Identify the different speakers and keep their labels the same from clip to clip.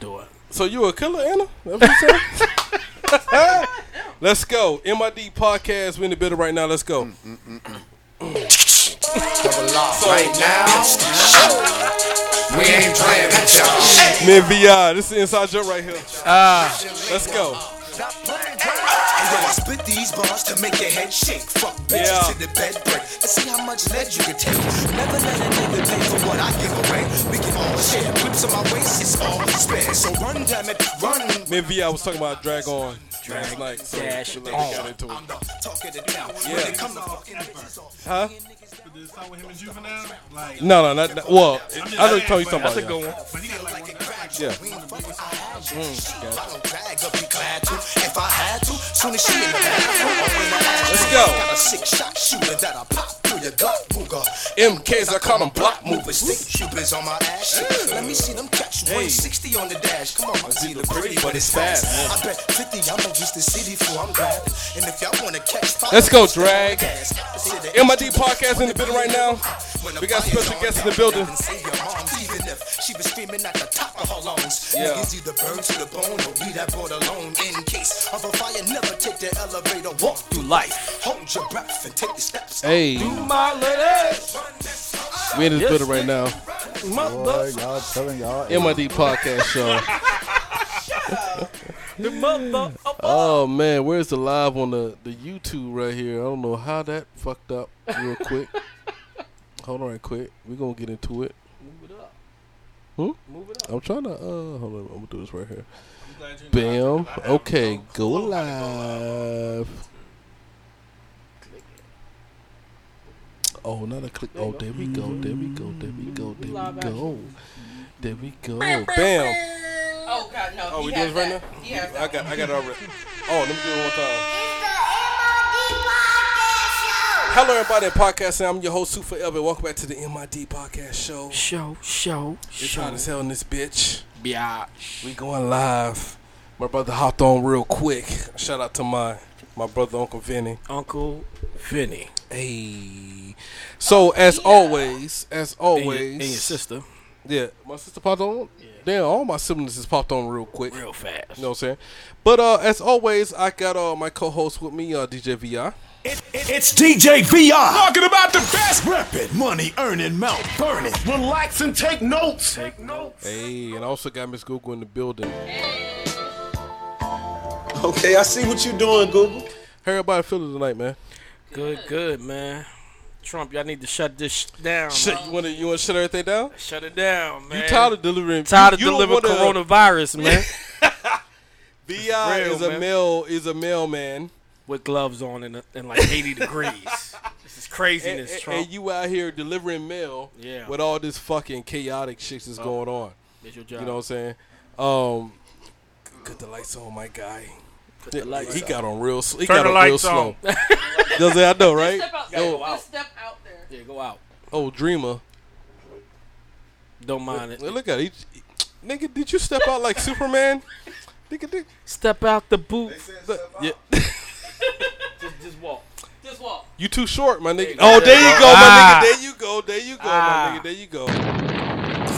Speaker 1: do it. So you a killer, Anna? That's what you saying? Let's go. MID podcast. We in the building right now. Let's go.
Speaker 2: Right now, we ain't playing with y'all.
Speaker 1: Me and VI. This is the inside joke right here. Let's go.
Speaker 3: Yo, I spit these bars to make your head shake. Fuck bitches
Speaker 1: Yeah.
Speaker 3: to the bed break. Let's see how much lead you can take. Never let a nigga pay for what I give away. We can all share. Whips on my waist, it's all we spare. So run, damn it, run.
Speaker 1: Me and VI was talking about drag on last night. So
Speaker 4: Dash
Speaker 1: we later got into it.
Speaker 3: I'm the talk of the town.
Speaker 1: Yeah.
Speaker 3: When it come to fucking bitches, all
Speaker 1: Huh?
Speaker 5: Did it start with him and Juvenile? Like,
Speaker 1: No, no, not, not well. I know what you're talking about. yeah.
Speaker 5: That's but he got like
Speaker 3: like
Speaker 5: one.
Speaker 3: it crack.
Speaker 1: Yeah. Mm,
Speaker 3: We ain't fucking around. Shit, If I don't bag, I'll be glad to. If I had to, soon as she in the bathroom, I'm in the
Speaker 1: Let's
Speaker 3: bathroom.
Speaker 1: go.
Speaker 3: Got a six shot shooter that I pop through your Glock booger.
Speaker 1: MKs, I call them block
Speaker 3: movers,
Speaker 1: movers.
Speaker 3: stick Cubans on my ass. shit. Let me see them catch you.
Speaker 1: Hey.
Speaker 3: 160 on the dash. Come on, my Z look pretty, but it's
Speaker 1: fast,
Speaker 3: fast. I bet 50 I'ma reach the city before I'm grabbed. And if y'all wanna catch fire,
Speaker 1: Let's go,
Speaker 3: stay on
Speaker 1: drag.
Speaker 3: the gas. I see the
Speaker 1: MID
Speaker 3: empty
Speaker 1: podcast in the building right now.
Speaker 3: When the
Speaker 1: We got
Speaker 3: fire's
Speaker 1: special
Speaker 3: on,
Speaker 1: guests in the
Speaker 3: down,
Speaker 1: building.
Speaker 3: down, save your mom, even if she was screaming at the top of her lungs.
Speaker 1: Yeah.
Speaker 3: Niggas either burn to the bone or we that brought alone. In case of a fire, never take the elevator. Walk through life. Hold your breath and take the steps.
Speaker 1: Hey,
Speaker 4: My lady.
Speaker 1: we in this building right now.
Speaker 4: Mother.
Speaker 6: Boy, y'all telling y'all.
Speaker 1: MID podcast show.
Speaker 4: Mother.
Speaker 1: Oh man, where's the live on the the YouTube right here? I don't know how that fucked up real quick. hold on, right quick. We're gonna get into it.
Speaker 4: Move it up.
Speaker 1: Hmm?
Speaker 4: Move it up.
Speaker 1: I'm trying to uh hold on. I'm gonna do this right here.
Speaker 5: I'm glad you know.
Speaker 1: Bam.
Speaker 5: I- I have
Speaker 1: Okay,
Speaker 5: no
Speaker 1: go
Speaker 5: clue how to
Speaker 1: live. Oh, not a click. Oh, there we go. There we go. There we go. There we go. There we go. Bam.
Speaker 7: Oh God, no.
Speaker 1: Oh,
Speaker 7: he
Speaker 1: we
Speaker 7: has
Speaker 1: doing this right
Speaker 7: that. He has
Speaker 1: I
Speaker 7: that.
Speaker 1: got I got it already. Oh, let me do it one time.
Speaker 8: It's
Speaker 1: Hello, everybody at Podcast. I'm your host, Sue Forever. Welcome back to the MID Podcast Show.
Speaker 4: Show, show,
Speaker 1: It's hot
Speaker 4: show.
Speaker 1: as hell in this bitch.
Speaker 4: Yeah.
Speaker 1: We going live. My brother hopped on real quick. Shout out to my my brother, Uncle Vinny.
Speaker 4: Uncle Vinny.
Speaker 1: Hey. So as always, as
Speaker 4: Oh, And your,
Speaker 1: always,
Speaker 4: and your sister.
Speaker 1: Yeah, my sister popped on. Damn, all my siblings just popped on real quick.
Speaker 4: Real fast.
Speaker 1: You know what I'm saying? But uh, as always, I got uh, my co-host with me, uh, DJ VR.
Speaker 2: DJ VR. Talking about the best. Reppin', money earning, mount burning. Relax and take notes. Take notes.
Speaker 1: Hey, and I also got Miss Google in the building.
Speaker 9: Okay, I see what you doing, Google.
Speaker 1: How everybody feeling tonight, man?
Speaker 4: Good, good, man. Trump, y'all need to shut this sh- down.
Speaker 1: Shit,
Speaker 4: man.
Speaker 1: you wanna you wanna shut everything down?
Speaker 4: Shut it down, man.
Speaker 1: You tired of delivering?
Speaker 4: tired of
Speaker 1: you, you don't
Speaker 4: delivering
Speaker 1: wanna-
Speaker 4: coronavirus, man?
Speaker 1: Bi
Speaker 4: Real,
Speaker 1: is a
Speaker 4: man.
Speaker 1: male is a mailman,
Speaker 4: With gloves on and, and like 80 degrees. This is
Speaker 1: and,
Speaker 4: craziness,
Speaker 1: and-
Speaker 4: Trump.
Speaker 1: and you out here delivering mail
Speaker 4: Yeah. Oh.
Speaker 1: with all this fucking chaotic shit that's going on.
Speaker 4: It's your job.
Speaker 1: You know what I'm saying? Um, cut the lights on, my guy.
Speaker 4: Put the lights
Speaker 1: he
Speaker 4: out.
Speaker 1: got on real. Sl- he got
Speaker 5: Turn the
Speaker 1: on real
Speaker 5: lights
Speaker 1: slow.
Speaker 5: on.
Speaker 1: Does it? I know, right?
Speaker 7: Step out.
Speaker 4: Yo.
Speaker 7: Just step out there.
Speaker 4: Yeah, go out.
Speaker 1: Oh, Dreamer.
Speaker 4: Don't mind it.
Speaker 1: Well, look at it. He- Nigga, did you step out like Superman? Nigga, did,
Speaker 4: Step out the boot.
Speaker 1: yeah.
Speaker 4: Just, just walk.
Speaker 7: Just walk.
Speaker 1: you too short, my nigga.
Speaker 4: you
Speaker 1: Oh,
Speaker 4: go.
Speaker 1: there you go,
Speaker 4: Ah.
Speaker 1: my nigga. There you go. There you go,
Speaker 4: Ah.
Speaker 1: my nigga. There you go.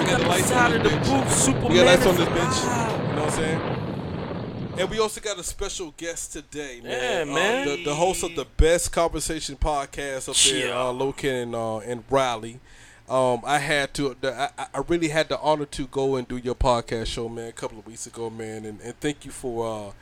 Speaker 1: We got the lights
Speaker 4: Out
Speaker 1: on
Speaker 4: of the
Speaker 1: this bitch.
Speaker 4: boot, Superman.
Speaker 1: We got lights on
Speaker 4: is
Speaker 1: this bitch.
Speaker 4: alive.
Speaker 1: You know what I'm saying? And we also got a special guest today, man.
Speaker 4: Yeah,
Speaker 1: Uh,
Speaker 4: man.
Speaker 1: the, the host of the best conversation podcast up there,
Speaker 4: Yeah.
Speaker 1: uh, located in, uh, in Raleigh. Um, I had to, the, I- I, I really had the honor to go and do your podcast show, man, a couple of weeks ago, man. And, and thank you for uh,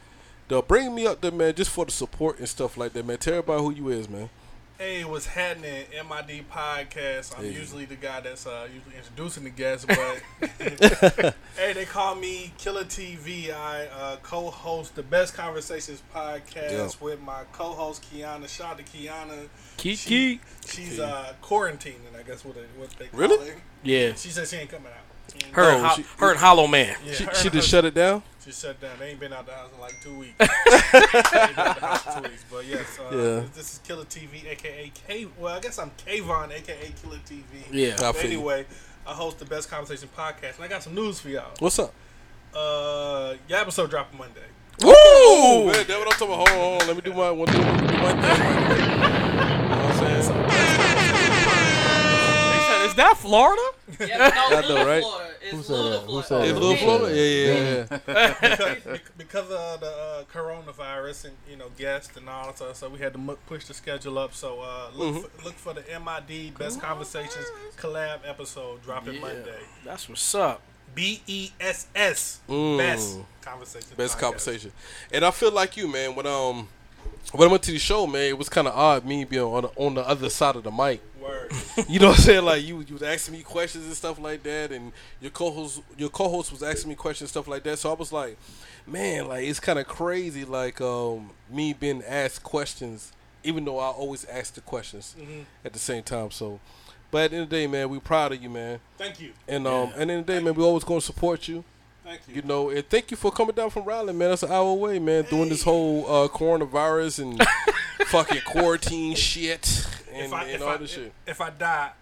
Speaker 1: the bringing me up there, man, just for the support and stuff like that, man. Tell everybody who you is, man.
Speaker 5: Hey, what's happening? MID podcast. I'm
Speaker 1: Hey.
Speaker 5: usually the guy that's uh, usually introducing the guests, but hey, they call me Killer TV. I uh, co-host the Best Conversations podcast
Speaker 1: Yeah.
Speaker 5: with my co-host Kiana. Shout out to Kiana.
Speaker 4: Kiki.
Speaker 5: She's uh, quarantining, I guess what they, what they call
Speaker 1: Really?
Speaker 5: it.
Speaker 4: Yeah.
Speaker 5: She said she ain't coming out.
Speaker 4: Her, and
Speaker 1: Oh,
Speaker 4: Ho-
Speaker 1: she-
Speaker 4: her and Hollow Man.
Speaker 5: Yeah,
Speaker 1: She,
Speaker 5: her
Speaker 1: she
Speaker 5: and
Speaker 1: just
Speaker 5: her-
Speaker 1: shut it down?
Speaker 5: She shut down. They ain't been out the house in like two weeks. They ain't been out the house in two weeks. But yes, uh,
Speaker 1: Yeah.
Speaker 5: this is Killer TV, aka K. Well, I guess I'm Kayvon, aka Killer TV.
Speaker 4: Yeah.
Speaker 1: I
Speaker 5: But
Speaker 1: feel you.
Speaker 5: anyway, I host the Best Conversation podcast, and I got some news for y'all.
Speaker 1: What's up?
Speaker 5: Uh, your episode dropping Monday.
Speaker 1: Woo! Man, that's what I'm talking about. Hold on, hold on. Let me do my, one, do, let me do my thing. right quick. You know what I'm saying?
Speaker 4: Is that Florida?
Speaker 7: Yeah, no,
Speaker 1: I know,
Speaker 7: it's
Speaker 1: right?
Speaker 7: Florida. It's
Speaker 6: Who
Speaker 7: It's
Speaker 6: said that? Who
Speaker 7: Lil
Speaker 6: said
Speaker 7: Floyd.
Speaker 1: Hey,
Speaker 6: that?
Speaker 1: Lil
Speaker 6: Who said
Speaker 1: Florida?
Speaker 6: that?
Speaker 1: Yeah, yeah, yeah.
Speaker 5: Be- because of the uh, coronavirus and you know guests and all that stuff, so we had to mu push the schedule up. So uh, look, for, look for the MID Best Conversations collab episode dropping Monday.
Speaker 4: That's what's up.
Speaker 5: B E S S Best Conversations.
Speaker 1: Best
Speaker 5: Podcast.
Speaker 1: conversation. And I feel like you, man. When um when I went to the show, man, it was kind of odd me being on the, on the other side of the mic.
Speaker 5: Word.
Speaker 1: You know what I'm saying? Like you, you was asking me questions and stuff like that, and your co-host, your co-host was asking me questions and stuff like that. So I was like, man, like it's kind of crazy, like um, me being asked questions, even though I always ask the questions at the same time. So, but at the end of the day, man, we proud of you, man,
Speaker 5: Thank you.
Speaker 1: and um, and at the end of the day, man, we always gonna support you.
Speaker 5: Thank you.
Speaker 1: You know, and thank you for coming down from Raleigh, man. That's an hour away, man. Doing this whole uh, coronavirus and fucking quarantine shit and,
Speaker 5: if I,
Speaker 1: and
Speaker 5: if,
Speaker 1: all
Speaker 5: I,
Speaker 1: this
Speaker 5: if,
Speaker 1: shit.
Speaker 5: if I die,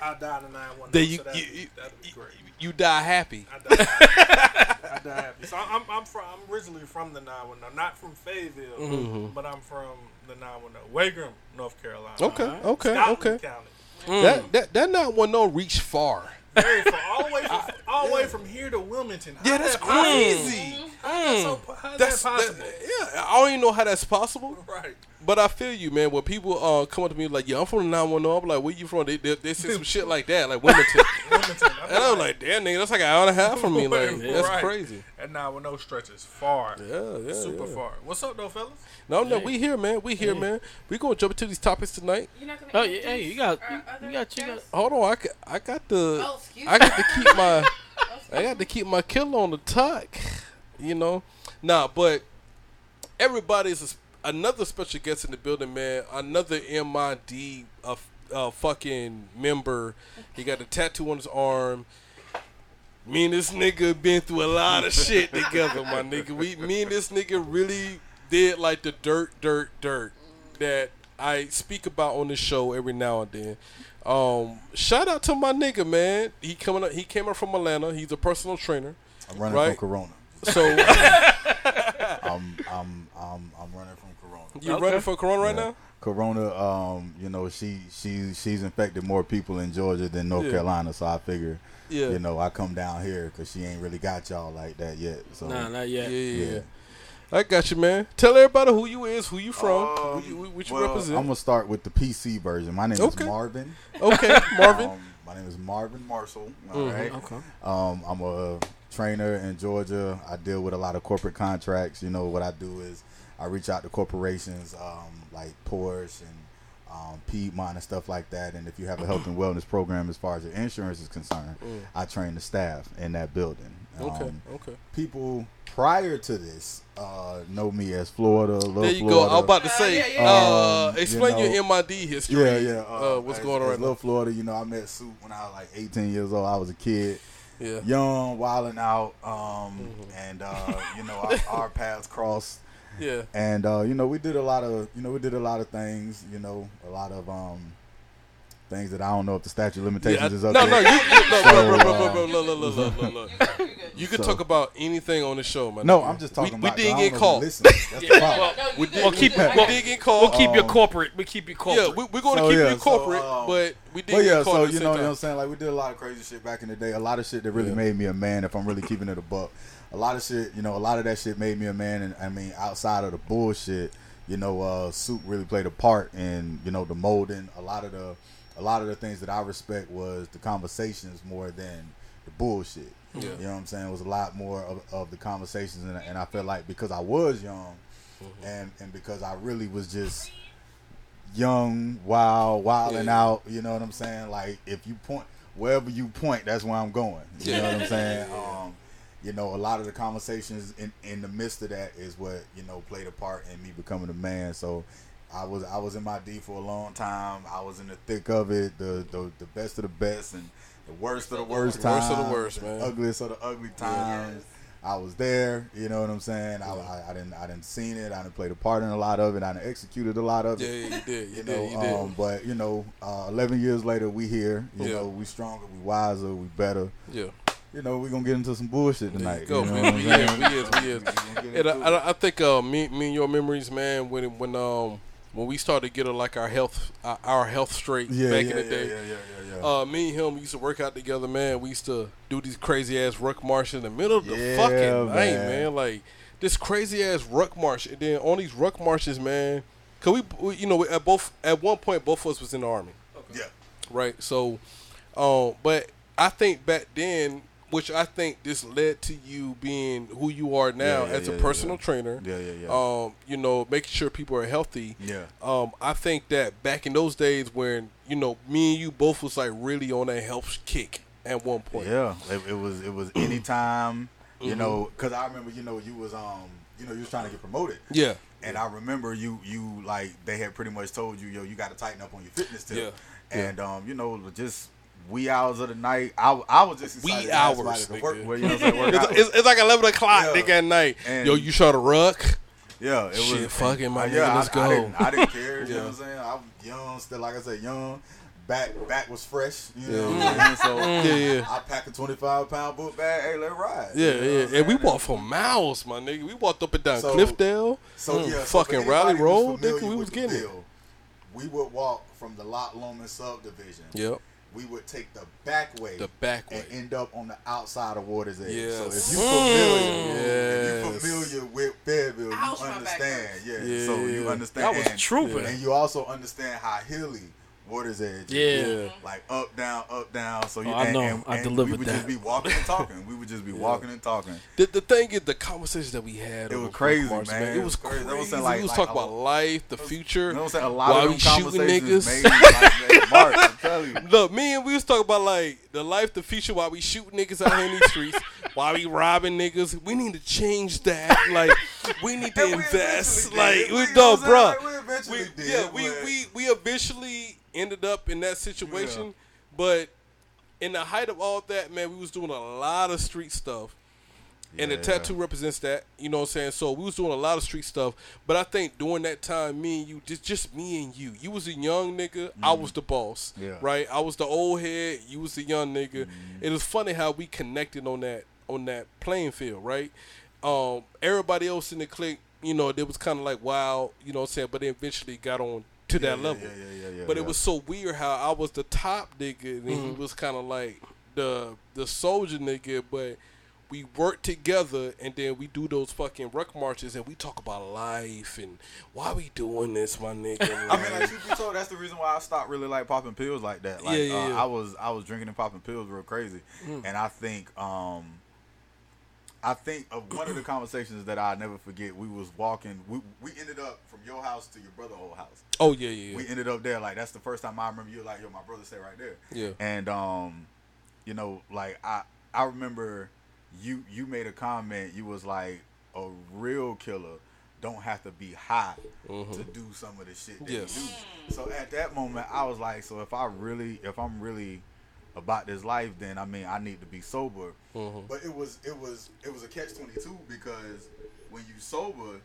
Speaker 5: I die the nine one.
Speaker 1: Then you,
Speaker 5: so that,
Speaker 1: you, you,
Speaker 5: that'd be great.
Speaker 1: you die happy.
Speaker 5: I die happy. I die happy. So I'm, I'm from I'm originally from the 910, not from Fayetteville,
Speaker 1: Mm-hmm.
Speaker 5: but I'm from the 910, Wagram, North Carolina.
Speaker 1: Okay, okay,
Speaker 5: Scotland
Speaker 1: okay.
Speaker 5: County. Mm.
Speaker 1: That that that not one don't reach far.
Speaker 5: Very far, all the way from, all the way from here to Wilmington. How
Speaker 1: Yeah,
Speaker 5: is
Speaker 1: that's
Speaker 5: that possible?
Speaker 1: crazy. Mm.
Speaker 5: That's so, po- how is
Speaker 1: That's
Speaker 5: that
Speaker 1: that,
Speaker 5: possible?
Speaker 1: yeah. I don't even know how that's possible.
Speaker 5: right.
Speaker 1: But I feel you, man. When people uh come up to me like, "Yeah, I'm from the 910," I'm like, "Where you from?" They they, they say some shit like that, like Wilmington,
Speaker 5: Wilmington. I'm
Speaker 1: and I'm like, "Damn, nigga, that's like an hour and a half from me. Like,
Speaker 5: Right,
Speaker 1: that's
Speaker 5: right.
Speaker 1: crazy."
Speaker 5: And 910 stretches oh far.
Speaker 1: Yeah, yeah,
Speaker 5: Super
Speaker 1: yeah.
Speaker 5: far. What's up, though, fellas?
Speaker 1: No, no, we here, man. We here, man. We gonna jump into these topics tonight.
Speaker 7: You're not gonna
Speaker 4: Oh, yeah,
Speaker 7: introduce
Speaker 4: hey, you got,
Speaker 7: our
Speaker 4: you,
Speaker 7: other
Speaker 4: you got, you got.
Speaker 7: guest?
Speaker 1: Hold on, I, ca- I got the
Speaker 7: Oh, excuse
Speaker 1: I got to keep my
Speaker 7: excuse
Speaker 1: I got to keep my killer on the tuck, you know. Nah, but everybody's a, s- another special guest in the building, man. Another MID uh, f- uh, fucking member. He got a tattoo on his arm. Me and this nigga been through a lot of shit together, my nigga. We, me and this nigga really did like the dirt, dirt, dirt that I speak about on the show every now and then. Um, shout out to my nigga, man. He coming up. He came up from Atlanta. He's a personal trainer.
Speaker 6: I'm running
Speaker 1: Right.
Speaker 6: from Corona.
Speaker 1: So
Speaker 6: I'm, I'm, I'm, I'm running from Corona.
Speaker 1: you running for Corona right now?
Speaker 6: Corona, um, you know, she, she, she's infected more people in Georgia than North
Speaker 1: Yeah.
Speaker 6: Carolina. So I figure,
Speaker 1: Yeah.
Speaker 6: you know, I come down here because she ain't really got y'all like that yet. So
Speaker 4: Nah, not yet.
Speaker 1: yeah, yeah.
Speaker 6: Yeah.
Speaker 1: I got you, man. Tell everybody who you is, who you from, who you, what you
Speaker 6: Well,
Speaker 1: represent.
Speaker 6: I'm gonna start with the PC version. My name
Speaker 1: Okay.
Speaker 6: is Marvin.
Speaker 1: okay, Marvin.
Speaker 6: Um, my name is Marvin Marshall. All
Speaker 1: Mm-hmm.
Speaker 6: right. Um, I'm a trainer in Georgia. I deal with a lot of corporate contracts. You know what I do is I reach out to corporations um, like Porsche and um, Piedmont and stuff like that. And if you have a health and wellness program as far as your insurance is concerned, I train the staff in that building.
Speaker 1: Mm. okay,
Speaker 6: Um,
Speaker 1: okay.
Speaker 6: People prior to this uh, know me as Florida. Little
Speaker 1: There you go.
Speaker 6: Florida.
Speaker 1: I was about to
Speaker 7: Uh,
Speaker 1: say,
Speaker 7: yeah, yeah,
Speaker 1: uh,
Speaker 6: Um, you
Speaker 1: explain
Speaker 6: know-
Speaker 1: your MID history.
Speaker 6: Yeah, yeah.
Speaker 1: Uh, what's going on right
Speaker 6: Little
Speaker 1: now?
Speaker 6: Florida, you know, I met Soup when I was like 18 years old. I was a kid,
Speaker 1: Yeah.
Speaker 6: young, wilding out, um,
Speaker 1: Mm-hmm.
Speaker 6: and uh, you know, our, our paths crossed.
Speaker 1: Yeah.
Speaker 6: And uh, you know, we did a lot of, you know, we did a lot of things. You know, a lot of um, things that I don't know if the statute of limitations
Speaker 1: yeah I-
Speaker 6: is up
Speaker 1: no,
Speaker 6: there.
Speaker 1: no, you, you, no, bro, bro, bro,
Speaker 6: So, uh,
Speaker 1: bro, bro, look, look, look, look, look,
Speaker 7: You're
Speaker 1: look.
Speaker 7: good.
Speaker 1: You can
Speaker 6: So-
Speaker 1: talk about anything on the show, man.
Speaker 6: No, I'm just talking
Speaker 1: we,
Speaker 6: about.
Speaker 1: We didn't
Speaker 6: I don't
Speaker 1: get
Speaker 6: know if
Speaker 1: called.
Speaker 6: you listen. That's the problem.
Speaker 7: No, you
Speaker 1: We
Speaker 7: good,
Speaker 1: did,
Speaker 7: you
Speaker 1: we
Speaker 7: good.
Speaker 1: did-
Speaker 7: I
Speaker 1: we
Speaker 7: got
Speaker 1: did
Speaker 7: you.
Speaker 1: get called.
Speaker 4: We'll keep you corporate. We keep you
Speaker 1: uh, yeah,
Speaker 4: corporate.
Speaker 1: we, we're going to
Speaker 6: So,
Speaker 1: keep
Speaker 6: yeah,
Speaker 1: you
Speaker 6: so,
Speaker 1: corporate,
Speaker 6: um,
Speaker 1: but we did
Speaker 6: But yeah,
Speaker 1: get
Speaker 6: so
Speaker 1: corporate.
Speaker 6: you know, you know what I'm saying? Like we did a lot of crazy shit back in the day. A lot of shit that really made me a man if I'm really keeping it a buck. A lot of shit, you know, a lot of that shit made me a man and I mean outside of the bullshit, you know, uh Soup really played a part in, you know, the molding. A lot of the a lot of the things that I respect was the conversations more than the bullshit. You know what I'm saying? It was a lot more of, of the conversations and, and I felt like because I was young and and because I really was just young, wild, wilding out. You know what I'm saying? Like if you point wherever you point, that's where I'm going. You know what I'm saying? Um, you know, a lot of the conversations in, in the midst of that is what you know played a part in me becoming a man. So I was I was in my D for a long time. I was in the thick of it, the the, the best of the best and the worst of the worst
Speaker 1: The
Speaker 6: times,
Speaker 1: worst of the worst, man.
Speaker 6: ugliest of the ugly times. I was there, you know what I'm saying. I, I, I didn't, I didn't seen it. I didn't played a part in a lot of it. I didn't executed a lot of it
Speaker 1: Yeah, yeah, you did. You,
Speaker 6: you
Speaker 1: did.
Speaker 6: know,
Speaker 1: You did.
Speaker 6: um, but you know, uh, eleven years later, we here. You
Speaker 1: Yeah.
Speaker 6: know, we stronger, we wiser, we better.
Speaker 1: yeah.
Speaker 6: You know, we gonna get into some bullshit
Speaker 1: There
Speaker 6: tonight.
Speaker 1: you go,
Speaker 6: you know
Speaker 1: man.
Speaker 6: what
Speaker 1: we
Speaker 6: I'm
Speaker 1: is,
Speaker 6: saying?
Speaker 1: we is, we is.
Speaker 6: We gonna get
Speaker 1: And I,
Speaker 6: into it.
Speaker 1: I, I think uh, me, me and your memories, man. When when um when we started getting like our health our, our health straight
Speaker 6: Yeah,
Speaker 1: back
Speaker 6: yeah,
Speaker 1: in the
Speaker 6: yeah,
Speaker 1: day.
Speaker 6: yeah, yeah, yeah, yeah.
Speaker 1: Uh, me and him we used to work out together, man. We used to do these crazy ass ruck marches in the middle of the
Speaker 6: Yeah,
Speaker 1: fucking night,
Speaker 6: man.
Speaker 1: man. Like this crazy ass ruck march, and then on these ruck marches, man. Cause we, we you know, we, at both at one point both of us was in the army
Speaker 6: Yeah.
Speaker 1: right? So, um, but I think back then, which I think this led to you being who you are now
Speaker 6: yeah,
Speaker 1: as
Speaker 6: yeah,
Speaker 1: a
Speaker 6: yeah.
Speaker 1: personal trainer.
Speaker 6: Yeah, yeah, yeah.
Speaker 1: Um, you know, making sure people are healthy.
Speaker 6: Yeah.
Speaker 1: Um, I think that back in those days when you know me and you both was like really on that health kick at one point.
Speaker 6: Yeah, it, it was it was anytime, you
Speaker 1: Mm-hmm.
Speaker 6: know, because I remember you know you was um you know you was trying to get promoted.
Speaker 1: Yeah.
Speaker 6: And I remember you you like they had pretty much told you yo you got to tighten up on your fitness tip.
Speaker 1: Yeah.
Speaker 6: And um you know just wee hours of the night I, I was just
Speaker 1: Wee
Speaker 6: excited to have somebody
Speaker 1: hours,
Speaker 6: to
Speaker 1: nigga.
Speaker 6: work with, you know, what I'm saying, work
Speaker 1: It's,
Speaker 6: out with.
Speaker 1: it's, it's like eleven o'clock,
Speaker 6: Yeah.
Speaker 1: nigga, at night.
Speaker 6: And-
Speaker 1: Yo, you shot a ruck.
Speaker 6: Yeah, it
Speaker 1: Shit,
Speaker 6: was
Speaker 1: fuck it, my
Speaker 6: uh,
Speaker 1: nigga, let's
Speaker 6: I, I
Speaker 1: go.
Speaker 6: didn't, I didn't care. You
Speaker 1: Yeah.
Speaker 6: know what I'm saying? I was young, still like I said, young. Back back was fresh. You know what I'm saying? So
Speaker 1: Yeah, yeah.
Speaker 6: I packed a 25 pound book bag. Hey, let's ride.
Speaker 1: Yeah,
Speaker 6: You know what I'm
Speaker 1: yeah, and we
Speaker 6: saying?
Speaker 1: walked for miles, my nigga. We walked up and down
Speaker 6: So-
Speaker 1: Cliffdale,
Speaker 6: So
Speaker 1: mm,
Speaker 6: yeah, so for
Speaker 1: fucking
Speaker 6: anybody
Speaker 1: Raleigh
Speaker 6: who's
Speaker 1: Road,
Speaker 6: familiar
Speaker 1: nigga. We
Speaker 6: with
Speaker 1: was
Speaker 6: the
Speaker 1: getting it.
Speaker 6: bill, We would walk from the Lot Loman subdivision.
Speaker 1: Yep.
Speaker 6: We would take the back way.
Speaker 1: The back
Speaker 6: and
Speaker 1: way.
Speaker 6: end up on the outside of Waters Edge. So
Speaker 1: Yes.
Speaker 6: if you familiar,
Speaker 1: Yes.
Speaker 6: if you familiar with Fayetteville,
Speaker 7: Ouch,
Speaker 6: you
Speaker 7: my back
Speaker 6: understand.
Speaker 7: hurts.
Speaker 6: Yeah. So you
Speaker 1: Yeah.
Speaker 6: understand.
Speaker 4: That was
Speaker 6: and-
Speaker 4: trooping.
Speaker 6: And you also understand how hilly Waters Edge.
Speaker 4: Yeah.
Speaker 6: Is. Like up down, up down. So you
Speaker 4: Oh, I
Speaker 6: and-
Speaker 4: know.
Speaker 6: And,
Speaker 4: I
Speaker 6: and We
Speaker 4: delivered
Speaker 6: would
Speaker 4: that.
Speaker 6: just be walking and talking. We would just be walking and talking.
Speaker 1: The, the thing is, the conversations that we had
Speaker 6: It
Speaker 1: over
Speaker 6: was crazy,
Speaker 1: March,
Speaker 6: man.
Speaker 1: It was crazy.
Speaker 6: That was
Speaker 1: we
Speaker 6: saying, like-
Speaker 1: was
Speaker 6: like
Speaker 1: talking
Speaker 6: a-
Speaker 1: about life, the future.
Speaker 6: You know what I'm saying? A lot
Speaker 1: why
Speaker 6: of
Speaker 1: we
Speaker 6: them
Speaker 1: shooting
Speaker 6: conversations
Speaker 1: niggas.
Speaker 6: made me like, Mark, I'm telling you.
Speaker 1: Look, me and we was talking about like the life, the future. Why we shooting niggas out here in these streets? Why we robbing niggas? We need to change that. Like we need to
Speaker 6: And we
Speaker 1: invest.
Speaker 6: eventually
Speaker 1: Like
Speaker 6: did.
Speaker 1: we no,
Speaker 6: We- you know what I'm saying?
Speaker 1: bruh.
Speaker 6: Like, we eventually
Speaker 1: We-
Speaker 6: did,
Speaker 1: yeah, we,
Speaker 6: but-
Speaker 1: we we eventually ended up in that situation, but in the height of all that, man, we was doing a lot of street stuff. And the
Speaker 6: Yeah.
Speaker 1: tattoo represents that, you know what I'm saying? So we was doing a lot of street stuff, but I think during that time, me and you, just just me and you. You was a young nigga, I was the boss,
Speaker 6: Yeah. Mm-hmm.
Speaker 1: right? I was the old head, you was the young nigga. It was funny how we connected on that on that playing field, right? Um, everybody else in the clique, you know, they was kind of like wow, you know what I'm saying? But they eventually got on to that
Speaker 6: yeah,
Speaker 1: level.
Speaker 6: yeah, yeah, yeah, yeah,
Speaker 1: but it
Speaker 6: yeah.
Speaker 1: was so weird how I was the top nigga and he
Speaker 5: Mm-hmm.
Speaker 1: was kind of like the the soldier nigga, but we work together and then we do those fucking ruck marches and we talk about life and why we doing this, my nigga.
Speaker 6: I mean, like truth be told, that's the reason why I stopped really like popping pills like that. Like
Speaker 1: Yeah, yeah,
Speaker 6: uh,
Speaker 1: yeah. Mm.
Speaker 6: I was I was drinking and popping pills real crazy, and I think um I think of one of the conversations that I never forget. We was walking. We we ended up from your house to your brother' old house.
Speaker 1: oh yeah, yeah,
Speaker 6: We
Speaker 1: yeah.
Speaker 6: ended up there. Like that's the first time I remember you. were Like yo, my brother stay right there.
Speaker 1: Yeah.
Speaker 6: And um, you know, like I I remember you you made a comment. You was like a real killer don't have to be high to do some of the shit. That
Speaker 1: Yes.
Speaker 6: yes. Do. So at that moment, I was like, so if I really if I'm really about this life, then I mean I need to be sober.
Speaker 1: Mm-hmm.
Speaker 6: But it was it was it was a catch twenty two because when you sober.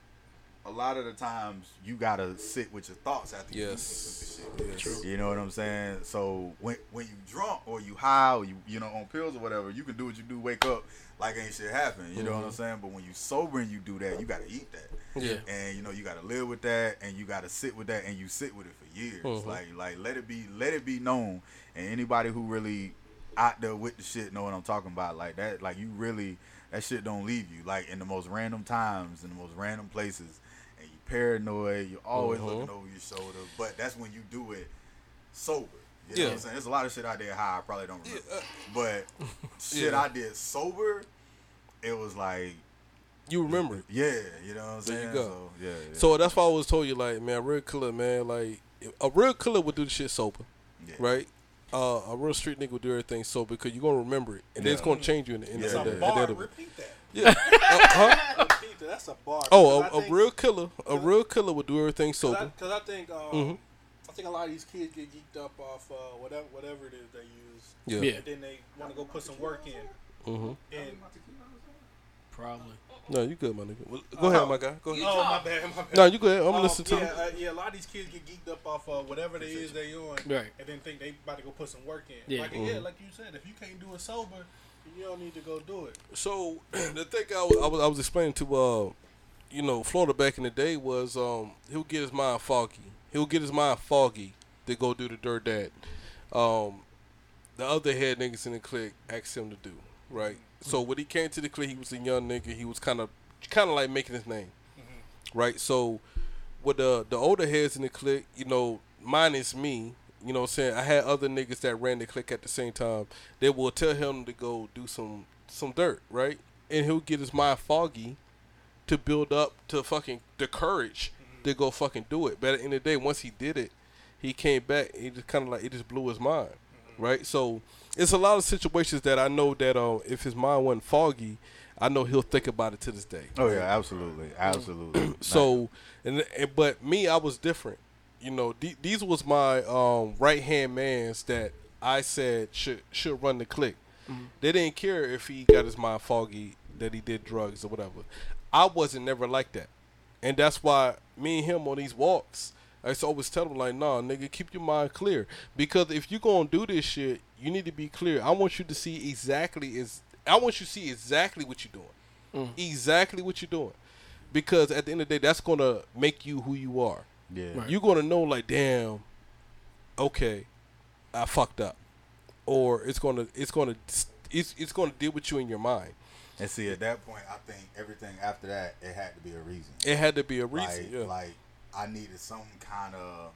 Speaker 6: A lot of the times you gotta sit with your thoughts after you do
Speaker 1: Yes.
Speaker 6: some stupid shit. You know what I'm saying? So when when you drunk or you high or you you know on pills or whatever, you can do what you do, wake up like ain't shit happened. You know what I'm saying? But when you sober and you do that, you gotta eat that.
Speaker 1: Mm-hmm. Yeah.
Speaker 6: And you know you gotta live with that and you gotta sit with that and you sit with it for years.
Speaker 1: Mm-hmm.
Speaker 6: Like like let it be let it be known. And anybody who really out there with the shit know what I'm talking about. Like that like you really that shit don't leave you. Like in the most random times, in the most random places. And you paranoid, you're always
Speaker 1: Mm-hmm.
Speaker 6: looking over your shoulder. But that's when you do it sober. You know
Speaker 1: Yeah. uh,
Speaker 6: what I'm saying? There's a lot of shit I did high, I probably don't remember. But shit
Speaker 1: Yeah.
Speaker 6: I did sober, it was like,
Speaker 1: You remember it.
Speaker 6: yeah, you know what I'm
Speaker 1: There
Speaker 6: saying?
Speaker 1: you go.
Speaker 6: So, yeah, yeah.
Speaker 1: So that's why I always told you, like, man, real killer, man, like a real killer would do the shit sober,
Speaker 6: Yeah.
Speaker 1: right? Uh, a real street nigga would do everything sober because you're gonna remember it, and then it's gonna change you in the end.
Speaker 6: Yeah.
Speaker 1: of the
Speaker 5: That's a
Speaker 1: day. At the
Speaker 5: bar.
Speaker 1: end of it.
Speaker 5: Repeat that.
Speaker 1: Yeah. Uh, huh?
Speaker 5: Repeat that. That's a bar.
Speaker 1: Oh,
Speaker 5: Because I
Speaker 1: a, a
Speaker 5: think-
Speaker 1: real killer, a real killer would do everything sober.
Speaker 5: Because I, think um,
Speaker 1: Mm-hmm.
Speaker 5: I think a lot of these kids get geeked up off uh, whatever whatever it is they use.
Speaker 1: Yeah. Mm-hmm.
Speaker 4: Yeah.
Speaker 5: And then they want to go put some work in. And,
Speaker 4: Probably.
Speaker 1: No, you good, my nigga. Well, uh-huh. Go ahead, my guy. Go ahead.
Speaker 5: oh my bad, my bad.
Speaker 1: No, you good. I'm gonna
Speaker 5: Um,
Speaker 1: listen to
Speaker 5: yeah,
Speaker 1: him.
Speaker 5: uh, yeah, a lot of these kids get geeked up off uh, whatever they is they on,
Speaker 4: Right.
Speaker 5: and then think they about to go put some work in.
Speaker 4: Yeah.
Speaker 5: Like, yeah,
Speaker 1: Mm-hmm.
Speaker 5: like you said, if you can't do it sober, you don't need to go do it.
Speaker 1: So the thing I was, I was I was explaining to uh you know Florida back in the day was um, he'll get his mind foggy. He'll get his mind foggy to go do the dirt that um, the other head niggas in the clique asked him to do. Right. So when he came to the clique, he was a young nigga. He was kind of kind of like making his name. Right. So with the the older heads in the clique, you know, minus me. You know what I'm saying? I had other niggas that ran the clique at the same time. They will tell him to go do some some dirt, right? And he'll get his mind foggy to build up to fucking the courage to go fucking do it. But at the end of the day, once he did it, he came back. He just kind of like it just blew his mind, right? So it's a lot of situations that I know that uh, if his mind wasn't foggy, I know he'll think about it to this day.
Speaker 6: Oh yeah, absolutely, absolutely.
Speaker 1: So, and, and but me, I was different. You know, the- these was my um, right hand mans that I said should should run the click. They didn't care if he got his mind foggy that he did drugs or whatever. I wasn't never like that, and that's why me and him on these walks, I used to always tell him like, "Nah, nigga, keep your mind clear because if you gonna do this shit, you need to be clear. I want you to see exactly is I want you to see exactly what you're doing, exactly what you're doing." because at the end of the day, that's gonna make you who you are.
Speaker 6: Yeah.
Speaker 1: You're gonna know like, damn, okay, I fucked up, or it's gonna it's gonna it's it's gonna deal with you in your mind.
Speaker 6: And see, at that point, I think everything after that, it had to be a reason.
Speaker 1: It had to be a reason.
Speaker 6: like,
Speaker 1: yeah.
Speaker 6: like I needed some kind of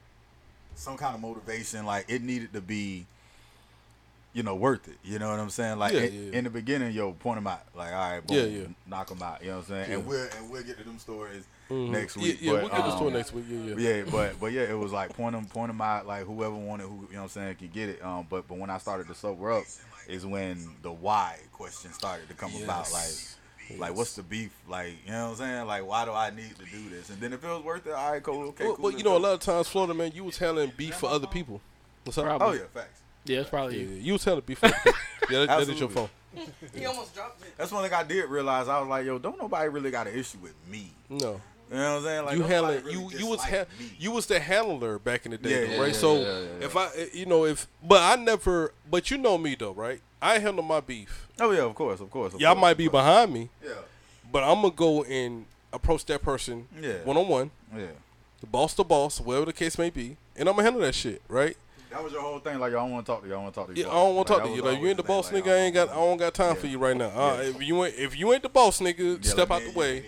Speaker 6: some kind of motivation. Like it needed to be, you know, worth it. You know what I'm saying? Like
Speaker 1: Yeah,
Speaker 6: in,
Speaker 1: yeah.
Speaker 6: in the beginning, yo, point them out. Like all right, boom,
Speaker 1: Yeah, yeah.
Speaker 6: knock them out. You know what I'm saying? And
Speaker 1: Yeah. Mm-hmm.
Speaker 6: we'll and we'll get to them stories next
Speaker 1: Yeah,
Speaker 6: week.
Speaker 1: yeah,
Speaker 6: but,
Speaker 1: we'll get this to
Speaker 6: um,
Speaker 1: it next week. Yeah, yeah.
Speaker 6: yeah, but but yeah, it was like point them point them out like whoever wanted who you know what I'm saying can get it. Um, but but when I started to sober up is when the why question started to come about like like what's the beef like you know what I'm saying like why do I need to do this and then if it was worth it, all right, cool, okay,
Speaker 1: well,
Speaker 6: cool.
Speaker 1: well, you
Speaker 6: let's
Speaker 1: know, a
Speaker 6: do
Speaker 1: lot of times, Florida man, you was handling beef for other people. What's up?
Speaker 6: it. Oh yeah, facts.
Speaker 4: Yeah, it's
Speaker 1: Yeah,
Speaker 4: probably
Speaker 1: yeah, you was handling beef for other people. Yeah, that, that is your
Speaker 6: Absolutely.
Speaker 1: phone.
Speaker 7: He almost dropped it.
Speaker 6: That's one thing I did realize. I was like, yo, don't nobody really got an issue with me.
Speaker 1: No.
Speaker 6: You know what I'm saying? Like
Speaker 1: you
Speaker 6: nobody
Speaker 1: handling
Speaker 6: really
Speaker 1: you you was
Speaker 6: dislike
Speaker 1: ha-
Speaker 6: me.
Speaker 1: you was the handler back in the day,
Speaker 6: Yeah,
Speaker 1: though,
Speaker 6: yeah,
Speaker 1: right?
Speaker 6: yeah,
Speaker 1: so
Speaker 6: yeah, yeah, yeah.
Speaker 1: if I you know if but I never but you know me though, right? I handle my beef.
Speaker 6: Oh yeah, of course, of course. of
Speaker 1: Y'all
Speaker 6: course,
Speaker 1: might
Speaker 6: of
Speaker 1: be
Speaker 6: course.
Speaker 1: behind me,
Speaker 6: Yeah,
Speaker 1: but I'm gonna go and approach that person
Speaker 6: Yeah.
Speaker 1: one on one,
Speaker 6: yeah.
Speaker 1: the boss to boss, whatever the case may be, and I'm gonna handle that shit, right?
Speaker 6: That was your whole thing. Like, yo, I don't want to talk to you. I want to talk to you.
Speaker 1: Yeah, I don't want to talk to you. Like you ain't the boss, nigga. I ain't got I don't got time for you right now. Uh, If you ain't if you ain't the boss, nigga, step out the way.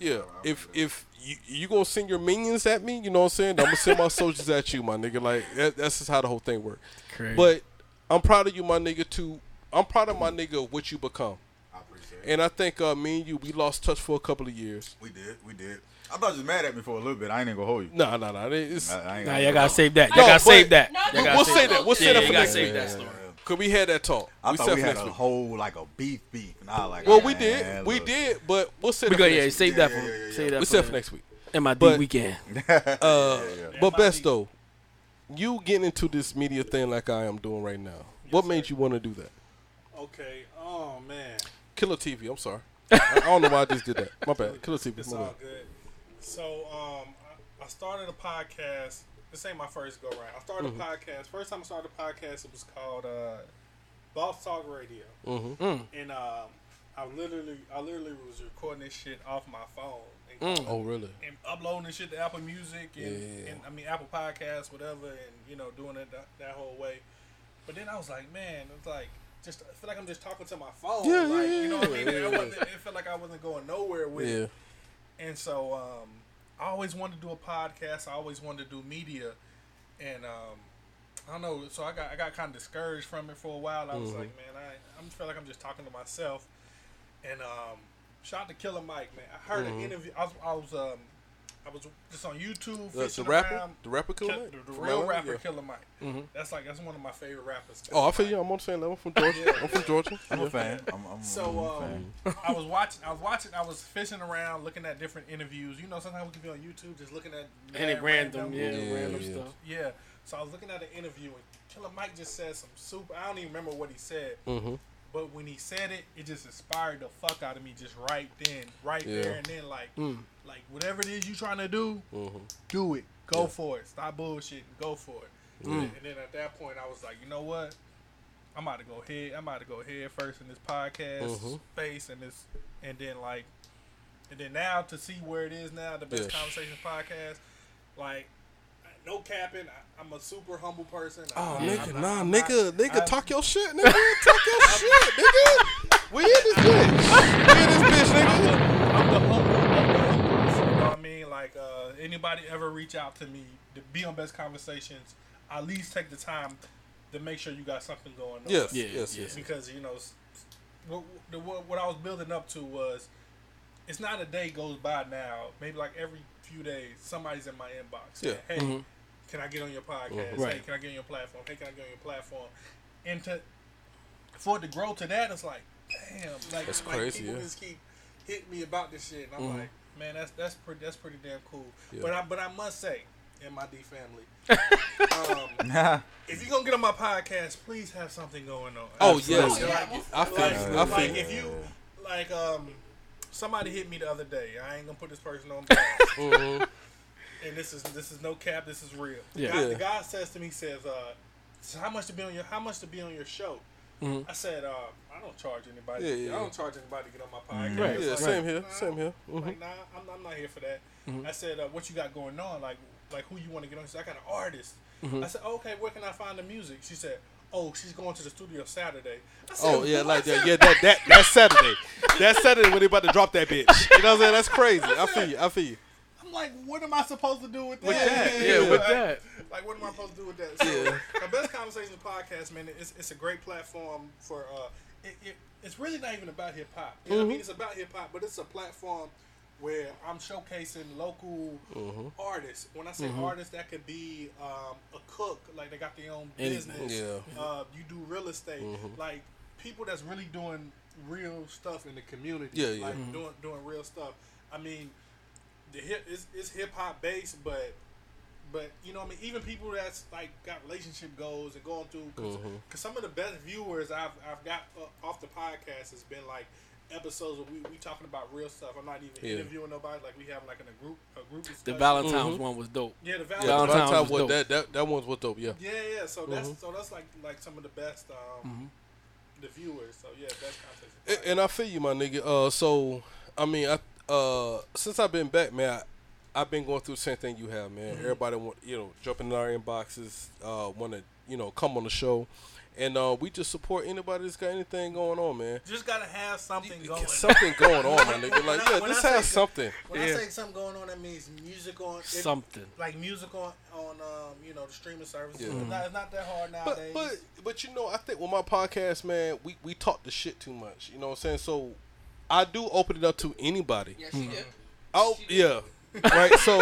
Speaker 1: Yeah, if if you you gonna send your minions at me, you know what I'm saying? I'm gonna send my soldiers at you, my nigga. Like that, that's just how the whole thing works.
Speaker 4: Crazy.
Speaker 1: But I'm proud of you, my nigga. Too, I'm proud of my nigga of what you become.
Speaker 6: I appreciate it.
Speaker 1: And I think uh, me and you, we lost touch for a couple of years.
Speaker 6: We did, we did. I thought you was mad at me for a little bit. I ain't gonna hold you.
Speaker 1: Nah, nah, nah. It's,
Speaker 6: I, I ain't
Speaker 4: Nah,
Speaker 6: gonna-
Speaker 4: y'all gotta save that. Y'all
Speaker 1: No,
Speaker 4: gotta
Speaker 1: but-
Speaker 4: save that.
Speaker 7: No,
Speaker 4: Y'all
Speaker 7: but
Speaker 4: gotta
Speaker 1: we'll
Speaker 4: save
Speaker 1: say
Speaker 4: that.
Speaker 1: that. We'll say
Speaker 4: Yeah,
Speaker 1: that
Speaker 4: you
Speaker 1: for
Speaker 4: gotta
Speaker 1: next
Speaker 4: save
Speaker 1: week.
Speaker 4: that story.
Speaker 1: Could we had that talk?
Speaker 6: I
Speaker 1: set
Speaker 6: thought
Speaker 1: for
Speaker 6: we had a
Speaker 1: next week.
Speaker 6: whole like a beef beef, and I was like
Speaker 1: Well, we
Speaker 6: man,
Speaker 1: did, we
Speaker 6: look.
Speaker 1: did, but we'll set
Speaker 4: We
Speaker 1: it for
Speaker 4: go,
Speaker 1: next
Speaker 4: yeah,
Speaker 1: week.
Speaker 4: save that for save that
Speaker 1: We'll set it for next week.
Speaker 4: MID
Speaker 1: But-
Speaker 4: weekend.
Speaker 1: But best though, you getting into this media thing like I am doing right now. what made you want to do that?
Speaker 5: Okay. Oh man.
Speaker 1: Killer TV. I'm sorry. I, I don't know why I just did that. My bad. Killer TV.
Speaker 5: It's
Speaker 1: my
Speaker 5: all
Speaker 1: bad.
Speaker 5: good. So um, I, I started a podcast. This ain't my first go right. I started a podcast. First time I started a podcast, it was called uh, Boss Talk Radio. And um, I literally, I literally was recording this shit off my phone and,
Speaker 1: Oh really?
Speaker 5: and uploading this shit to Apple Music and,
Speaker 1: Yeah.
Speaker 5: and I mean Apple Podcasts, whatever, and you know doing it that, that whole way. But then I was like, man, it's like just I feel like I'm just talking to my phone.
Speaker 1: Yeah,
Speaker 5: like,
Speaker 1: yeah, yeah,
Speaker 5: you know what I mean?
Speaker 1: yeah,
Speaker 5: It,
Speaker 1: yeah.
Speaker 5: wasn't, it felt like I wasn't going nowhere with
Speaker 1: Yeah.
Speaker 5: it. And so um, I always wanted to do a podcast. I always wanted to do media, and um, I don't know. So I got I got kind of discouraged from it for a while. I was
Speaker 1: Mm-hmm.
Speaker 5: like, man, I I just feel like I'm just talking to myself. And um, shout out to Killer Mike, man. I heard
Speaker 1: Mm-hmm.
Speaker 5: an interview. I was I was, um, I was just on YouTube.
Speaker 1: The, the
Speaker 5: fishing
Speaker 1: rapper.
Speaker 5: around.
Speaker 1: The rapper Killer.
Speaker 5: Kill-
Speaker 1: Mike?
Speaker 5: the, the
Speaker 1: From
Speaker 5: real
Speaker 1: LA?
Speaker 5: rapper
Speaker 1: Yeah. Mm-hmm.
Speaker 5: Killer Mike. That's like that's one of my favorite rappers.
Speaker 1: Oh, I feel you. I'm on the same level. I'm from Georgia. I'm from Georgia.
Speaker 6: I'm a fan. I'm, I'm, I'm a
Speaker 5: So
Speaker 6: fan.
Speaker 5: um, I was watching. I was watching. I was fishing around, looking at different interviews. You know, sometimes we can be on YouTube just looking at
Speaker 4: And it
Speaker 5: mad
Speaker 4: random, yeah,
Speaker 1: Yeah,
Speaker 4: random
Speaker 1: yeah.
Speaker 4: stuff.
Speaker 5: Yeah. So I was looking at an interview and Killer Mike just said some super. I don't even remember what he said.
Speaker 1: Mm-hmm.
Speaker 5: But when he said it, it just inspired the fuck out of me. Just right then, right there
Speaker 1: Yeah. Mm.
Speaker 5: and then, like, like whatever it is you trying to do,
Speaker 1: Mm-hmm.
Speaker 5: do it. Go for it. Stop bullshitting. Go for it.
Speaker 1: Mm.
Speaker 5: And then at that point, I was like, you know what? I'm about to go
Speaker 1: Mm-hmm.
Speaker 5: head. I'm about to go head first in this podcast space and this, and then like and then now to see where it is now, the best
Speaker 1: Yeah.
Speaker 5: conversation podcast. Like, no capping. I, I'm a super humble person.
Speaker 1: Oh,
Speaker 5: I,
Speaker 1: nigga,
Speaker 5: I'm
Speaker 1: nah,
Speaker 5: not-
Speaker 1: nigga, nigga,
Speaker 5: I-
Speaker 1: talk your shit, nigga, talk your shit, nigga. We in this bitch. We in this bitch, nigga.
Speaker 5: I'm the humble, I'm the humblest, You know what I mean? Like, uh, anybody ever reach out to me to be on best conversations? At least take the time to make sure you got something going on.
Speaker 1: Yes,
Speaker 4: Yeah,
Speaker 1: yes,
Speaker 4: yeah.
Speaker 1: yes.
Speaker 5: because you know s- what, the- what, what I was building up to was it's not a day goes by now. Maybe like every few days, somebody's in my inbox.
Speaker 1: Yeah. Mm-hmm.
Speaker 5: Hey, can I get on your podcast? Hey,
Speaker 4: Right.
Speaker 5: can I get on your platform? Hey, can I get on your platform? And to for it to grow to that, it's like, damn, like,
Speaker 1: That's
Speaker 5: like,
Speaker 1: crazy,
Speaker 5: People
Speaker 1: yeah.
Speaker 5: just keep hitting me about this shit, and I'm like, man, that's that's pretty that's pretty damn cool. But I but I must say, MID family. um, if you're gonna get on my podcast, please have something going on.
Speaker 1: Oh yes,
Speaker 7: Yeah.
Speaker 1: I feel,
Speaker 5: Like,
Speaker 1: you. I feel.
Speaker 5: like
Speaker 1: you.
Speaker 5: if you like um somebody hit me the other day. I ain't gonna put this person on blast. and this is this is no cap, this is real.
Speaker 4: Mm-hmm. Yeah.
Speaker 5: The, guy,
Speaker 1: Yeah.
Speaker 5: the guy says to me, says, uh, so how much to be on your how much to be on your show?
Speaker 4: Mm-hmm.
Speaker 5: I said, uh, I don't charge anybody.
Speaker 1: Yeah, yeah,
Speaker 5: I
Speaker 1: yeah.
Speaker 5: don't charge anybody to get on my podcast.
Speaker 4: Mm-hmm. Right,
Speaker 5: It's
Speaker 1: Yeah,
Speaker 5: like,
Speaker 1: same here,
Speaker 5: nah,
Speaker 1: same here. Mhm.
Speaker 5: like, nah, I'm, I'm not here for that.
Speaker 1: Mm-hmm.
Speaker 5: I said, uh, what you got going on? Like, like who you want to get on? She said, I got an artist.
Speaker 1: Mm-hmm.
Speaker 5: I said, okay, where can I find the music? She said, oh, she's going to the studio Saturday. I said,
Speaker 1: Oh yeah,
Speaker 5: "What?"
Speaker 1: like
Speaker 5: I said,
Speaker 1: that. Yeah, that that that's Saturday. That's Saturday when they about to drop that bitch. You know what I'm saying? That's crazy. I feel you. I feel you.
Speaker 5: I'm like, what am I supposed to do with that?
Speaker 1: that,
Speaker 4: yeah, with
Speaker 5: Like-
Speaker 4: that.
Speaker 5: Like, what am I supposed to do with that? So, the best conversation podcast, man. It's, it's a great platform for. Uh, it, it, it's really not even about hip hop. You know what I mean? It's about hip hop, but it's a platform where I'm showcasing local artists. When I say artists, that could be um, a cook, like they got their own
Speaker 4: Anything.
Speaker 5: business.
Speaker 1: Yeah.
Speaker 5: Uh, you do real estate,
Speaker 1: Mm-hmm.
Speaker 5: like people that's really doing real stuff in the community.
Speaker 1: Yeah, yeah. Mm-hmm.
Speaker 5: Like doing doing real stuff. I mean, the hip it's, it's hip hop based, but but you know what I mean. Even people that's like got relationship goals and going through because
Speaker 1: Mm-hmm.
Speaker 5: some of the best viewers I've I've got uh, off the podcast has been like episodes where we, we talking about real stuff. I'm not even
Speaker 1: Yeah.
Speaker 5: interviewing nobody. Like we have like in a group a group.
Speaker 4: The
Speaker 5: discussion.
Speaker 4: Valentine's
Speaker 1: Mm-hmm.
Speaker 4: one was dope.
Speaker 1: Yeah,
Speaker 5: Yeah, the
Speaker 1: the
Speaker 5: Valentine's.
Speaker 4: Valentine's
Speaker 1: Valentine
Speaker 4: was
Speaker 1: was
Speaker 4: dope.
Speaker 1: that that that one was dope. Yeah.
Speaker 5: Yeah, yeah. So that's so that's like like some of the best um the viewers. So yeah, best
Speaker 1: A-
Speaker 5: content.
Speaker 1: And I feel you, my nigga. Uh, so I mean, I uh, since I've been back, man, I, I've been going through the same thing you have,
Speaker 5: Mm-hmm.
Speaker 1: man. Everybody want you know jumping in our inboxes, uh, want to you know come on the show, and uh, we just support anybody that's got anything going on, man.
Speaker 5: Just gotta have something going.
Speaker 1: Something going on, my nigga. Like yeah,
Speaker 5: When I
Speaker 1: just
Speaker 5: say-
Speaker 1: have something.
Speaker 5: When I
Speaker 4: Yeah.
Speaker 5: say something going on, that means music on. It,
Speaker 4: Something.
Speaker 5: like music on on um, you know the streaming services.
Speaker 1: Yeah.
Speaker 5: It's, not, it's not that hard nowadays.
Speaker 1: But but but you know, I think with my podcast, man, we we talk the shit too much. You know what I'm saying? So I do open it up to anybody.
Speaker 7: Yes, you did.
Speaker 1: Oh yeah, right. So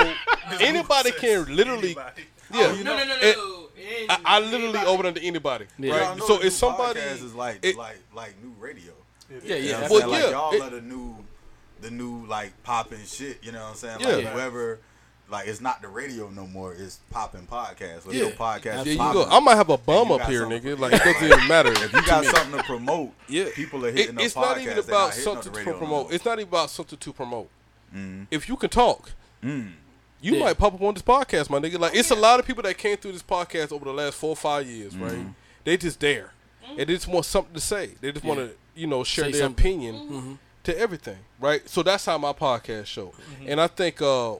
Speaker 1: anybody can literally.
Speaker 5: Anybody.
Speaker 6: Oh,
Speaker 1: Yeah,
Speaker 7: No, no, no,
Speaker 1: it-
Speaker 7: no.
Speaker 1: I, I literally open it up to anybody.
Speaker 4: Yeah.
Speaker 6: Y'all
Speaker 1: Right.
Speaker 6: know
Speaker 1: So
Speaker 6: the new
Speaker 1: if somebody
Speaker 6: podcast is like
Speaker 1: it-
Speaker 6: like like new radio.
Speaker 4: Yeah, yeah.
Speaker 6: You know
Speaker 1: Yeah.
Speaker 6: what
Speaker 1: Well,
Speaker 6: I'm saying? Like
Speaker 1: yeah,
Speaker 6: y'all
Speaker 1: it-
Speaker 6: are the new the new like popping shit, you know what I'm saying?
Speaker 1: Yeah.
Speaker 6: Like whoever like it's not the radio no more, it's popping podcast. Like your podcast
Speaker 1: there you
Speaker 6: popping.
Speaker 1: go. I might have a bum
Speaker 6: you
Speaker 1: up
Speaker 6: got
Speaker 1: here,
Speaker 6: something-
Speaker 1: nigga. Like it doesn't even matter.
Speaker 6: if you got something to promote,
Speaker 1: Yeah.
Speaker 6: people are hitting
Speaker 1: It-
Speaker 6: up
Speaker 1: It's
Speaker 6: podcasts.
Speaker 1: not even
Speaker 6: They're
Speaker 1: about
Speaker 6: hitting up the
Speaker 1: something to
Speaker 6: radio Mm-hmm. no
Speaker 1: promote.
Speaker 6: more.
Speaker 1: It's not even about something to promote. If you can talk,
Speaker 6: Mm-hmm.
Speaker 1: you
Speaker 4: Yeah.
Speaker 1: might pop up on this podcast, my nigga. Like it's a lot of people that came through this podcast over the last four or five years,
Speaker 6: Mm-hmm.
Speaker 1: right? They just there. And they just want something to say. They just want to, you know, share
Speaker 4: Mm-hmm. Say
Speaker 1: their
Speaker 4: something. Mm-hmm.
Speaker 1: opinion to everything, right? So that's how my podcast show.
Speaker 4: Mm-hmm.
Speaker 1: And I think uh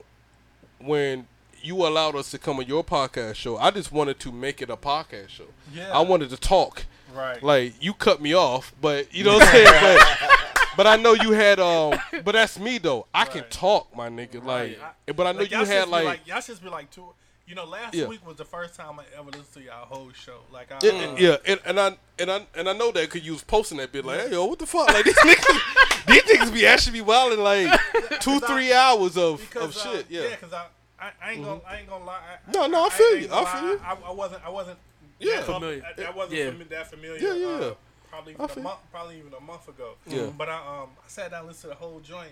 Speaker 1: when you allowed us to come on your podcast show, I just wanted to make it a podcast show.
Speaker 5: Yeah.
Speaker 1: I wanted to talk.
Speaker 5: Right.
Speaker 1: Like you cut me off, but you know what I'm saying? but, but I know you had um but that's me though. I can
Speaker 5: Right.
Speaker 1: talk, my nigga. Like but I know
Speaker 5: Like,
Speaker 1: you
Speaker 5: y'all should
Speaker 1: had
Speaker 5: be
Speaker 1: like,
Speaker 5: y'all should be like two. You know, last
Speaker 1: Yeah.
Speaker 5: week was the first time I ever listened to y'all whole show. Like, I, uh,
Speaker 1: Yeah, and- yeah, Mm. and, and I and I and I know that because you was posting that bit like, hey, yo, what the fuck? Like these niggas, these niggas be actually be wilding like two, three hours of, of
Speaker 5: uh,
Speaker 1: Oh, shit. Yeah, Mm-hmm.
Speaker 5: because I, I, I ain't gonna, I ain't gonna lie. I,
Speaker 1: No, no, I feel
Speaker 5: ain't
Speaker 1: you.
Speaker 5: gonna
Speaker 1: I feel
Speaker 5: lie.
Speaker 1: you.
Speaker 5: I, I wasn't, I wasn't.
Speaker 1: Yeah.
Speaker 5: that fam-
Speaker 4: Familiar.
Speaker 5: I, I wasn't
Speaker 4: Yeah.
Speaker 5: fami- that familiar.
Speaker 1: Yeah, yeah, yeah.
Speaker 5: Uh, probably even a
Speaker 1: feel
Speaker 5: month, probably even a month ago.
Speaker 1: Yeah.
Speaker 5: But I, um, I sat down and listened to the whole joint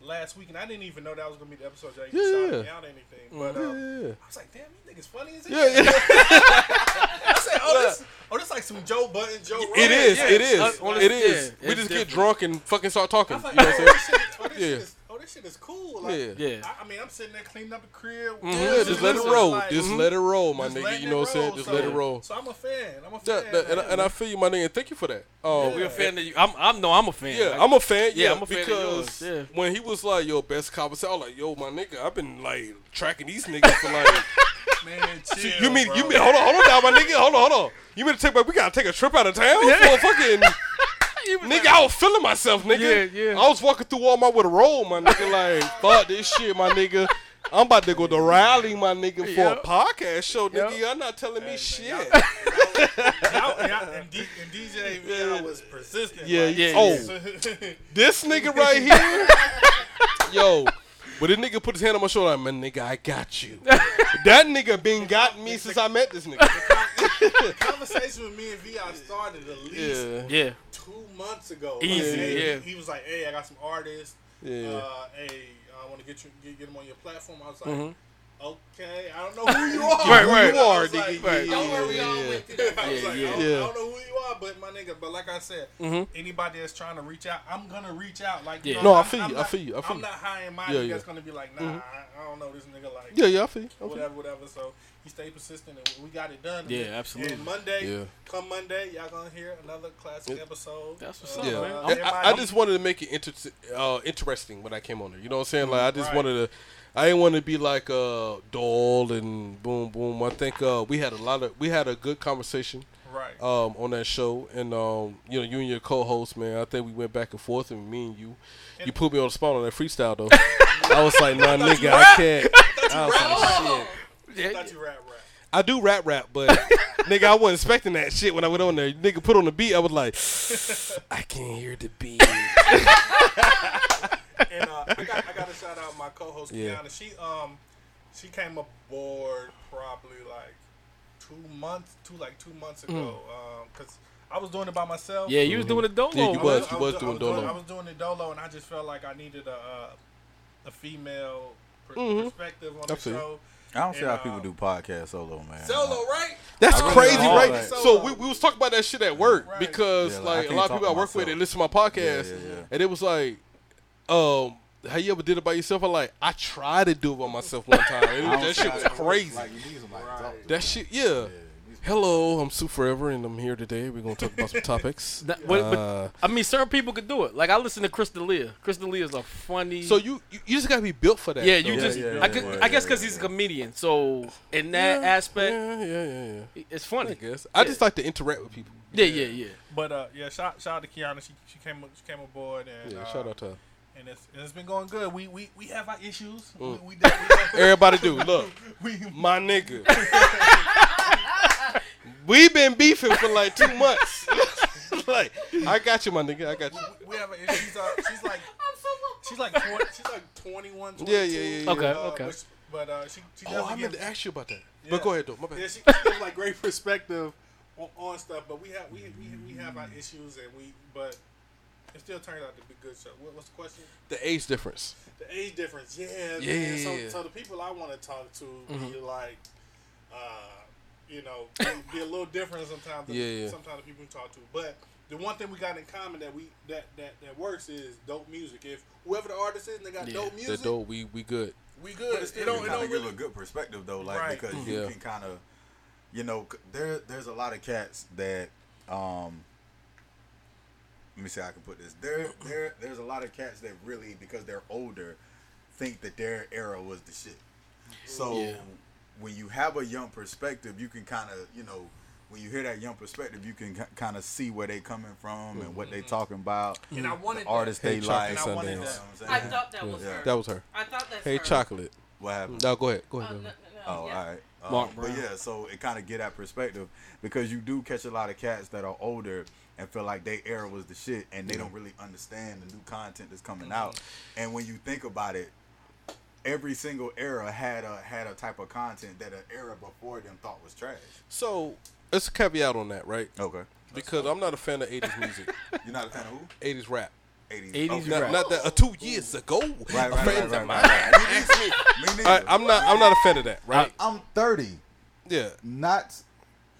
Speaker 5: last week, and I didn't even know that was gonna be the episode that you
Speaker 1: Yeah,
Speaker 5: shot
Speaker 1: yeah.
Speaker 5: me out or anything. But
Speaker 1: Mm-hmm.
Speaker 5: um, I was like, damn, you niggas funny as hell.
Speaker 1: yeah, yeah.
Speaker 5: I said, oh, this, oh, this like some Joe Button, Joe. Rogan.
Speaker 1: It is,
Speaker 4: yeah,
Speaker 1: it
Speaker 4: it's-
Speaker 1: is,
Speaker 4: uh, well,
Speaker 1: it
Speaker 4: it's-
Speaker 1: is.
Speaker 4: yeah,
Speaker 1: we
Speaker 4: it's
Speaker 1: just get
Speaker 4: different.
Speaker 1: drunk and fucking start talking.
Speaker 5: I was
Speaker 1: You
Speaker 5: like,
Speaker 1: know
Speaker 5: oh,
Speaker 1: what I'm saying?
Speaker 5: this shit, oh, this
Speaker 1: Yeah.
Speaker 5: shit is, oh, this That shit is cool. Like,
Speaker 1: Yeah. Mm-hmm.
Speaker 4: Yeah.
Speaker 5: I, I mean, I'm sitting there cleaning up the crib.
Speaker 1: Yeah, just let it
Speaker 5: listen,
Speaker 1: roll.
Speaker 5: like, mm-hmm.
Speaker 1: Just let it roll, my
Speaker 5: just
Speaker 1: nigga.
Speaker 5: letting
Speaker 1: You
Speaker 5: it
Speaker 1: know what I'm saying?
Speaker 5: roll.
Speaker 1: Just
Speaker 5: So-
Speaker 1: let it roll.
Speaker 5: So I'm a fan. I'm a fan.
Speaker 1: That- that- and, I-
Speaker 5: man.
Speaker 1: and I feel you, my nigga. and Thank you for that. Um,
Speaker 4: We a fan of you. I'm, I'm no, I'm a fan.
Speaker 1: Yeah,
Speaker 4: Like,
Speaker 1: I'm a fan. Yeah,
Speaker 4: Yeah, I'm a fan of
Speaker 1: because
Speaker 4: yours, yeah.
Speaker 1: when he was like, "Yo, best conversation," I was like, "Yo, my nigga, I've been like tracking these niggas for like."
Speaker 5: man, chill,
Speaker 1: you mean you
Speaker 5: bro.
Speaker 1: mean hold on, hold on, now, my nigga, hold on, hold on. You mean to take? Like, we gotta take a trip out of town for fucking. Nigga, I was feeling myself, nigga.
Speaker 4: Yeah, yeah.
Speaker 1: I was walking through Walmart with a roll, my nigga. Like, fuck this shit, my nigga. I'm about to go to Raleigh, my nigga, for
Speaker 4: Yep.
Speaker 1: a podcast show, nigga.
Speaker 4: Yep.
Speaker 1: Y'all not telling me shit.
Speaker 5: Y'all- y'all- and, D, and DJ Vial was persistent.
Speaker 1: Yeah,
Speaker 5: like,
Speaker 1: yeah.
Speaker 4: Yeah,
Speaker 1: Oh,
Speaker 5: yeah.
Speaker 1: this nigga right here, yo. But this nigga put his hand on my shoulder, like, man, nigga, I got you. that nigga been got me since I met this nigga.
Speaker 5: Conversation with me and Vial started at least
Speaker 4: Yeah.
Speaker 5: two months ago. Like,
Speaker 4: Easy,
Speaker 5: hey,
Speaker 4: yeah.
Speaker 5: He was like, "Hey, I got some artists.
Speaker 1: Yeah.
Speaker 5: Uh, hey, I want to get you get, get them on your platform." I was like,
Speaker 1: Mm-hmm.
Speaker 5: "Okay, I don't know who you are.
Speaker 4: Right, right.
Speaker 5: I
Speaker 1: Who
Speaker 5: was
Speaker 1: you are,
Speaker 5: like,
Speaker 1: nigga, yeah.
Speaker 7: Don't worry, we all went through that.
Speaker 5: I was like, I, don't,
Speaker 1: yeah. Mm-hmm.
Speaker 5: I don't know who you are, but my nigga. But like I said, anybody that's trying to reach out, I'm gonna reach out. Like, you
Speaker 4: Yeah.
Speaker 1: No, I
Speaker 5: I'm-
Speaker 1: feel
Speaker 5: I'm
Speaker 1: you, I
Speaker 5: Not,
Speaker 1: feel you, I feel
Speaker 5: am
Speaker 1: you.
Speaker 5: not high and mighty.
Speaker 1: Yeah, yeah. Mm-hmm.
Speaker 5: That's gonna be like, nah, I, I don't know this nigga. Like,
Speaker 1: Yeah, yeah, I feel. you, I feel you.
Speaker 5: whatever, whatever. So he stayed persistent, and we got it done.
Speaker 4: Yeah,
Speaker 5: And
Speaker 4: absolutely.
Speaker 5: Monday,
Speaker 1: Yeah.
Speaker 5: come Monday, y'all gonna hear another classic episode.
Speaker 4: That's what's
Speaker 5: Uh,
Speaker 4: up,
Speaker 1: Yeah,
Speaker 4: man.
Speaker 5: uh,
Speaker 1: I- I, I
Speaker 5: everybody-
Speaker 1: just wanted to make it inter- uh, interesting when I came on there. You know what I'm saying? Like I just
Speaker 5: Right.
Speaker 1: wanted to. I didn't want to be like uh, dull and boom boom. I think uh, we had a lot of we had a good conversation
Speaker 5: Right.
Speaker 4: Oh.
Speaker 1: um, on that show, and um, you know you and your co-host man. I think we went back and forth, and me and you, you put me on the spot on that freestyle though. I was like, nah, nigga, I can't. I was like,
Speaker 7: Oh,
Speaker 5: I thought you rap rap.
Speaker 1: I do rap rap, but nigga, I wasn't expecting that shit when I went on there. Nigga put on the beat, I was like, I can't hear the beat.
Speaker 5: and uh, I got I got to shout out my co-host
Speaker 1: Yeah.
Speaker 5: Kiana. She um she came aboard probably like two months, two like two months ago. Um 'cause because I was doing it by myself.
Speaker 4: Yeah, you was doing a dolo.
Speaker 1: Mm. Mm-hmm. Yeah, you
Speaker 5: I
Speaker 4: man.
Speaker 1: was.
Speaker 5: I
Speaker 1: doing
Speaker 5: I
Speaker 1: Dolo.
Speaker 5: I was doing it dolo, and I just felt like I needed a uh, a female per- perspective on
Speaker 1: Mm-hmm. Absolutely.
Speaker 5: the show.
Speaker 6: I don't see how
Speaker 5: And,
Speaker 6: people
Speaker 5: um,
Speaker 6: do podcasts solo, man.
Speaker 5: Solo, right?
Speaker 1: That's
Speaker 6: really
Speaker 1: crazy,
Speaker 6: don't
Speaker 1: right?
Speaker 6: like-
Speaker 1: So we, we was talking about that shit at work
Speaker 5: Right.
Speaker 1: because
Speaker 6: Yeah, like, I
Speaker 1: like, a
Speaker 6: can't
Speaker 1: lot of
Speaker 6: talk
Speaker 1: people I
Speaker 6: to
Speaker 1: work with
Speaker 6: myself.
Speaker 1: they listen to my podcast
Speaker 6: Yeah, yeah, yeah.
Speaker 1: and it was like, um, have you ever did it by yourself? I'm like, I tried to do it by myself one time. And
Speaker 6: I don't
Speaker 1: that
Speaker 6: see
Speaker 1: shit
Speaker 6: how
Speaker 1: was
Speaker 6: people-
Speaker 1: crazy.
Speaker 6: Like, you need somebody to talk to.
Speaker 1: that shit, yeah. Hello, I'm Sue Forever, and I'm here today. We're gonna talk about some topics.
Speaker 4: That- but,
Speaker 1: Uh,
Speaker 4: but, I mean, certain people could do it. Like I listen to Chris D'Elia. Chris D'Elia's a funny.
Speaker 1: So you you you just gotta be built for that.
Speaker 4: yeah, you
Speaker 1: though.
Speaker 4: just.
Speaker 6: yeah,
Speaker 4: I,
Speaker 6: yeah,
Speaker 4: could,
Speaker 6: yeah,
Speaker 4: I guess because he's a comedian, so in that aspect,
Speaker 1: yeah, yeah, yeah, yeah.
Speaker 4: it's funny.
Speaker 1: I guess I just like to interact with people.
Speaker 4: Yeah, yeah, yeah.
Speaker 5: But uh, yeah, shout shout out to Kiana. She she came she came aboard and
Speaker 1: Yeah,
Speaker 5: uh,
Speaker 1: shout out to her.
Speaker 5: and it's, and it's been going good. We we, we have our issues.
Speaker 1: Mm.
Speaker 5: We, we, definitely-
Speaker 1: everybody. Do look,
Speaker 5: we
Speaker 1: my nigga. we been beefing for like two months. like, I got you, my nigga. I got you.
Speaker 5: we have a, she's, uh, she's like
Speaker 7: I'm so lost.
Speaker 5: she's like 20, she's like 21
Speaker 1: Yeah, yeah, yeah, yeah.
Speaker 5: uh,
Speaker 4: Okay, okay.
Speaker 5: which- but uh, she she
Speaker 1: Oh, I
Speaker 5: doesn't
Speaker 1: meant
Speaker 5: give,
Speaker 1: to ask you about that.
Speaker 5: Yeah.
Speaker 1: But go ahead, though. My bad.
Speaker 5: yeah, she, she gives like great perspective on, on stuff but we have we, we, we have our issues and we but it still turned out to be good so what, what's the question
Speaker 1: The age difference.
Speaker 5: the age difference yeah
Speaker 1: Yeah,
Speaker 5: man.
Speaker 1: yeah,
Speaker 5: so,
Speaker 1: yeah. Mm-hmm.
Speaker 5: so the people I want to talk to be like uh, you know be- be a little different sometimes than
Speaker 1: Yeah, yeah.
Speaker 5: sometimes the people you talk to but the one thing we got in common that we that that, that works is dope music if whoever the artist is and they got dope
Speaker 1: The
Speaker 5: music
Speaker 1: dough, we we good.
Speaker 5: We good. It,
Speaker 6: It
Speaker 5: don't, it
Speaker 6: kind
Speaker 5: don't
Speaker 6: of give
Speaker 5: really.
Speaker 6: a good perspective though, like
Speaker 5: Right.
Speaker 6: because you
Speaker 1: Yeah.
Speaker 6: can kind of, you know, c- there there's a lot of cats that, um, let me see how I can put this. There there there's a lot of cats that really because they're older, think that their era was the shit. So when you have a young perspective, you can kind of you know. When you hear that young perspective, you can kind of see where they coming from and what they talking about,
Speaker 5: Mm-hmm. And I wanted
Speaker 6: the artists
Speaker 1: Hey,
Speaker 6: they like.
Speaker 1: Chocolate
Speaker 6: you know what
Speaker 1: Sundays.
Speaker 6: I'm saying?
Speaker 7: I thought that was
Speaker 6: Yeah.
Speaker 7: her.
Speaker 1: That was her.
Speaker 7: I thought that's
Speaker 1: Hey,
Speaker 7: her.
Speaker 1: chocolate.
Speaker 6: What happened?
Speaker 1: No, go ahead. Go ahead.
Speaker 7: Oh,
Speaker 1: go
Speaker 7: no, no,
Speaker 1: ahead.
Speaker 6: Oh,
Speaker 7: yeah.
Speaker 6: all right. Uh,
Speaker 4: Mark
Speaker 6: but yeah, so it kind of get that perspective because you do catch a lot of cats that are older and feel like their era was the shit, and they don't really understand the new content that's
Speaker 1: Mm-hmm.
Speaker 6: coming out. And when you think about it, every single era had a had a type of content that an era before them thought was trash.
Speaker 1: So Oh, it's a caveat on that, right?
Speaker 6: Okay,
Speaker 1: Because I'm not a fan of 80s music,
Speaker 6: you're not a fan of who?
Speaker 1: 80s rap.
Speaker 6: 80s.
Speaker 4: 80s
Speaker 6: Okay.
Speaker 1: Not,
Speaker 4: Right.
Speaker 1: not that uh, two years ago.
Speaker 6: Right,
Speaker 1: a friend
Speaker 6: right, right,
Speaker 1: of
Speaker 6: right, right,
Speaker 1: mine-
Speaker 6: right. Me neither. Me
Speaker 1: I,
Speaker 6: neither.
Speaker 1: I'm not. I'm not a fan of that. Right?
Speaker 6: I'm 30.
Speaker 1: yeah.
Speaker 6: Not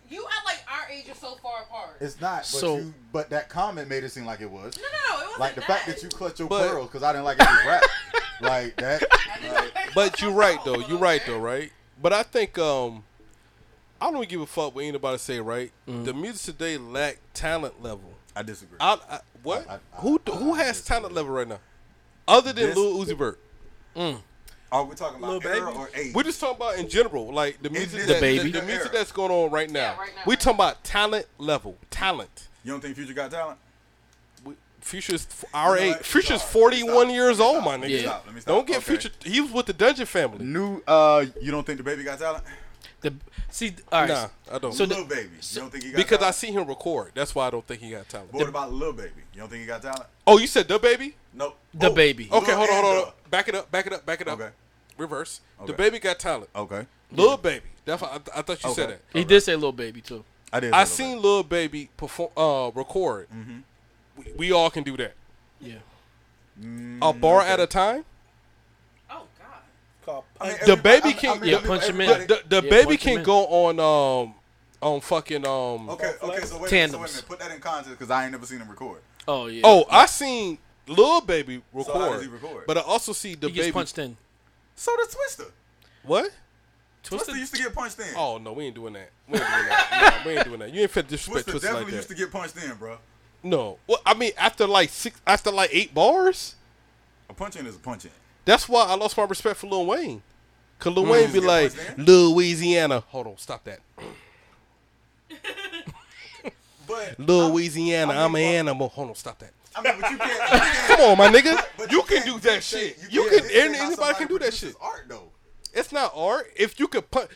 Speaker 7: You act like our age is so far apart.
Speaker 6: it's not. But
Speaker 4: So-
Speaker 6: you, but that comment made it seem like it was.
Speaker 7: no, no, no, it wasn't
Speaker 6: Like the fact that you clutch your
Speaker 1: But-
Speaker 6: pearls because I didn't like it was rap. like that.
Speaker 1: But you're right though. You're right though, right? But I think um I don't give a fuck what anybody say, right? The music today lack talent level.
Speaker 6: I disagree.
Speaker 1: I, I what?
Speaker 6: I- I-
Speaker 1: who do, who has talent level right now? Other than
Speaker 6: This-
Speaker 1: Lil Uzi Vert,
Speaker 6: Are we talking about
Speaker 5: Lil
Speaker 6: era
Speaker 5: Baby?
Speaker 6: or age?
Speaker 1: we're just talking about in general, like the music,
Speaker 6: this
Speaker 1: that,
Speaker 4: baby.
Speaker 1: the, the music
Speaker 6: era.
Speaker 1: that's going on right now.
Speaker 7: right now.
Speaker 1: We're talking about talent level, talent.
Speaker 6: You don't think Future got talent?
Speaker 1: Future's f- our
Speaker 6: You know
Speaker 1: age.
Speaker 6: what?
Speaker 1: Future's
Speaker 6: Stop. Let
Speaker 1: forty-one
Speaker 6: me
Speaker 1: years
Speaker 6: stop.
Speaker 1: old, my
Speaker 6: Let me
Speaker 1: nigga.
Speaker 6: stop. Let me stop.
Speaker 1: Don't get
Speaker 6: Okay.
Speaker 1: Future. He was with the Dungeon Family.
Speaker 6: New. Uh, you don't think the baby got talent?
Speaker 4: The see, all right.
Speaker 1: Nah, I don't.
Speaker 4: So
Speaker 6: Lil
Speaker 4: the,
Speaker 6: baby. You don't think he got
Speaker 1: Because I
Speaker 6: talent?
Speaker 1: seen him record. That's why I don't think he got talent.
Speaker 6: What about Lil Baby? You don't think he got talent?
Speaker 1: Oh, you said the baby?
Speaker 6: Nope.
Speaker 4: The
Speaker 6: Oh,
Speaker 4: Baby.
Speaker 1: Okay,
Speaker 6: Lil
Speaker 1: hold on, hold on.
Speaker 6: Angela.
Speaker 1: Back it up, back it up, back it up.
Speaker 6: Okay.
Speaker 1: Reverse. The
Speaker 6: Okay.
Speaker 1: baby got talent.
Speaker 6: Okay.
Speaker 1: Lil baby. That's why I, I thought you said
Speaker 6: Okay.
Speaker 1: that.
Speaker 4: he did say little baby too.
Speaker 6: I did.
Speaker 1: I
Speaker 6: say Lil
Speaker 1: seen
Speaker 6: Baby.
Speaker 1: Lil Baby perform, uh, record.
Speaker 6: Mm-hmm.
Speaker 1: We, we all can do that.
Speaker 4: Yeah.
Speaker 1: A
Speaker 6: Mm-hmm.
Speaker 1: bar at a time.
Speaker 7: Oh God.
Speaker 5: Called
Speaker 6: I mean,
Speaker 1: The
Speaker 6: everybody-
Speaker 1: baby
Speaker 6: I mean-
Speaker 1: can-
Speaker 6: I mean,
Speaker 1: yeah,
Speaker 6: everybody-
Speaker 4: punch him in.
Speaker 1: The,
Speaker 6: everybody-
Speaker 1: the, the
Speaker 4: Yeah,
Speaker 1: baby
Speaker 4: punch him
Speaker 1: can
Speaker 4: in.
Speaker 1: go on um on fucking um.
Speaker 6: Okay. Okay. So wait, so wait a
Speaker 4: Tandems.
Speaker 6: minute. Put that in context because I ain't never seen him record.
Speaker 4: Oh yeah.
Speaker 1: Oh, I seen Lil Baby record,
Speaker 6: So how does he record?
Speaker 1: but I also see the
Speaker 4: he gets
Speaker 1: baby.
Speaker 4: punched in.
Speaker 6: So does Twister.
Speaker 1: What?
Speaker 4: Twisted.
Speaker 6: Twister used to get punched in.
Speaker 1: Oh no, we ain't doing that. We ain't doing that. Nah, we ain't doing that. You ain't finna disrespect
Speaker 6: Twister
Speaker 1: Twister
Speaker 6: definitely
Speaker 1: like that.
Speaker 6: used to get punched in, bro.
Speaker 1: No. Well, I mean, after like six, after like eight bars,
Speaker 6: A punch in is a punch in.
Speaker 1: that's why I lost my respect for Lil Wayne. Cause Lil Wayne be
Speaker 6: Yeah,
Speaker 1: like
Speaker 6: what's
Speaker 1: Louisiana. Hold on, stop that.
Speaker 6: But
Speaker 1: Louisiana,
Speaker 6: I
Speaker 1: I'm an
Speaker 6: mean, well-
Speaker 1: animal. Hold on, stop that.
Speaker 6: I mean, but you can't. you can't-
Speaker 1: Come on, my nigga.
Speaker 6: but
Speaker 1: you can
Speaker 6: can't
Speaker 1: do that
Speaker 6: dictate-
Speaker 1: shit. You
Speaker 6: can't
Speaker 1: can.
Speaker 6: dictate
Speaker 1: Any,
Speaker 6: how
Speaker 1: anybody
Speaker 6: somebody
Speaker 1: can do that
Speaker 6: produces
Speaker 1: shit.
Speaker 6: Art though.
Speaker 1: It's not art. If you could put.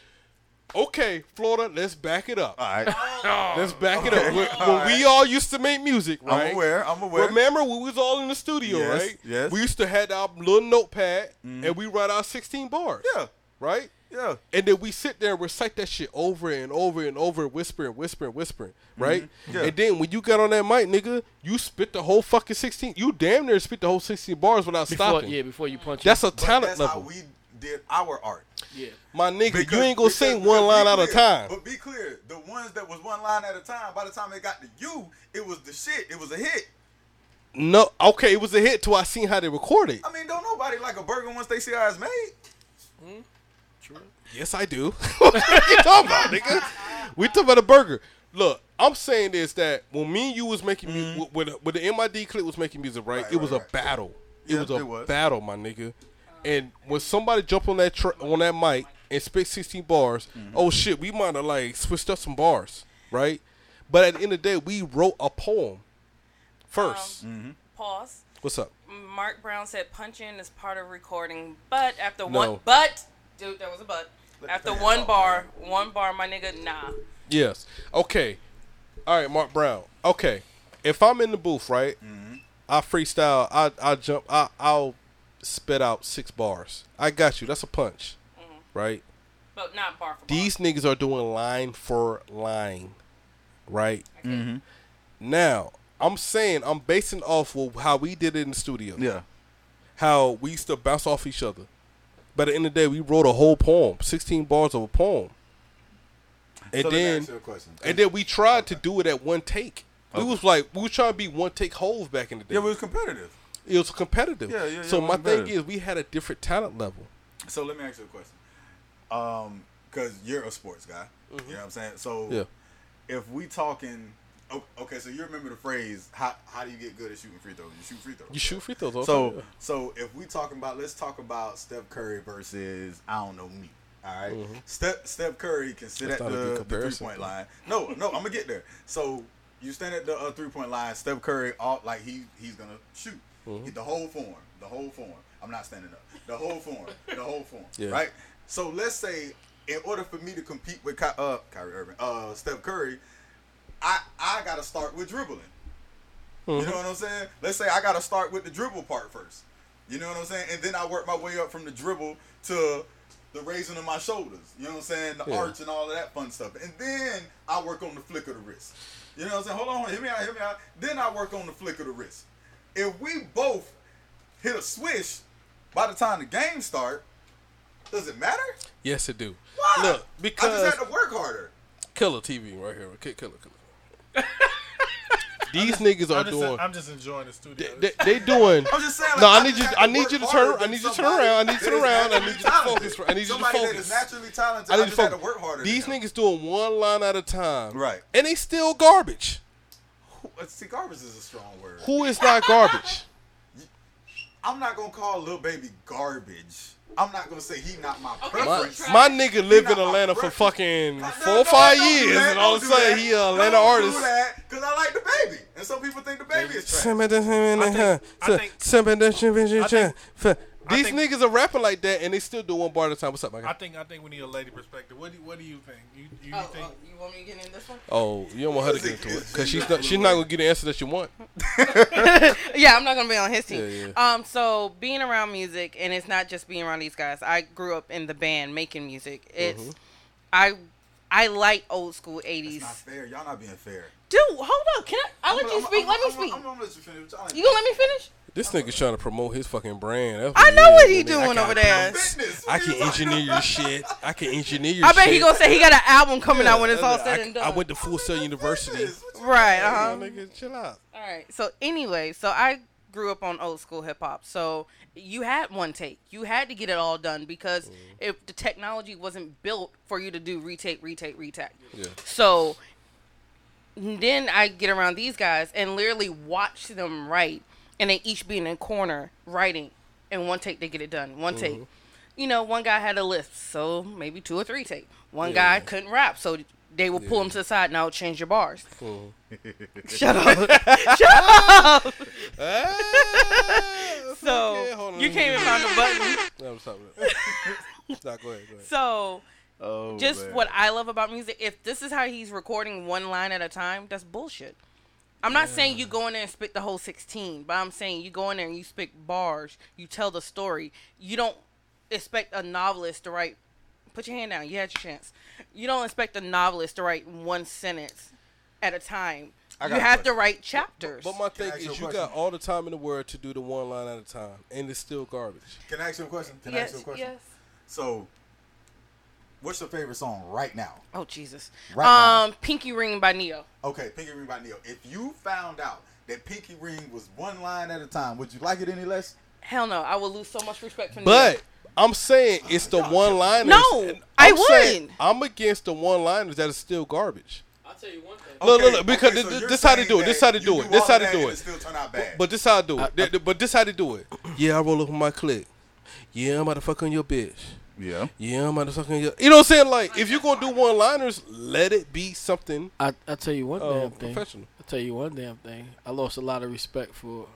Speaker 1: Okay, Florida, let's back it up.
Speaker 6: All right.
Speaker 1: Let's back it up. When, when we all used to make music, right?
Speaker 6: aware, Oh. I'm aware.
Speaker 1: Remember when we was all in the studio,
Speaker 6: Yes,
Speaker 1: right?
Speaker 6: yes. Mm-hmm.
Speaker 1: We used to have our little notepad and we write our 16 bars.
Speaker 6: Yeah.
Speaker 1: Right?
Speaker 6: Yeah.
Speaker 1: And then we sit there and recite that shit over and over and over, whispering, whispering, whispering, right?
Speaker 6: Mm-hmm. Yeah.
Speaker 1: And then when you got on that mic, nigga, you spit the whole fucking 16. You damn near spit the whole 16 bars without
Speaker 4: before,
Speaker 1: stopping.
Speaker 4: Yeah, before you punch.
Speaker 1: That's a
Speaker 6: But
Speaker 1: talent
Speaker 6: that's
Speaker 1: level.
Speaker 6: how we did our art.
Speaker 4: him. yeah.
Speaker 1: My nigga,
Speaker 6: Because-
Speaker 1: you ain't gonna
Speaker 6: because-
Speaker 1: sing
Speaker 6: because
Speaker 1: one
Speaker 6: be
Speaker 1: line at a
Speaker 6: clear-
Speaker 1: time.
Speaker 6: But be clear, the ones that was one line at a time, by the time they got to you, it was the shit. It was a hit.
Speaker 1: No, okay, it was a hit till I seen how they recorded.
Speaker 6: I mean, don't nobody like a burger once they see how it's made.
Speaker 1: Yes, I do. what you talking about, nigga? We talking about a burger. Look, I'm saying is that when me and you was making mu- when when the MID clip was making music, right?
Speaker 6: Mm-hmm. Right,
Speaker 1: it was
Speaker 6: right,
Speaker 1: a
Speaker 6: right.
Speaker 1: battle. It
Speaker 6: Yeah,
Speaker 1: was a
Speaker 6: it was.
Speaker 1: battle, my nigga. And when somebody jump on that tra- on that mic and spit 16 bars,
Speaker 6: Mm-hmm.
Speaker 1: oh shit, we might have like switched up some bars, right? But at the end of the day, we wrote a poem first.
Speaker 6: Um,
Speaker 8: Pause.
Speaker 1: What's up?
Speaker 8: Mark Brown said punching is part of recording, but after one,
Speaker 1: No.
Speaker 8: but dude, there was a but. After
Speaker 6: fans
Speaker 8: one
Speaker 6: talk,
Speaker 8: bar, one bar, my nigga, nah.
Speaker 1: Yes. Okay. All right, Mark Brown. Okay. If I'm in the booth, right,
Speaker 6: Mm-hmm.
Speaker 1: I freestyle. I I jump. I I'll spit out six bars. I got you. That's a punch, right?
Speaker 8: But not bar for bar.
Speaker 1: These niggas are doing line for line, right?
Speaker 6: Mm-hmm.
Speaker 1: Now I'm saying I'm basing off of how we did it in the studio. How we used to bounce off each other. But at the end of the day, we wrote a whole poem, 16 bars of a poem. And
Speaker 6: So let me
Speaker 1: then
Speaker 6: ask you a question.
Speaker 1: and then we tried to do it at one take. We was like we was trying to be one take holes back in the day.
Speaker 6: yeah, we was competitive.
Speaker 1: it was competitive.
Speaker 6: Yeah, yeah, yeah,
Speaker 1: so
Speaker 6: it was
Speaker 1: my thing
Speaker 6: competitive.
Speaker 1: is we had a different talent level.
Speaker 6: So let me ask you a question. Um, because you're a sports guy. You know what I'm saying? So
Speaker 1: Yeah.
Speaker 6: if we talking oh, okay, so you remember the phrase, how how do you get good at shooting free throws? You shoot free throws.
Speaker 1: You shoot free throws. All
Speaker 6: So
Speaker 1: so
Speaker 6: so if we talking about let's talk about Steph Curry versus I don't know me. All right? Steph Steph Curry can sit
Speaker 1: That's
Speaker 6: at
Speaker 1: not a good
Speaker 6: the, three
Speaker 1: comparison,
Speaker 6: point
Speaker 1: though.
Speaker 6: line. No, no, I'm gonna get there. So you stand at the uh, three point line. Steph Curry, all, like he he's gonna shoot Get the whole form, the whole form. I'm not standing up. The whole form, the whole form.
Speaker 1: Yeah.
Speaker 6: Right. So let's say in order for me to compete with Ky- uh, Kyrie Irving, uh, Steph Curry, I I gotta start with dribbling. You
Speaker 1: Mm-hmm.
Speaker 6: know what I'm saying? Let's say I got to start with the dribble part first. You know what I'm saying? And then I work my way up from the dribble to the raising of my shoulders. You know what I'm saying? The
Speaker 1: Yeah.
Speaker 6: arch and all of that fun stuff. And then I work on the flick of the wrist. You know what I'm saying? Hold on, hear me out, hear me out. Then I work on the flick of the wrist. If we both hit a swish by the time the game start, does it matter?
Speaker 1: yes, it do.
Speaker 6: Why?
Speaker 1: Look,
Speaker 6: I just
Speaker 1: because
Speaker 6: had to work harder.
Speaker 1: killer TV right here, okay, killer, killer. These niggas are
Speaker 5: I'm just,
Speaker 1: doing.
Speaker 5: I'm just enjoying the studio.
Speaker 1: they, they- they doing.
Speaker 3: I'm just saying, like,
Speaker 1: no, I
Speaker 3: I
Speaker 1: need
Speaker 3: just
Speaker 1: you.
Speaker 3: have
Speaker 1: I
Speaker 3: to
Speaker 1: need
Speaker 3: work
Speaker 1: you to
Speaker 3: harder
Speaker 1: turn. I
Speaker 3: than
Speaker 1: need you to turn
Speaker 3: somebody
Speaker 1: around. I need you
Speaker 3: that
Speaker 1: to
Speaker 3: is
Speaker 1: turn around. I need
Speaker 3: naturally
Speaker 1: you to
Speaker 3: talented.
Speaker 1: focus. I need you to
Speaker 3: Somebody that is
Speaker 1: focus.
Speaker 3: naturally talented.
Speaker 1: I
Speaker 3: I
Speaker 1: need
Speaker 3: just
Speaker 1: to
Speaker 3: had to
Speaker 1: focus.
Speaker 3: work harder.
Speaker 1: These
Speaker 3: than them.
Speaker 1: niggas doing one line at a time.
Speaker 6: Right.
Speaker 1: And they still garbage.
Speaker 6: Uh, See, garbage is a strong word.
Speaker 1: Who is not garbage?
Speaker 6: I'm not gonna call Lil Baby garbage. I'm not gonna say he not my
Speaker 7: Okay.
Speaker 1: My,
Speaker 6: preference.
Speaker 1: my nigga lived in
Speaker 6: not my
Speaker 1: Atlanta for
Speaker 6: reference.
Speaker 1: fucking
Speaker 6: No,
Speaker 1: four
Speaker 6: no,
Speaker 1: or five
Speaker 6: don't do
Speaker 1: years,
Speaker 6: that.
Speaker 1: and all of a
Speaker 6: Don't do
Speaker 1: sudden
Speaker 6: that.
Speaker 1: he a Atlanta
Speaker 6: Don't
Speaker 1: artist.
Speaker 6: Do that, Cause I like the baby, and some people think the baby is trash.
Speaker 1: Simba da simba da huh.
Speaker 5: I
Speaker 1: So-
Speaker 5: think-
Speaker 1: simba da simba da
Speaker 5: I
Speaker 1: cha.
Speaker 5: think-
Speaker 1: F- These
Speaker 5: think-
Speaker 1: niggas are rapping like that, and they still do one bar at a time. What's up, my
Speaker 5: I
Speaker 1: guy?
Speaker 5: think I think we need a lady perspective. What do what do you think? You you
Speaker 7: Oh,
Speaker 5: think
Speaker 7: oh, you want me to get in this one?
Speaker 1: Oh, you don't want her to get into it because she's not. She's not gonna get the answer that you want.
Speaker 8: Yeah, I'm not gonna be on his team.
Speaker 1: Yeah,
Speaker 8: Um, so being around music, and it's not just being around these guys. I grew up in the band making music. It's
Speaker 1: Mm-hmm.
Speaker 8: I I like old school
Speaker 6: It's
Speaker 8: '80s.
Speaker 6: not fair. Y'all not being fair.
Speaker 8: Dude, hold up. Can I? I'll let
Speaker 6: I'm-
Speaker 8: you
Speaker 6: I'm-
Speaker 8: speak.
Speaker 6: I'm-
Speaker 8: let me
Speaker 6: I'm-
Speaker 8: speak.
Speaker 6: I'm gonna let you finish. Y'all ain't
Speaker 8: you gonna let me finish?
Speaker 1: This nigga's trying to promote his fucking brand. That's
Speaker 8: I know
Speaker 1: it
Speaker 8: what
Speaker 1: is,
Speaker 8: he
Speaker 1: nigga.
Speaker 8: doing
Speaker 1: I can-
Speaker 8: over there.
Speaker 6: Fitness.
Speaker 1: I can engineer your shit. I can engineer your
Speaker 8: I
Speaker 1: shit.
Speaker 8: bet he gonna say he got an album coming out when it's all
Speaker 1: I-
Speaker 8: said and done.
Speaker 1: I went to Full Sail University.
Speaker 8: right. Uh huh.
Speaker 1: Come on, nigga, chill out.
Speaker 8: All right. So anyway, so I grew up on old school hip hop. So you had one take. You had to get it all done because
Speaker 1: Mm-hmm.
Speaker 8: if the technology wasn't built for you to do retake, retake, retake.
Speaker 1: Yeah.
Speaker 8: So then I get around these guys and literally watch them write, and they each be in a corner writing, and one take they get it done. One take. You know, one guy had a lisp, so maybe two or three take. One guy couldn't rap, so they would pull him to the side and I would change your bars. Shut up. So
Speaker 1: Okay, hold on.
Speaker 8: you can't even find the button.
Speaker 1: No, stop it. Nah, go ahead. Go ahead.
Speaker 8: So
Speaker 6: Oh,
Speaker 8: just what I love about music, if this is how he's recording one line at a time, that's bullshit. I'm not saying you go in there and spit the whole 16, but I'm saying you go in there and you spit bars, you tell the story. You don't expect a novelist to write. Put your hand down. You had your chance. You don't expect a novelist to write one sentence at a time.
Speaker 6: got
Speaker 8: You
Speaker 6: a
Speaker 8: have to
Speaker 6: question.
Speaker 8: write chapters.
Speaker 1: But my
Speaker 6: Can I
Speaker 1: thing
Speaker 6: ask you a
Speaker 1: is, you
Speaker 6: question?
Speaker 1: got all the time in the world to do the one line at a time, and it's still garbage.
Speaker 6: Can I ask you a question? Can I ask you a
Speaker 8: yes,
Speaker 6: question?
Speaker 8: yes.
Speaker 6: So, what's your favorite song right now?
Speaker 8: Oh Jesus.
Speaker 6: Right now.
Speaker 8: um, Pinky Ring by Neo.
Speaker 6: Okay, Pinky Ring by Neil. If you found out that Pinky Ring was one line at a time, would you like it any less?
Speaker 8: Hell no, I will lose so much respect from
Speaker 1: But I'm saying it's the one liners.
Speaker 8: No, I wouldn't.
Speaker 1: I'm against the one liners that is still garbage.
Speaker 4: I'll tell you one thing.
Speaker 1: Look,
Speaker 6: Okay,
Speaker 1: look, look, because
Speaker 6: okay, so
Speaker 1: this,
Speaker 6: you're
Speaker 1: this how they
Speaker 6: saying
Speaker 1: do it. This how they
Speaker 6: that
Speaker 1: do
Speaker 6: you
Speaker 1: it. This
Speaker 6: all
Speaker 1: how
Speaker 6: of
Speaker 1: they
Speaker 6: that
Speaker 1: do
Speaker 6: and
Speaker 1: it.
Speaker 6: still turn out bad.
Speaker 1: But this how I do it. Th- th- but this how they do it. Yeah, I roll up with my clique. Yeah, I'm about to fuck on your bitch.
Speaker 6: yeah.
Speaker 1: Yeah, I'm about to fuck on your. You know what I'm saying? Like, if you're gonna do one liners, let it be something.
Speaker 4: I I tell you one
Speaker 1: Uh,
Speaker 4: damn thing.
Speaker 1: professional.
Speaker 4: I tell you one damn thing. I lost a lot of respect for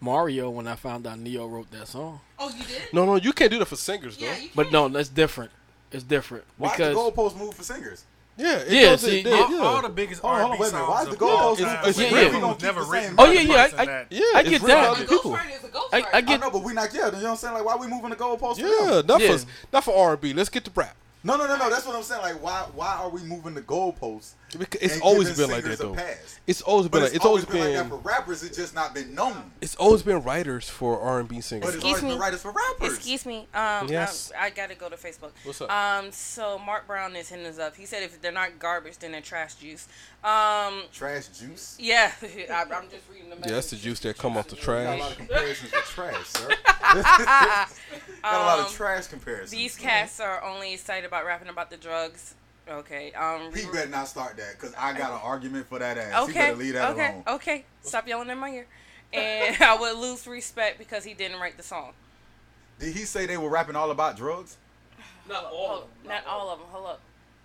Speaker 4: Mario when I found out Neo wrote that song.
Speaker 7: Oh, you did?
Speaker 1: No, no, you can't do that for singers though.
Speaker 7: Yeah, you
Speaker 4: But no, that's different. It's different
Speaker 6: Why
Speaker 4: because
Speaker 6: the goalpost move for singers?
Speaker 1: Yeah, it
Speaker 4: Yeah,
Speaker 1: goes- it
Speaker 4: see,
Speaker 1: did,
Speaker 4: yeah.
Speaker 5: all, all the biggest
Speaker 6: Hold on, hold
Speaker 5: R&B
Speaker 6: on, wait a
Speaker 5: songs
Speaker 6: minute. Why is the
Speaker 5: of all
Speaker 6: goalpost-
Speaker 5: time
Speaker 6: it's-
Speaker 5: it's,
Speaker 4: yeah, yeah.
Speaker 5: never,
Speaker 6: Keep the
Speaker 5: written
Speaker 6: same
Speaker 5: by
Speaker 4: Oh, yeah,
Speaker 5: the
Speaker 4: yeah,
Speaker 5: person
Speaker 4: I-
Speaker 5: that-
Speaker 1: Yeah,
Speaker 4: I
Speaker 1: it's
Speaker 4: get
Speaker 1: written
Speaker 4: that.
Speaker 1: by
Speaker 4: I
Speaker 1: the
Speaker 7: a
Speaker 1: people.
Speaker 7: ghostwriter is a ghostwriter.
Speaker 4: I, I
Speaker 6: I
Speaker 4: get
Speaker 6: know, but we not killed. You know what I'm saying? Like, why we moving the goalpost? for
Speaker 1: Yeah,
Speaker 6: them?
Speaker 1: not
Speaker 4: Yeah.
Speaker 1: for not for R and B. Let's get to rap.
Speaker 6: No, no, no, no. That's what I'm saying. Like, why, why are we moving the goalposts?
Speaker 1: Because it's
Speaker 6: and
Speaker 1: always
Speaker 6: giving
Speaker 1: been like that
Speaker 6: singers
Speaker 1: though.
Speaker 6: a pass?
Speaker 1: It's always
Speaker 6: But
Speaker 1: been like it's always been
Speaker 6: like that for rappers. It's just not been known.
Speaker 1: it's always been writers for R and B
Speaker 6: But
Speaker 1: singers.
Speaker 6: it's
Speaker 8: Excuse
Speaker 6: always
Speaker 8: me.
Speaker 6: been writers for rappers.
Speaker 8: Excuse me. Um,
Speaker 1: Yes.
Speaker 8: um, I, gotta go to Facebook.
Speaker 1: What's up?
Speaker 8: Um, so Mark Brown is hitting us up. He said if they're not garbage, then they're trash juice. Um,
Speaker 6: Trash juice.
Speaker 8: yeah, I, I'm just reading the message.
Speaker 1: Yeah, that's the juice that come off the
Speaker 6: Got a
Speaker 1: trash.
Speaker 6: lot of comparisons with trash, sir. Got a lot of trash comparisons.
Speaker 8: Um, These cats are only excited about rapping about the drugs. Okay. Um.
Speaker 6: He
Speaker 8: re-
Speaker 6: better not start that, cause I got an argument for that ass. He
Speaker 8: okay.
Speaker 6: better leave that
Speaker 8: okay.
Speaker 6: alone.
Speaker 8: Okay. Stop yelling in my ear. And I would lose respect because he didn't write the song.
Speaker 6: Did he say they were rapping all about drugs?
Speaker 4: not
Speaker 8: Oh, not all of them. Hold up.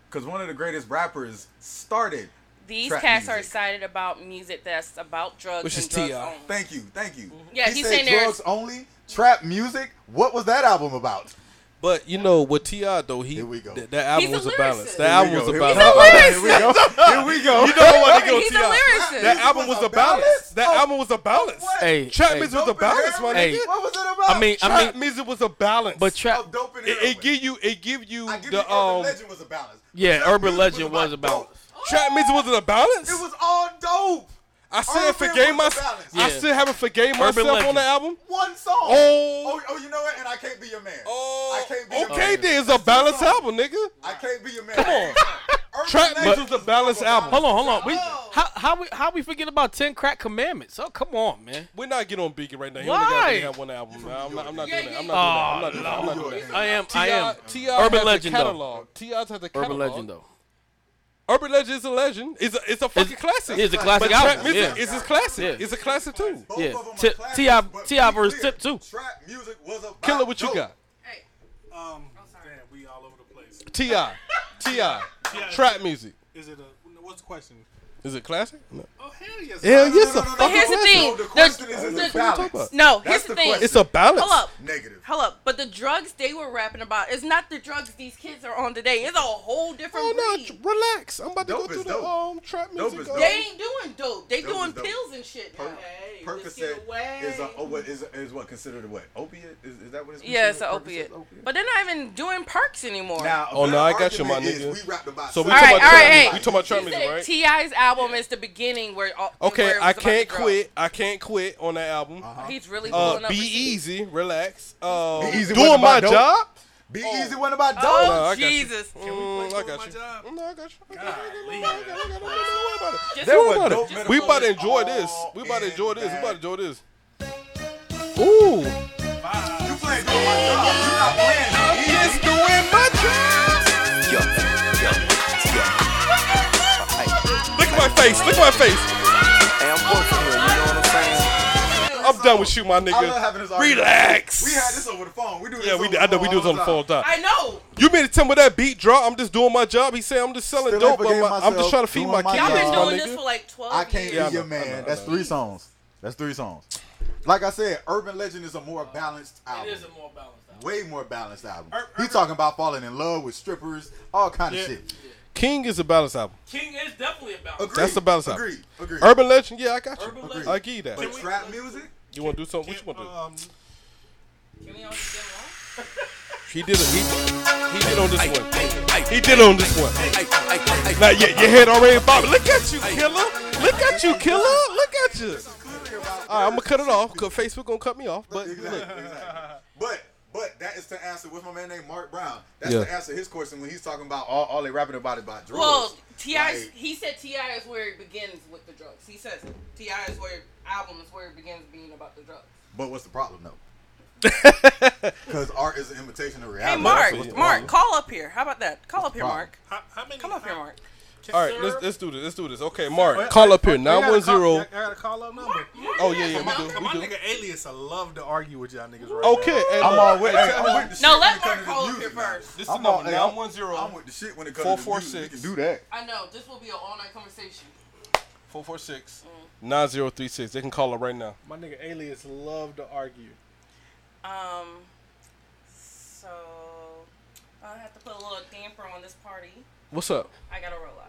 Speaker 6: Cause one of the greatest rappers started.
Speaker 8: These
Speaker 6: Trap
Speaker 8: cats are
Speaker 6: music.
Speaker 8: excited about music that's about drugs
Speaker 1: Which
Speaker 8: and
Speaker 1: is
Speaker 8: drugs
Speaker 1: T.I..
Speaker 8: only.
Speaker 6: Thank you, thank you.
Speaker 8: Mm-hmm. Yeah,
Speaker 6: he
Speaker 8: he's
Speaker 6: said
Speaker 8: saying there's-
Speaker 6: drugs only, trap music. What was that album about?
Speaker 1: But you know, with Ti though, he
Speaker 6: Here we go.
Speaker 1: th- that album
Speaker 8: He's a
Speaker 1: was a balance.
Speaker 8: lyricist.
Speaker 1: That
Speaker 6: Here
Speaker 1: album
Speaker 6: we
Speaker 1: was
Speaker 6: go,
Speaker 1: a
Speaker 6: here we
Speaker 1: balance.
Speaker 6: Here we go.
Speaker 4: Uh,
Speaker 6: Here we go.
Speaker 1: You don't want to go
Speaker 8: He's a
Speaker 1: Ti.
Speaker 8: lyricist.
Speaker 1: That album was a balance. That
Speaker 6: Oh,
Speaker 1: album was a balance.
Speaker 6: what?
Speaker 4: Hey,
Speaker 1: Trap
Speaker 4: hey.
Speaker 1: music was a balance, my
Speaker 4: Hey.
Speaker 1: nigga.
Speaker 6: What was it about?
Speaker 4: I mean, I
Speaker 1: Trap
Speaker 4: mean,
Speaker 1: music was a balance.
Speaker 4: but
Speaker 6: Of
Speaker 4: trap.
Speaker 6: dope and
Speaker 1: it,
Speaker 6: heroin.
Speaker 1: it give you it give you
Speaker 6: I give you
Speaker 1: the
Speaker 6: Urban
Speaker 1: um
Speaker 6: Legend was a balance.
Speaker 4: Yeah,
Speaker 6: Trap
Speaker 4: Urban
Speaker 6: music
Speaker 4: Legend was about.
Speaker 6: dope.
Speaker 1: trap music was a balance.
Speaker 6: It was all dope.
Speaker 1: I still
Speaker 6: Urban
Speaker 1: forgave
Speaker 6: was a
Speaker 1: myself.
Speaker 6: balance.
Speaker 1: I
Speaker 4: Yeah.
Speaker 1: still haven't forgave myself on
Speaker 4: Legend.
Speaker 1: the album.
Speaker 6: One song.
Speaker 1: Oh.
Speaker 6: oh, oh, you know what? And I can't be your man.
Speaker 1: Oh,
Speaker 6: I can't be your
Speaker 1: okay,
Speaker 6: man.
Speaker 1: then it's a balanced
Speaker 6: song.
Speaker 1: album, nigga.
Speaker 6: I can't be your man.
Speaker 1: Come on.
Speaker 6: Urban
Speaker 1: Trap
Speaker 6: Legend
Speaker 1: Music
Speaker 6: was
Speaker 1: is a balanced album.
Speaker 4: Hold on, hold on. We How how we how we forget about Ten Crack Commandments? Oh come on, man.
Speaker 1: We're not getting on Biggie right now. He
Speaker 4: Why?
Speaker 1: only got really have one album. Nah, I'm not, I'm not doing that. I'm
Speaker 4: Oh,
Speaker 1: not doing that. I'm not doing that. I'm not doing that.
Speaker 4: I am I am
Speaker 1: T.I.
Speaker 4: Urban
Speaker 1: has
Speaker 4: legend,
Speaker 1: a
Speaker 4: though.
Speaker 1: catalog. T.I.'s has a catalog.
Speaker 4: urban legend though.
Speaker 1: Urban Legend is a legend. It's a, it's a fucking classic.
Speaker 4: it's a
Speaker 1: But
Speaker 4: classic
Speaker 1: Trap
Speaker 4: album,
Speaker 1: Music
Speaker 4: yeah.
Speaker 1: is his classic.
Speaker 4: Yeah.
Speaker 1: It's a classic too.
Speaker 6: Both
Speaker 4: Yeah.
Speaker 6: of 'em are
Speaker 4: Ti-
Speaker 6: classics,
Speaker 4: T.I.
Speaker 6: but
Speaker 4: T.I.
Speaker 6: be
Speaker 4: versus
Speaker 6: clear,
Speaker 4: Tip, too.
Speaker 6: Trap music was a
Speaker 1: Killer, what you got?
Speaker 7: Hey,
Speaker 5: Um, damn, we all over the place.
Speaker 1: T.I. T.I. Trap Music.
Speaker 5: Is it a? What's the question?
Speaker 1: Is it classic? No.
Speaker 5: Oh hell yes.
Speaker 1: Hell
Speaker 5: Uh,
Speaker 1: yes, a
Speaker 8: But here's the
Speaker 1: classic.
Speaker 8: thing.
Speaker 6: The
Speaker 8: the-
Speaker 6: question is, is
Speaker 8: the-
Speaker 6: it balanced?
Speaker 1: about?
Speaker 8: No,
Speaker 6: That's
Speaker 8: here's the
Speaker 6: the
Speaker 8: thing.
Speaker 6: question.
Speaker 1: It's a balance.
Speaker 8: Hold up.
Speaker 6: Negative.
Speaker 8: Hold up. But the drugs they were rapping about is not the drugs these kids are on today. It's a whole different
Speaker 1: Oh no,
Speaker 8: breed.
Speaker 1: j- relax. I'm about to go
Speaker 6: Dope is
Speaker 1: through
Speaker 6: dope.
Speaker 1: the um trap
Speaker 6: Dope
Speaker 1: music.
Speaker 6: is
Speaker 1: uh,
Speaker 6: dope.
Speaker 8: They ain't doing dope. They
Speaker 6: Dope
Speaker 8: doing
Speaker 6: is dope.
Speaker 8: pills and shit.
Speaker 6: Per-
Speaker 8: Hey, let's get
Speaker 6: Percocet
Speaker 8: away.
Speaker 6: is a oh, what is is what considered a what opiate? Is, is that what it's?
Speaker 8: yeah, it's an
Speaker 6: considered?
Speaker 8: opiate.
Speaker 6: Percocet's
Speaker 8: But they're not even doing perks anymore.
Speaker 6: now,
Speaker 1: Oh, no,
Speaker 6: our
Speaker 1: I got you, my
Speaker 6: argument
Speaker 1: nigga.
Speaker 6: is We rapped about Oh.
Speaker 1: So we
Speaker 8: All
Speaker 1: talking
Speaker 8: right,
Speaker 1: about
Speaker 8: all
Speaker 1: trap
Speaker 8: right,
Speaker 1: music.
Speaker 8: hey.
Speaker 1: We talking about trap
Speaker 8: He
Speaker 1: music,
Speaker 8: said
Speaker 1: right?
Speaker 8: Ti's album is the beginning where all, where
Speaker 1: Okay,
Speaker 8: it was
Speaker 1: I
Speaker 8: about
Speaker 1: can't
Speaker 8: the drugs.
Speaker 1: quit. I can't quit on that album. uh
Speaker 8: He's really pulling up.
Speaker 1: be
Speaker 8: with you.
Speaker 1: easy, relax. Uh,
Speaker 6: Uh-huh. Be Easy
Speaker 1: doing
Speaker 6: wasn't
Speaker 1: my
Speaker 6: about dope.
Speaker 1: job.
Speaker 6: Be easy one about dope.
Speaker 8: Oh
Speaker 1: No, I got you.
Speaker 8: Jesus!
Speaker 1: Mm, I
Speaker 5: with
Speaker 1: got
Speaker 5: my
Speaker 1: you.
Speaker 5: job?
Speaker 1: No, I got you.
Speaker 5: Golly.
Speaker 8: Just-
Speaker 1: There
Speaker 6: were
Speaker 1: we
Speaker 6: dope Oh,
Speaker 1: about it. We about to
Speaker 6: metaphors
Speaker 1: enjoy this.
Speaker 6: all
Speaker 1: We about to
Speaker 6: in
Speaker 1: enjoy this. We
Speaker 6: that.
Speaker 1: about to enjoy this. Ooh.
Speaker 6: You playing doing my job. You not playing. Be easy.
Speaker 1: Just doing my job. Look at my face. Look at my face. I'm done with you, my
Speaker 6: I love having this
Speaker 1: nigga.
Speaker 6: argument.
Speaker 1: Relax.
Speaker 6: We had this over the phone. We do this.
Speaker 1: Yeah, we.
Speaker 6: over
Speaker 1: I know
Speaker 6: the
Speaker 1: we
Speaker 6: phone
Speaker 1: do this
Speaker 6: all
Speaker 1: on the phone all
Speaker 6: time.
Speaker 1: the time.
Speaker 8: I know.
Speaker 1: You made it tell me that beat drop. I'm just doing my job. He said I'm just selling
Speaker 6: Still
Speaker 1: dope,
Speaker 6: ain't
Speaker 1: but
Speaker 6: forgetting
Speaker 1: my, I'm
Speaker 6: myself,
Speaker 1: just trying to feed
Speaker 6: doing
Speaker 1: my
Speaker 6: my
Speaker 1: kids,
Speaker 8: Y'all been
Speaker 6: Yeah,
Speaker 1: my
Speaker 8: doing this
Speaker 1: nigga.
Speaker 8: for like twelve
Speaker 6: I can't
Speaker 8: years.
Speaker 1: I
Speaker 6: be
Speaker 1: know,
Speaker 6: your
Speaker 1: I
Speaker 6: man.
Speaker 1: know, I
Speaker 6: That's
Speaker 1: know.
Speaker 6: three songs. That's three songs. Like I said, Urban Legend is a more balanced album.
Speaker 4: It is a more balanced album.
Speaker 6: Way more balanced album.
Speaker 5: Ur-
Speaker 6: He talking about falling in love with strippers, all kind of
Speaker 5: Yeah.
Speaker 6: shit.
Speaker 1: King is a balance album.
Speaker 4: King is definitely a balance.
Speaker 6: Agreed.
Speaker 1: That's the balance album.
Speaker 6: Agreed. Agreed.
Speaker 1: Urban legend. Yeah, I got you.
Speaker 4: Urban
Speaker 6: Agreed.
Speaker 1: I give you that.
Speaker 6: But trap music?
Speaker 1: You want to do something? What you want to do?
Speaker 5: Um,
Speaker 8: Can
Speaker 6: um,
Speaker 8: we all just get along?
Speaker 1: He did. A, he, he did on this one. He did on this one. Now your, your head already bobbing. Look at you, killer. Look at you, killer. Look at you. All right, I'm gonna cut it off because Facebook gonna cut me off. But
Speaker 6: Exactly,
Speaker 1: look,
Speaker 6: exactly. But but that is to answer what's my man named Mark Brown. That's
Speaker 1: Yeah.
Speaker 6: to answer his question when he's talking about all, all they rapping about is about drugs.
Speaker 8: Well, Ti,
Speaker 6: Like,
Speaker 8: he said Ti is where it begins with the drugs. He says it. Ti is where album is where it begins being about the drugs.
Speaker 6: but what's the problem though? Because art is an imitation of reality.
Speaker 8: Hey, Mark,
Speaker 1: that's what-
Speaker 8: Mark, call up here. How about that? Call up here,
Speaker 6: problem?
Speaker 8: Mark.
Speaker 5: how, how many?
Speaker 8: Come up here,
Speaker 5: how-
Speaker 8: Mark.
Speaker 1: all right, let's let's do this. Let's do this. Okay, Mark, call up here
Speaker 5: I
Speaker 1: nine
Speaker 5: gotta
Speaker 1: one
Speaker 5: call-
Speaker 1: zero.
Speaker 5: I gotta call up number.
Speaker 1: Oh yeah, yeah,
Speaker 5: My,
Speaker 1: we do,
Speaker 5: my
Speaker 1: we do.
Speaker 5: nigga Alias, I love to argue with y'all niggas right now.
Speaker 1: Okay, hey,
Speaker 6: I'm
Speaker 1: look,
Speaker 6: all with.
Speaker 1: hey,
Speaker 6: Hey, I'm with the
Speaker 8: No,
Speaker 6: shit when
Speaker 8: let
Speaker 6: it comes
Speaker 8: Mark
Speaker 6: to
Speaker 8: call up
Speaker 6: music
Speaker 8: here
Speaker 6: now.
Speaker 8: first.
Speaker 1: This is the
Speaker 6: I'm all,
Speaker 1: number
Speaker 6: hey,
Speaker 1: nine
Speaker 6: I'm,
Speaker 1: one
Speaker 6: I'm
Speaker 1: zero
Speaker 6: with the shit when it comes to music.
Speaker 1: 446.
Speaker 6: We can do that.
Speaker 8: I know this will be an all-night conversation.
Speaker 1: four four six nine zero three six. They can call it right now.
Speaker 5: My nigga Alias love to argue.
Speaker 8: Um, so I have to put a little damper on this party.
Speaker 1: What's up?
Speaker 8: I gotta roll out.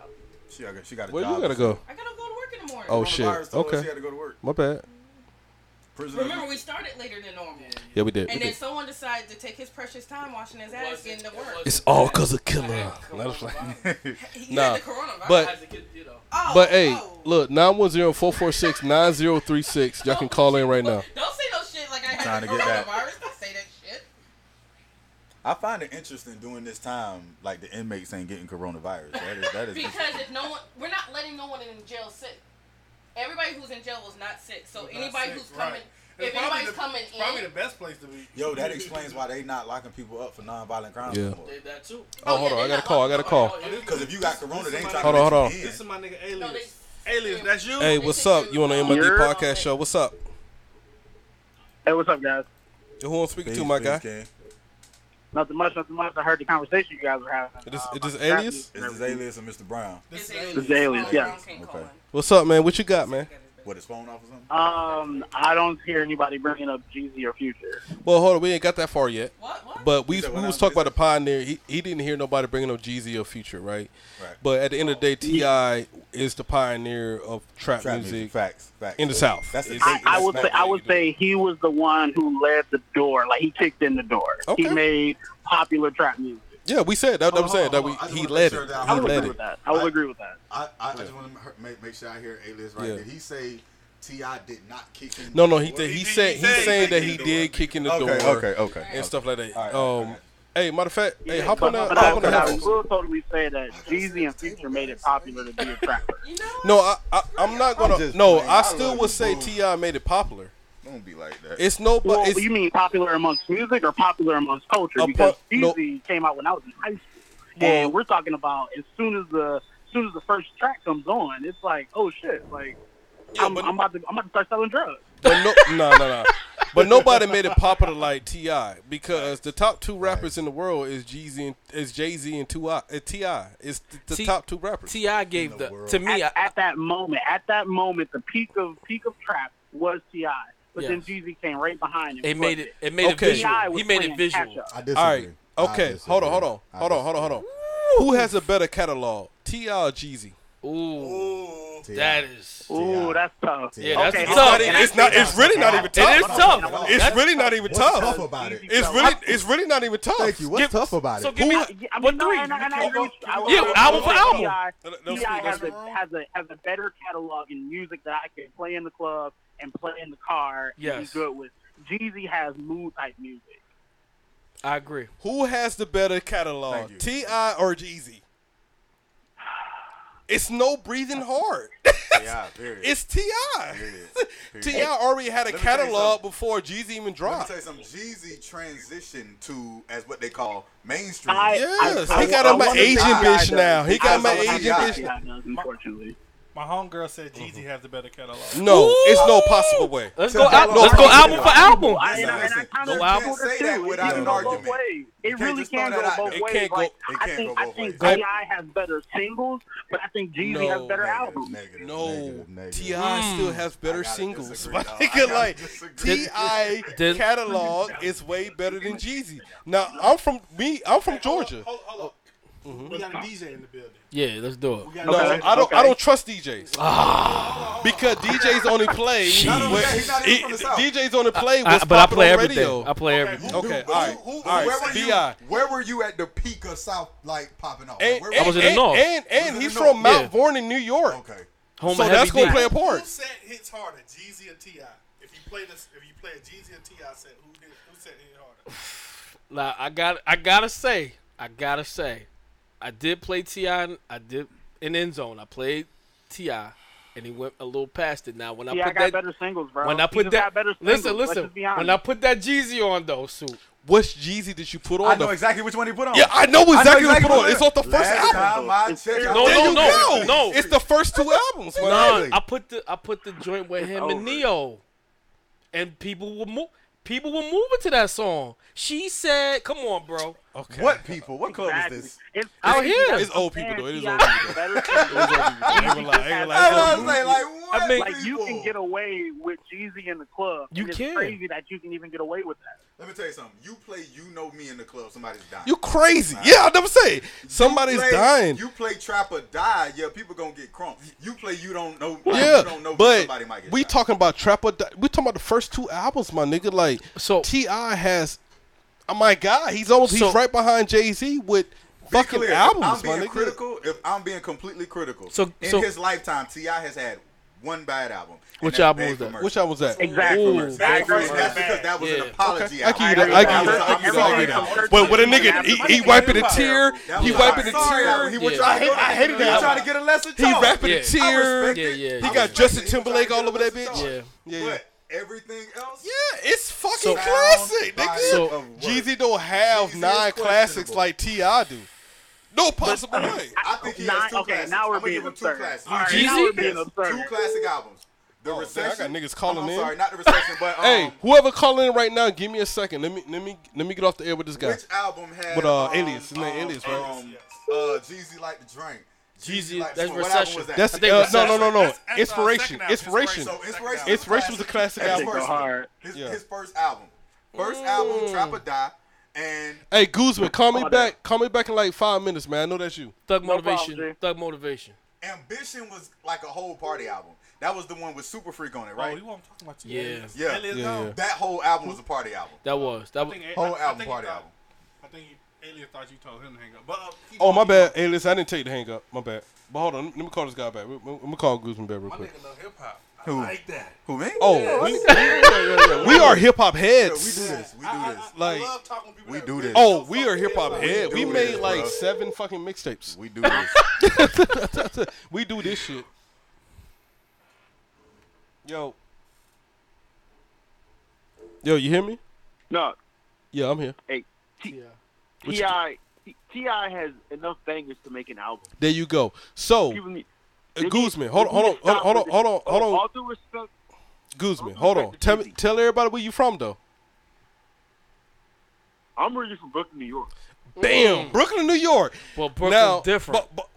Speaker 6: She got, she got a
Speaker 1: Where
Speaker 6: job.
Speaker 1: you gotta go?
Speaker 8: I gotta go to work in the morning.
Speaker 1: Oh shit.
Speaker 6: Coronavirus told her She
Speaker 1: Okay,
Speaker 6: had to go to work.
Speaker 1: my bad.
Speaker 6: Prison
Speaker 8: Remember, we started later than normal,
Speaker 1: Yeah, we did. We
Speaker 8: and then
Speaker 1: did.
Speaker 8: someone decided to take his precious time washing his ass getting to work.
Speaker 1: It's all cause of killer. Not a flag.
Speaker 8: He
Speaker 1: Nah,
Speaker 8: had the coronavirus.
Speaker 1: But
Speaker 8: oh,
Speaker 1: But hey,
Speaker 8: oh.
Speaker 1: look, 910-446-9036. Y'all can call in right now.
Speaker 8: Don't say no shit like I had
Speaker 6: Trying
Speaker 8: the
Speaker 6: to get that.
Speaker 8: coronavirus. Don't say that shit.
Speaker 6: I find it interesting during this time, like the inmates ain't getting coronavirus. That is that is
Speaker 8: Because if no one, we're not letting no one in jail sick. Everybody who's in jail was not sick. So anybody
Speaker 5: Sick,
Speaker 8: who's coming,
Speaker 5: right.
Speaker 8: if
Speaker 5: It's probably
Speaker 8: anybody's
Speaker 5: the-
Speaker 8: coming
Speaker 5: it's probably
Speaker 8: in,
Speaker 5: the best place to be.
Speaker 6: Yo, that explains why they not locking people up for nonviolent crimes
Speaker 1: Yeah.
Speaker 6: anymore.
Speaker 4: That too.
Speaker 1: Oh, hold on. I got a call. I got a call.
Speaker 6: Because if you got corona, they ain't trying
Speaker 1: Hold
Speaker 6: to
Speaker 1: on,
Speaker 6: let
Speaker 1: hold
Speaker 6: you
Speaker 1: on.
Speaker 6: in.
Speaker 5: This is my nigga Alias.
Speaker 8: No, they-
Speaker 5: Alias, that's you.
Speaker 1: Hey, what's up? You on the MLD podcast show? What's up?
Speaker 10: Hey, what's up, guys?
Speaker 1: Who I'm speaking
Speaker 6: Please,
Speaker 1: to, my
Speaker 6: please,
Speaker 1: guy?
Speaker 6: Ken.
Speaker 10: Nothing much, nothing much. I heard the conversation you guys were having.
Speaker 1: It is-
Speaker 10: uh,
Speaker 1: it is
Speaker 10: about the rap
Speaker 1: alias?
Speaker 10: music and
Speaker 6: Is this
Speaker 10: everything.
Speaker 6: alias or Mr. Brown?
Speaker 8: it's
Speaker 10: It's aliens, yeah.
Speaker 6: Okay.
Speaker 1: What's up, man? What you got, man?
Speaker 6: What, his phone off or something?
Speaker 10: Um, I don't hear anybody bringing up Jeezy or Future.
Speaker 1: Well, hold on. We ain't got that far yet.
Speaker 8: What? What?
Speaker 1: But we
Speaker 6: said
Speaker 1: we
Speaker 6: when
Speaker 1: was
Speaker 6: I-
Speaker 1: talking about the pioneer. He, he didn't hear nobody bringing up Jeezy or Future, right?
Speaker 6: Right.
Speaker 1: But at the end of the day, Ti is the pioneer of trap,
Speaker 6: Trap
Speaker 1: music.
Speaker 6: music. Facts. Facts.
Speaker 1: in the South.
Speaker 6: That's the
Speaker 1: It's-
Speaker 10: I,
Speaker 6: thing,
Speaker 10: I
Speaker 6: that's
Speaker 10: would
Speaker 6: not
Speaker 10: say
Speaker 6: the
Speaker 10: I
Speaker 6: way
Speaker 10: would
Speaker 6: you do it.
Speaker 10: say he was the one who led the door. Like he kicked in the door. He
Speaker 1: Okay.
Speaker 10: made popular trap music.
Speaker 1: Yeah, we said that. I'm
Speaker 6: Hold on,
Speaker 1: saying that
Speaker 6: hold
Speaker 1: we
Speaker 6: on, hold on. I just
Speaker 1: he
Speaker 6: wanna
Speaker 1: led
Speaker 6: make sure
Speaker 1: it.
Speaker 6: that I
Speaker 10: I
Speaker 1: He
Speaker 10: would
Speaker 1: led
Speaker 10: agree
Speaker 1: it.
Speaker 10: with that. I would
Speaker 6: I-
Speaker 10: agree with that.
Speaker 6: I, I, I just want to make, make sure I hear alias right.
Speaker 1: Yeah.
Speaker 6: Did he say Ti did not kick in?
Speaker 1: No, no. He
Speaker 6: the door?
Speaker 1: he
Speaker 5: he
Speaker 1: said he's
Speaker 5: said he
Speaker 1: saying that
Speaker 5: kicked
Speaker 1: he
Speaker 5: the
Speaker 1: did
Speaker 5: door.
Speaker 1: kick in the door
Speaker 6: Okay. Okay. Okay.
Speaker 1: and stuff like that.
Speaker 6: All right, all right,
Speaker 1: Um,
Speaker 6: all right.
Speaker 1: Hey, matter of fact, hey,
Speaker 11: Yeah,
Speaker 1: hop on
Speaker 11: but,
Speaker 1: that.
Speaker 11: But
Speaker 1: hop
Speaker 11: I,
Speaker 1: on that
Speaker 11: but I
Speaker 1: headphones.
Speaker 11: will totally say that Jeezy and Future made it popular to be a trapper.
Speaker 1: No, I, I, I'm not gonna.
Speaker 11: just
Speaker 1: no,
Speaker 11: playing.
Speaker 1: I
Speaker 11: I
Speaker 1: still
Speaker 11: love
Speaker 1: would
Speaker 11: you,
Speaker 1: say
Speaker 11: boo.
Speaker 1: Ti made it popular.
Speaker 11: Don't be like that.
Speaker 1: It's no, but
Speaker 11: well,
Speaker 1: it's-
Speaker 11: you mean popular amongst music or popular amongst culture?
Speaker 1: A
Speaker 11: because
Speaker 1: pop- no.
Speaker 11: Jeezy came out when I was in high school,
Speaker 1: Well-
Speaker 11: and we're talking about as soon as the as soon as the first track comes on, it's like, oh shit, like I'm, I'm about to I'm about to start selling drugs.
Speaker 1: But no, no, no, no. But nobody made it popular like Ti because the top two rappers in the world is Jeezy and is Jay Z and Ti. uh, Ti is the, the top two rappers.
Speaker 4: Ti gave the,
Speaker 1: world.
Speaker 4: to me.
Speaker 11: at, at that moment, at that moment, the peak of peak of trap was Ti, but then
Speaker 4: Yes.
Speaker 11: Jeezy came right behind him.
Speaker 4: It made it. It made
Speaker 1: Okay.
Speaker 4: it visual. He made it visual.
Speaker 1: All right. Okay. Hold on. Hold on. Hold on. Hold on. Hold on. Who has a better catalog, Ti or Jeezy?
Speaker 4: Ooh, that is.
Speaker 11: Ooh, that's tough.
Speaker 1: Yeah, that's it's not. It's not. It's really not even tough.
Speaker 4: It is tough.
Speaker 1: It's really not even
Speaker 3: What's
Speaker 1: tough.
Speaker 3: tough about it?
Speaker 1: It's really. It's really not even tough. Thank you.
Speaker 3: What's tough about it?
Speaker 4: So give me
Speaker 11: I mean,
Speaker 4: what
Speaker 11: no,
Speaker 4: three?
Speaker 11: and I- and I
Speaker 4: Oh,
Speaker 11: agree with you. I would-
Speaker 4: yeah,
Speaker 11: I would
Speaker 4: album for
Speaker 11: say
Speaker 4: album.
Speaker 11: T.I. T.I. has a, has, a, has a better catalog in music that I can play in the club and play in the car and be
Speaker 4: Yes.
Speaker 11: good with. Jeezy has mood type music.
Speaker 4: I agree.
Speaker 1: Who has the better catalog, Ti or Jeezy? It's no breathing hard. It's Ti. Ti already had a
Speaker 6: Let me tell you
Speaker 1: catalog
Speaker 6: something.
Speaker 1: before Jeezy even dropped.
Speaker 6: Let me tell you something. Jeezy transitioned to as what they call mainstream.
Speaker 11: I-
Speaker 1: Yes, he got him an Asian bitch now. He got him an Asian bitch. now.
Speaker 11: Unfortunately,
Speaker 5: my homegirl said Jeezy
Speaker 6: Mm-hmm.
Speaker 5: has the better catalog.
Speaker 1: No, it's no possible way.
Speaker 5: Let's go al- let's go album for album.
Speaker 11: I, and I, and I kind of
Speaker 1: Go album.
Speaker 11: Say
Speaker 6: that without an argument.
Speaker 11: It really
Speaker 6: just
Speaker 11: can
Speaker 6: throw that
Speaker 11: go
Speaker 6: out
Speaker 11: both
Speaker 6: there.
Speaker 11: ways.
Speaker 6: It can't go-
Speaker 11: Like,
Speaker 6: it
Speaker 11: I
Speaker 6: can't
Speaker 11: think
Speaker 6: go
Speaker 11: I
Speaker 6: both
Speaker 11: think
Speaker 1: ways.
Speaker 11: Ti has better singles, but I think Jeezy
Speaker 1: No,
Speaker 11: has better albums.
Speaker 1: No, Ti
Speaker 11: Mm.
Speaker 1: still has better singles. My nigga,
Speaker 6: gotta
Speaker 1: like
Speaker 6: disagree.
Speaker 1: Ti catalog is way better than Jeezy. Now I'm from me. I'm from Georgia. Mm-hmm.
Speaker 5: We got a DJ in the building.
Speaker 4: Yeah, let's do it.
Speaker 1: No, I don't. I don't trust DJs
Speaker 4: Ah.
Speaker 1: because DJs only play.
Speaker 4: Jeez.
Speaker 1: what-
Speaker 4: Not only that, he's not even
Speaker 1: it-
Speaker 4: from the South.
Speaker 1: DJs only play.
Speaker 4: I- I-
Speaker 1: What's
Speaker 4: but I
Speaker 1: popping
Speaker 4: play
Speaker 1: on
Speaker 4: everything.
Speaker 1: radio.
Speaker 4: I play everything.
Speaker 1: Okay,
Speaker 6: But
Speaker 1: all right,
Speaker 6: who, who,
Speaker 1: all
Speaker 6: where,
Speaker 1: right.
Speaker 6: were
Speaker 1: Bi.
Speaker 6: you, where were you at the peak of South like popping off?
Speaker 1: And,
Speaker 6: Where
Speaker 1: and-
Speaker 6: were you?
Speaker 1: and- And, and he's from Mount Vernon, New York. Okay.
Speaker 6: Home
Speaker 1: so
Speaker 6: of
Speaker 1: that's
Speaker 6: Heavy
Speaker 1: gonna
Speaker 6: D.
Speaker 1: play a part.
Speaker 5: Who said hits harder, Jeezy or Ti? If you play this, if you play a Jeezy or Ti set, who did? Who said hit harder?
Speaker 4: Now, I got. I gotta say. I gotta say. I did play Ti. in- I did in end zone. I played Ti, and he went a little past it. Now when I
Speaker 11: T.I.
Speaker 4: put
Speaker 11: got
Speaker 4: that
Speaker 11: better singles, bro.
Speaker 4: when I
Speaker 11: He
Speaker 4: put
Speaker 11: just
Speaker 4: that
Speaker 11: got better
Speaker 4: listen,
Speaker 11: singles, let's
Speaker 4: listen.
Speaker 11: just be honest.
Speaker 4: When I put that Jeezy on though, suit.
Speaker 1: What's Jeezy that you put on?
Speaker 4: I know
Speaker 1: though?
Speaker 4: exactly which one he put on.
Speaker 1: Yeah, I know
Speaker 4: I know
Speaker 1: exactly, what he
Speaker 4: exactly
Speaker 1: put on.
Speaker 4: what-
Speaker 1: It's off the first
Speaker 4: Last
Speaker 1: album.
Speaker 4: time I checked, I
Speaker 1: no,
Speaker 4: put
Speaker 1: no,
Speaker 4: it
Speaker 1: no,
Speaker 4: on.
Speaker 1: no. It's the first two albums. my
Speaker 4: No,
Speaker 1: nigga.
Speaker 4: I put the I put the joint with him
Speaker 1: over.
Speaker 4: and Neo, and people were mo- people were moving to that song. She said, "Come on, bro."
Speaker 1: Okay.
Speaker 6: What people? What club is this?
Speaker 11: It's
Speaker 4: out here?
Speaker 1: It's old people though. It is old people. though. It is old people. I ain't gonna lie. I ain't gonna lie. It's old people.
Speaker 11: I
Speaker 1: mean-
Speaker 11: like you can get away with Jeezy in the club.
Speaker 1: You
Speaker 11: and it's
Speaker 1: can.
Speaker 11: crazy that you can even get away with that.
Speaker 6: Let me tell you something. You play You Know Me in the club, somebody's dying.
Speaker 1: You crazy? Yeah, I never say it. somebody's
Speaker 6: play,
Speaker 1: dying.
Speaker 6: You play Trap or Die, yeah, people gonna get crunk. You play You Don't Know, like, you
Speaker 1: yeah,
Speaker 6: don't know
Speaker 1: but
Speaker 6: somebody might get
Speaker 1: we talking about trap. Or, Di- we talking about the first two albums, my nigga. Like so, Ti has. Oh my God, he's almost
Speaker 6: So-
Speaker 1: he's right behind Jay Z with fucking
Speaker 6: clear, if
Speaker 1: albums,
Speaker 6: I'm
Speaker 1: my
Speaker 6: being
Speaker 1: nigga.
Speaker 6: critical. If I'm being completely critical,
Speaker 1: So-
Speaker 6: in
Speaker 1: so-
Speaker 6: his lifetime, Ti has had one bad album. and
Speaker 1: Which
Speaker 6: that's
Speaker 1: album
Speaker 6: Bad
Speaker 1: was that?
Speaker 6: Commercial.
Speaker 1: Which album was that?
Speaker 6: Exactly.
Speaker 1: Ooh.
Speaker 6: Bad
Speaker 1: Bad
Speaker 6: Commercial.
Speaker 1: Commercial.
Speaker 6: That's because that was an
Speaker 1: Yeah.
Speaker 6: apology
Speaker 1: I
Speaker 6: album.
Speaker 1: give you that. I give you that. I give you that. I give you that. But when a nigga, he, he wiping a tear, he wiping a tear.
Speaker 6: He was trying. I hated
Speaker 1: He
Speaker 6: that. Trying to get a lesson.
Speaker 1: He rapping
Speaker 6: yeah.
Speaker 1: a tear.
Speaker 6: Yeah, yeah.
Speaker 1: He got Justin Timberlake all over that bitch. Yeah, yeah.
Speaker 6: But everything else.
Speaker 1: Yeah, it's fucking
Speaker 6: So-
Speaker 1: classic, nigga.
Speaker 6: Sound bite of
Speaker 1: Jeezy don't have nine classics like T.I. do. No possible way.
Speaker 6: I think he
Speaker 11: Nine-
Speaker 6: has two
Speaker 11: okay,
Speaker 6: classics.
Speaker 11: now we're
Speaker 6: I'm gonna
Speaker 11: being
Speaker 6: give him two
Speaker 11: absurd.
Speaker 6: classics.
Speaker 11: All right, now Jeezy? we're being
Speaker 6: Two
Speaker 11: absurd.
Speaker 6: classic albums. The recession.
Speaker 1: Oh, I got niggas calling
Speaker 6: I'm,
Speaker 1: in.
Speaker 6: I'm sorry, not the recession, but um,
Speaker 1: hey, whoever calling in right now, give me a second. Let me let me let me get off the air with this guy.
Speaker 6: Which album had
Speaker 1: With uh,
Speaker 6: um,
Speaker 1: Alias, his name
Speaker 6: um,
Speaker 1: Alias, right?
Speaker 6: Um, uh, Jeezy like to drink. Jeezy, like
Speaker 1: that's
Speaker 6: to smoke. What
Speaker 1: Recession.
Speaker 6: album was that?
Speaker 1: That's- I think uh, no, Recession. no, no, no. Inspiration. Inspiration.
Speaker 6: So inspiration.
Speaker 1: Inspiration was a classic
Speaker 6: His
Speaker 1: album.
Speaker 6: first-
Speaker 1: Hard.
Speaker 6: His,
Speaker 1: Yeah.
Speaker 6: his first album. First album,
Speaker 11: Mm.
Speaker 6: Trap or Die, and
Speaker 1: Hey, Guzman, call me back. Call me back in like five minutes, man. I know that's you.
Speaker 4: Thug motivation. Thug motivation.
Speaker 6: Ambition was like a whole party album. That was the one with Super Freak on it, right?
Speaker 5: Oh, you want to talk about you?
Speaker 4: Yeah.
Speaker 6: Yeah.
Speaker 5: Alias
Speaker 4: Yeah,
Speaker 5: gone.
Speaker 4: yeah.
Speaker 6: That whole album was a party album.
Speaker 4: That was that was
Speaker 5: think-
Speaker 6: Whole
Speaker 5: I- I
Speaker 6: album,
Speaker 5: think
Speaker 6: party
Speaker 5: he-
Speaker 6: album.
Speaker 5: I think he- Alias thought you told him to hang up. But uh, keep
Speaker 1: Oh
Speaker 5: going,
Speaker 1: my
Speaker 5: keep going.
Speaker 1: bad, Alias. I didn't take the hang up. My bad. But hold on, let me call this guy back. Let me let me call Guzman back real
Speaker 5: My
Speaker 1: quick.
Speaker 5: nigga love hip hop.
Speaker 6: Who?
Speaker 5: like that.
Speaker 6: Who me?
Speaker 1: Oh, we, we are hip hop heads.
Speaker 6: We do this. We do this.
Speaker 1: Like
Speaker 6: we do this.
Speaker 1: Oh, we are hip hop head.
Speaker 6: do
Speaker 1: We made
Speaker 6: this,
Speaker 1: like
Speaker 6: bro.
Speaker 1: seven fucking mixtapes.
Speaker 6: We do this.
Speaker 1: we do this shit. Yo. Yo, you hear me?
Speaker 11: No,
Speaker 1: Yeah, I'm here.
Speaker 11: hey,
Speaker 1: What you
Speaker 11: Ti Ti has enough bangers to make an album.
Speaker 1: There you go. So,
Speaker 11: Give me-
Speaker 1: uh, Guzman, hold on, hold on, hold on, hold on, hold on,
Speaker 11: All due respect,
Speaker 1: Guzman, hold on. Tell me, tell everybody where you from though.
Speaker 11: I'm originally from Brooklyn, New York.
Speaker 1: Mm-hmm. Bam, Brooklyn, New York.
Speaker 4: Well, Brooklyn's different.
Speaker 1: But, but,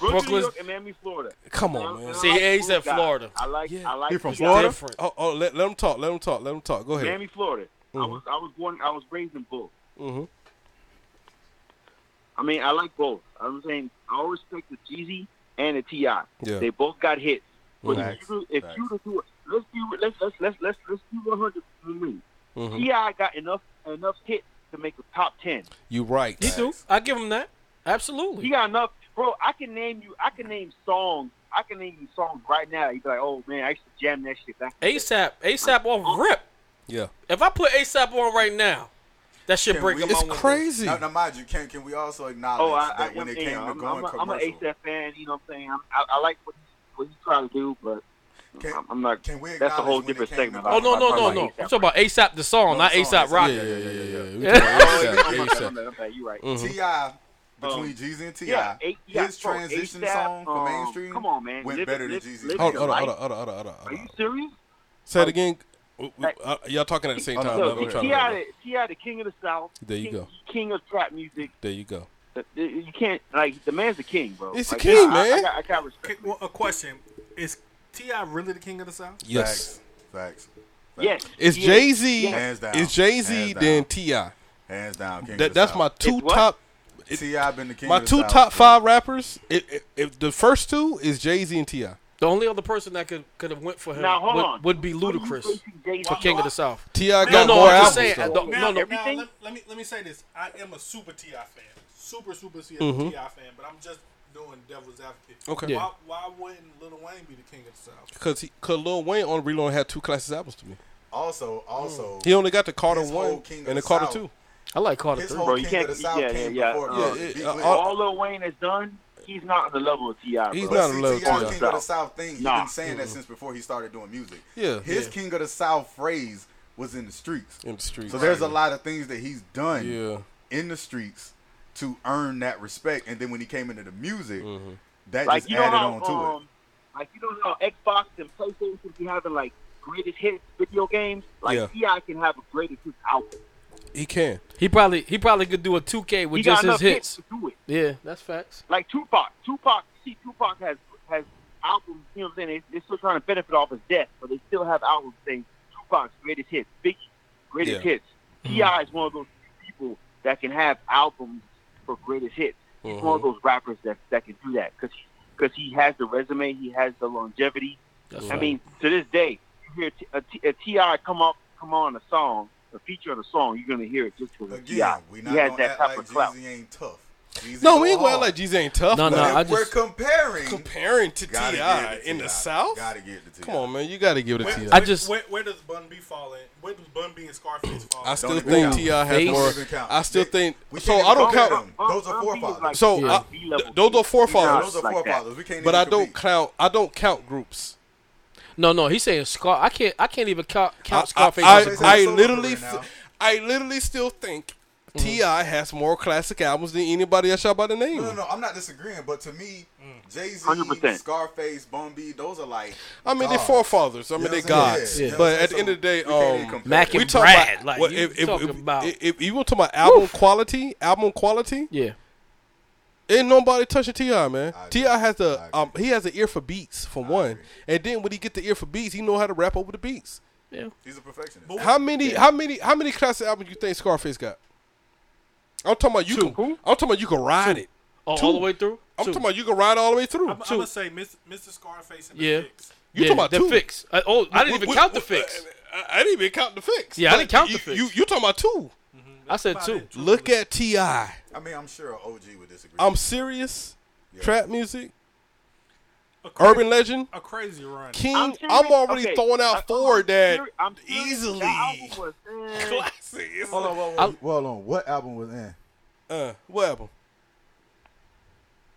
Speaker 11: Brooklyn, New
Speaker 1: Brooklyn's-
Speaker 11: York, and Miami, Florida.
Speaker 1: Come on, man.
Speaker 11: See, I he's like- at Florida. I like- I like
Speaker 1: He from
Speaker 11: the
Speaker 1: Florida.
Speaker 11: different.
Speaker 1: Oh, oh, let, let him talk. Let him talk. Let him talk. Go ahead.
Speaker 11: Miami, Florida. I
Speaker 1: Mhm.
Speaker 11: was I was born I was raised in both.
Speaker 1: Mm-hmm.
Speaker 11: I mean, I like both. I'm saying I always respect the Jeezy and the Ti.
Speaker 12: Yeah.
Speaker 11: They both got hits. But
Speaker 12: Facts,
Speaker 11: if you if you to do it, let's do let's let's let's let's let's do 100 for me.
Speaker 1: Mm-hmm.
Speaker 11: Ti got enough enough hits to make a top 10.
Speaker 1: You right.
Speaker 4: He do. I give him that. Absolutely.
Speaker 11: He got enough, bro. I can name you. I can name songs. I can name you songs right now. You'd be like, oh man, I used to jam that shit back.
Speaker 4: ASAP. ASAP off rip.
Speaker 1: Yeah.
Speaker 4: If I put ASAP on right now, that should
Speaker 6: Can
Speaker 4: break
Speaker 6: we-
Speaker 4: up my window.
Speaker 6: Now, now, mind you, can can we also acknowledge
Speaker 11: Oh, I, I,
Speaker 6: that when it
Speaker 11: you
Speaker 6: came
Speaker 11: know,
Speaker 6: to
Speaker 11: I'm,
Speaker 6: going
Speaker 11: I'm, a, I'm an
Speaker 6: commercial,
Speaker 11: ASAP fan. You know what I'm saying? I'm, I, I like what he's, what he's trying to do, but I'm, I'm not. Can we that's a whole different segment.
Speaker 4: Oh no
Speaker 11: I'm
Speaker 4: no
Speaker 11: talking
Speaker 4: no
Speaker 11: about
Speaker 4: no! I'm
Speaker 11: A$AP.
Speaker 4: talking about ASAP the song, not ASAP
Speaker 11: song,
Speaker 4: Rocky.
Speaker 11: yeah, yeah, yeah,
Speaker 1: yeah,
Speaker 11: yeah. We talking about
Speaker 6: ASAP,
Speaker 11: I'm like, I'm like, you right.
Speaker 4: Mm-hmm.
Speaker 6: Ti between
Speaker 11: Um,
Speaker 6: Jeezy and Ti,
Speaker 11: yeah, eight- yeah,
Speaker 6: his
Speaker 11: bro,
Speaker 6: transition
Speaker 11: ASAP,
Speaker 6: song for
Speaker 11: um,
Speaker 6: mainstream
Speaker 11: come on, man.
Speaker 6: went
Speaker 11: Live-
Speaker 6: better than
Speaker 11: live-
Speaker 6: Jeezy's.
Speaker 11: live
Speaker 1: Hold
Speaker 6: song.
Speaker 1: on, hold on, hold on, hold on, hold on, hold on.
Speaker 11: You serious?
Speaker 1: Say it again. W- w- uh, y'all talking at the same time.
Speaker 11: Look,
Speaker 1: I'm
Speaker 11: Ti,
Speaker 1: trying to-
Speaker 11: the- Ti, the king of the South.
Speaker 1: There you
Speaker 11: king,
Speaker 1: go.
Speaker 11: King of trap music.
Speaker 1: There you go.
Speaker 11: Uh, You can't like the man's the king, bro.
Speaker 1: He's the
Speaker 11: like,
Speaker 1: king,
Speaker 11: I, I, I,
Speaker 1: man.
Speaker 11: got, I got respect.
Speaker 5: Well, a question: Is Ti really the king of the South?
Speaker 1: Yes.
Speaker 6: Facts.
Speaker 11: Yes.
Speaker 1: It's
Speaker 5: Yes.
Speaker 1: Jay Z.
Speaker 5: Yes. Hands down.
Speaker 1: It's Jay Z
Speaker 6: Hands
Speaker 1: then
Speaker 6: down.
Speaker 1: Ti.
Speaker 6: Hands down, king of
Speaker 1: That,
Speaker 6: the
Speaker 1: that's
Speaker 6: South.
Speaker 1: my two
Speaker 6: It's what?
Speaker 1: top.
Speaker 6: T.I. been the king
Speaker 1: My
Speaker 6: of the
Speaker 1: two
Speaker 6: South,
Speaker 1: top
Speaker 6: bro.
Speaker 1: five rappers. If, if, if the first two is Jay Z and Ti.
Speaker 4: The only other person that could could have went for him
Speaker 11: Now, hold
Speaker 4: would,
Speaker 11: on.
Speaker 4: would be Ludacris for
Speaker 11: Why-
Speaker 4: King of
Speaker 11: why-
Speaker 4: the South.
Speaker 1: Ti
Speaker 4: No,
Speaker 1: got
Speaker 4: no,
Speaker 1: more
Speaker 4: I'm
Speaker 1: albums,
Speaker 4: just saying,
Speaker 1: though.
Speaker 4: I don't-
Speaker 5: now,
Speaker 4: no, no,
Speaker 5: now, let, let me let me say this: I am a super Ti fan, super super Ti
Speaker 1: Mhm.
Speaker 5: Ti fan, but I'm just doing devil's advocate.
Speaker 1: Okay.
Speaker 5: Why, why wouldn't Lil Wayne be the king of the South?
Speaker 1: Cause he, cause Lil Wayne on Reload had two classic albums to me.
Speaker 6: Also, also,
Speaker 1: He only got the Carter
Speaker 6: his whole
Speaker 1: one
Speaker 6: King of
Speaker 1: and the
Speaker 6: the
Speaker 1: Carter
Speaker 6: South.
Speaker 1: two.
Speaker 4: I like Carter
Speaker 6: His
Speaker 4: three,
Speaker 6: whole
Speaker 4: bro.
Speaker 6: King
Speaker 4: You
Speaker 6: of
Speaker 4: can't.
Speaker 6: the South
Speaker 11: yeah, yeah,
Speaker 6: came
Speaker 11: yeah.
Speaker 6: before
Speaker 11: Uh,
Speaker 6: Big
Speaker 11: yeah,
Speaker 6: League.
Speaker 11: all, all Lil Wayne has done, he's not on the level of Ti. bro.
Speaker 1: He's
Speaker 6: But see, T.I. King of the South thing. He's
Speaker 11: Nah.
Speaker 6: been saying that since before he started doing music.
Speaker 1: Yeah.
Speaker 6: His
Speaker 1: Yeah.
Speaker 6: King of the South phrase was in the streets.
Speaker 1: In the streets.
Speaker 6: So there's a
Speaker 1: Right.
Speaker 6: lot of things that he's done
Speaker 1: Yeah.
Speaker 6: in the streets to earn that respect. And then when he came into the music,
Speaker 1: Mm-hmm.
Speaker 6: that
Speaker 11: like
Speaker 6: just
Speaker 11: you know
Speaker 6: added
Speaker 11: how,
Speaker 6: on to it.
Speaker 11: um, like you know how Xbox and PlayStation be having like greatest hits video games. Like Ti can have a greatest hits album.
Speaker 1: He can.
Speaker 4: He probably he probably could do a 2K with
Speaker 11: he
Speaker 4: just
Speaker 11: got
Speaker 4: his
Speaker 11: enough
Speaker 4: hits.
Speaker 11: to do it.
Speaker 4: Yeah, that's facts.
Speaker 11: Like Tupac, Tupac, see, Tupac has has albums. You know what I'm saying? They, they're still trying to benefit off his death, but they still have albums saying Tupac's greatest hits, Biggie greatest
Speaker 12: Yeah.
Speaker 11: hits.
Speaker 6: Mm-hmm.
Speaker 11: Ti is one of those people that can have albums for greatest hits. He's
Speaker 6: Mm-hmm.
Speaker 11: one of
Speaker 12: Mhm.
Speaker 11: those rappers that that can do that because because he has the resume, he has the longevity.
Speaker 12: That's
Speaker 11: I
Speaker 12: right.
Speaker 11: mean, to this day, you hear T- a T- a Ti come up, come on a song, a feature on a song, you're gonna hear it just because of Ti.
Speaker 6: Again, we
Speaker 11: He
Speaker 6: not
Speaker 11: has
Speaker 6: gonna
Speaker 11: that
Speaker 6: act
Speaker 11: type
Speaker 6: like
Speaker 11: of clout.
Speaker 6: Jeezy ain't tough. Jeezy
Speaker 1: No,
Speaker 6: go
Speaker 1: we ain't going
Speaker 6: hard.
Speaker 1: like Jeezy ain't tough.
Speaker 4: No,
Speaker 1: but
Speaker 4: no,
Speaker 1: if
Speaker 4: I
Speaker 6: We're
Speaker 4: just
Speaker 6: comparing.
Speaker 1: comparing to
Speaker 6: Gotta
Speaker 1: Ti
Speaker 6: give it to
Speaker 1: in the
Speaker 6: T.I.
Speaker 1: South.
Speaker 6: Gotta give it to T.I.
Speaker 1: Come on, man, you got to give it
Speaker 5: Where,
Speaker 1: to Ti.
Speaker 5: where- where, where does Bun B fall in? Where does Bun B and Scarface fall?
Speaker 1: I
Speaker 5: in?
Speaker 1: still think Ti has
Speaker 6: Don't
Speaker 1: more.
Speaker 6: even count.
Speaker 1: I still
Speaker 6: They-
Speaker 1: think
Speaker 6: we
Speaker 1: so.
Speaker 6: can't
Speaker 1: I don't
Speaker 6: even count
Speaker 1: count.
Speaker 6: them. Those are forefathers.
Speaker 1: So
Speaker 4: Yeah.
Speaker 11: uh,
Speaker 1: I- th- those are forefathers.
Speaker 6: Those are forefathers. We can't
Speaker 1: But
Speaker 6: even
Speaker 1: I don't count. I don't count groups.
Speaker 4: No, no, he's saying Scar. I can't. I can't even count, count
Speaker 1: I,
Speaker 4: Scarface.
Speaker 1: I,
Speaker 4: as a group.
Speaker 1: I literally, f- I literally still think Ti has more classic albums than anybody else y'all by the name.
Speaker 6: No, no, no, I'm not disagreeing, but to me, Jay Z,
Speaker 1: 100%.
Speaker 6: Scarface, Bun B, those are like.
Speaker 1: I mean, they're
Speaker 6: gods.
Speaker 1: forefathers. I
Speaker 6: You
Speaker 1: mean,
Speaker 6: know
Speaker 1: they're
Speaker 6: what I'm saying?
Speaker 1: gods.
Speaker 6: Yeah.
Speaker 1: But
Speaker 6: Yeah.
Speaker 1: at the end of the day,
Speaker 6: We can't even
Speaker 1: um,
Speaker 6: compare Mac
Speaker 4: them. and
Speaker 1: we talk
Speaker 4: Brad,
Speaker 1: about,
Speaker 4: like,
Speaker 1: well,
Speaker 4: you
Speaker 1: if, if,
Speaker 4: talking
Speaker 1: if,
Speaker 4: about-
Speaker 1: if, if you want to talk about album quality, album quality,
Speaker 4: yeah,
Speaker 1: ain't nobody touching Ti, man. Ti has the um, he has an ear for beats for one, and then when he get the ear for beats, he know how to rap over the beats.
Speaker 4: Yeah.
Speaker 6: He's a perfectionist.
Speaker 1: How many? How many? How many classic albums you think Scarface got? I'm talking about you. Can, I'm talking about you can ride it.
Speaker 4: Oh,
Speaker 1: Two.
Speaker 4: all the way through.
Speaker 1: I'm
Speaker 4: Two.
Speaker 1: talking about you can ride all the way through.
Speaker 5: I'm, I'm gonna say Mis- Mr. Scarface and
Speaker 4: Yeah.
Speaker 5: the Fix.
Speaker 1: You
Speaker 4: yeah,
Speaker 1: talking about
Speaker 4: the
Speaker 1: two.
Speaker 4: fix? I, oh, I didn't
Speaker 1: Wh-
Speaker 4: even
Speaker 1: wh-
Speaker 4: count the
Speaker 1: wh-
Speaker 4: fix.
Speaker 1: I, I didn't even count the fix.
Speaker 4: Yeah, I
Speaker 1: But
Speaker 4: didn't count the
Speaker 1: you,
Speaker 4: fix.
Speaker 1: You you talking about 2
Speaker 4: I said two.
Speaker 1: Look at Ti.
Speaker 6: I mean, I'm sure an OG would disagree.
Speaker 1: I'm serious. Trap music. Urban Legend,
Speaker 5: a crazy run.
Speaker 1: King.
Speaker 5: I'm
Speaker 1: I'm,
Speaker 5: serious-
Speaker 1: already
Speaker 5: okay,
Speaker 1: throwing out four that
Speaker 5: seri- I'm serious.
Speaker 1: easily.
Speaker 5: The album was,
Speaker 1: Classic.
Speaker 6: Hold on, whoa, whoa, whoa, hold on. What album was in?
Speaker 1: Uh, what album?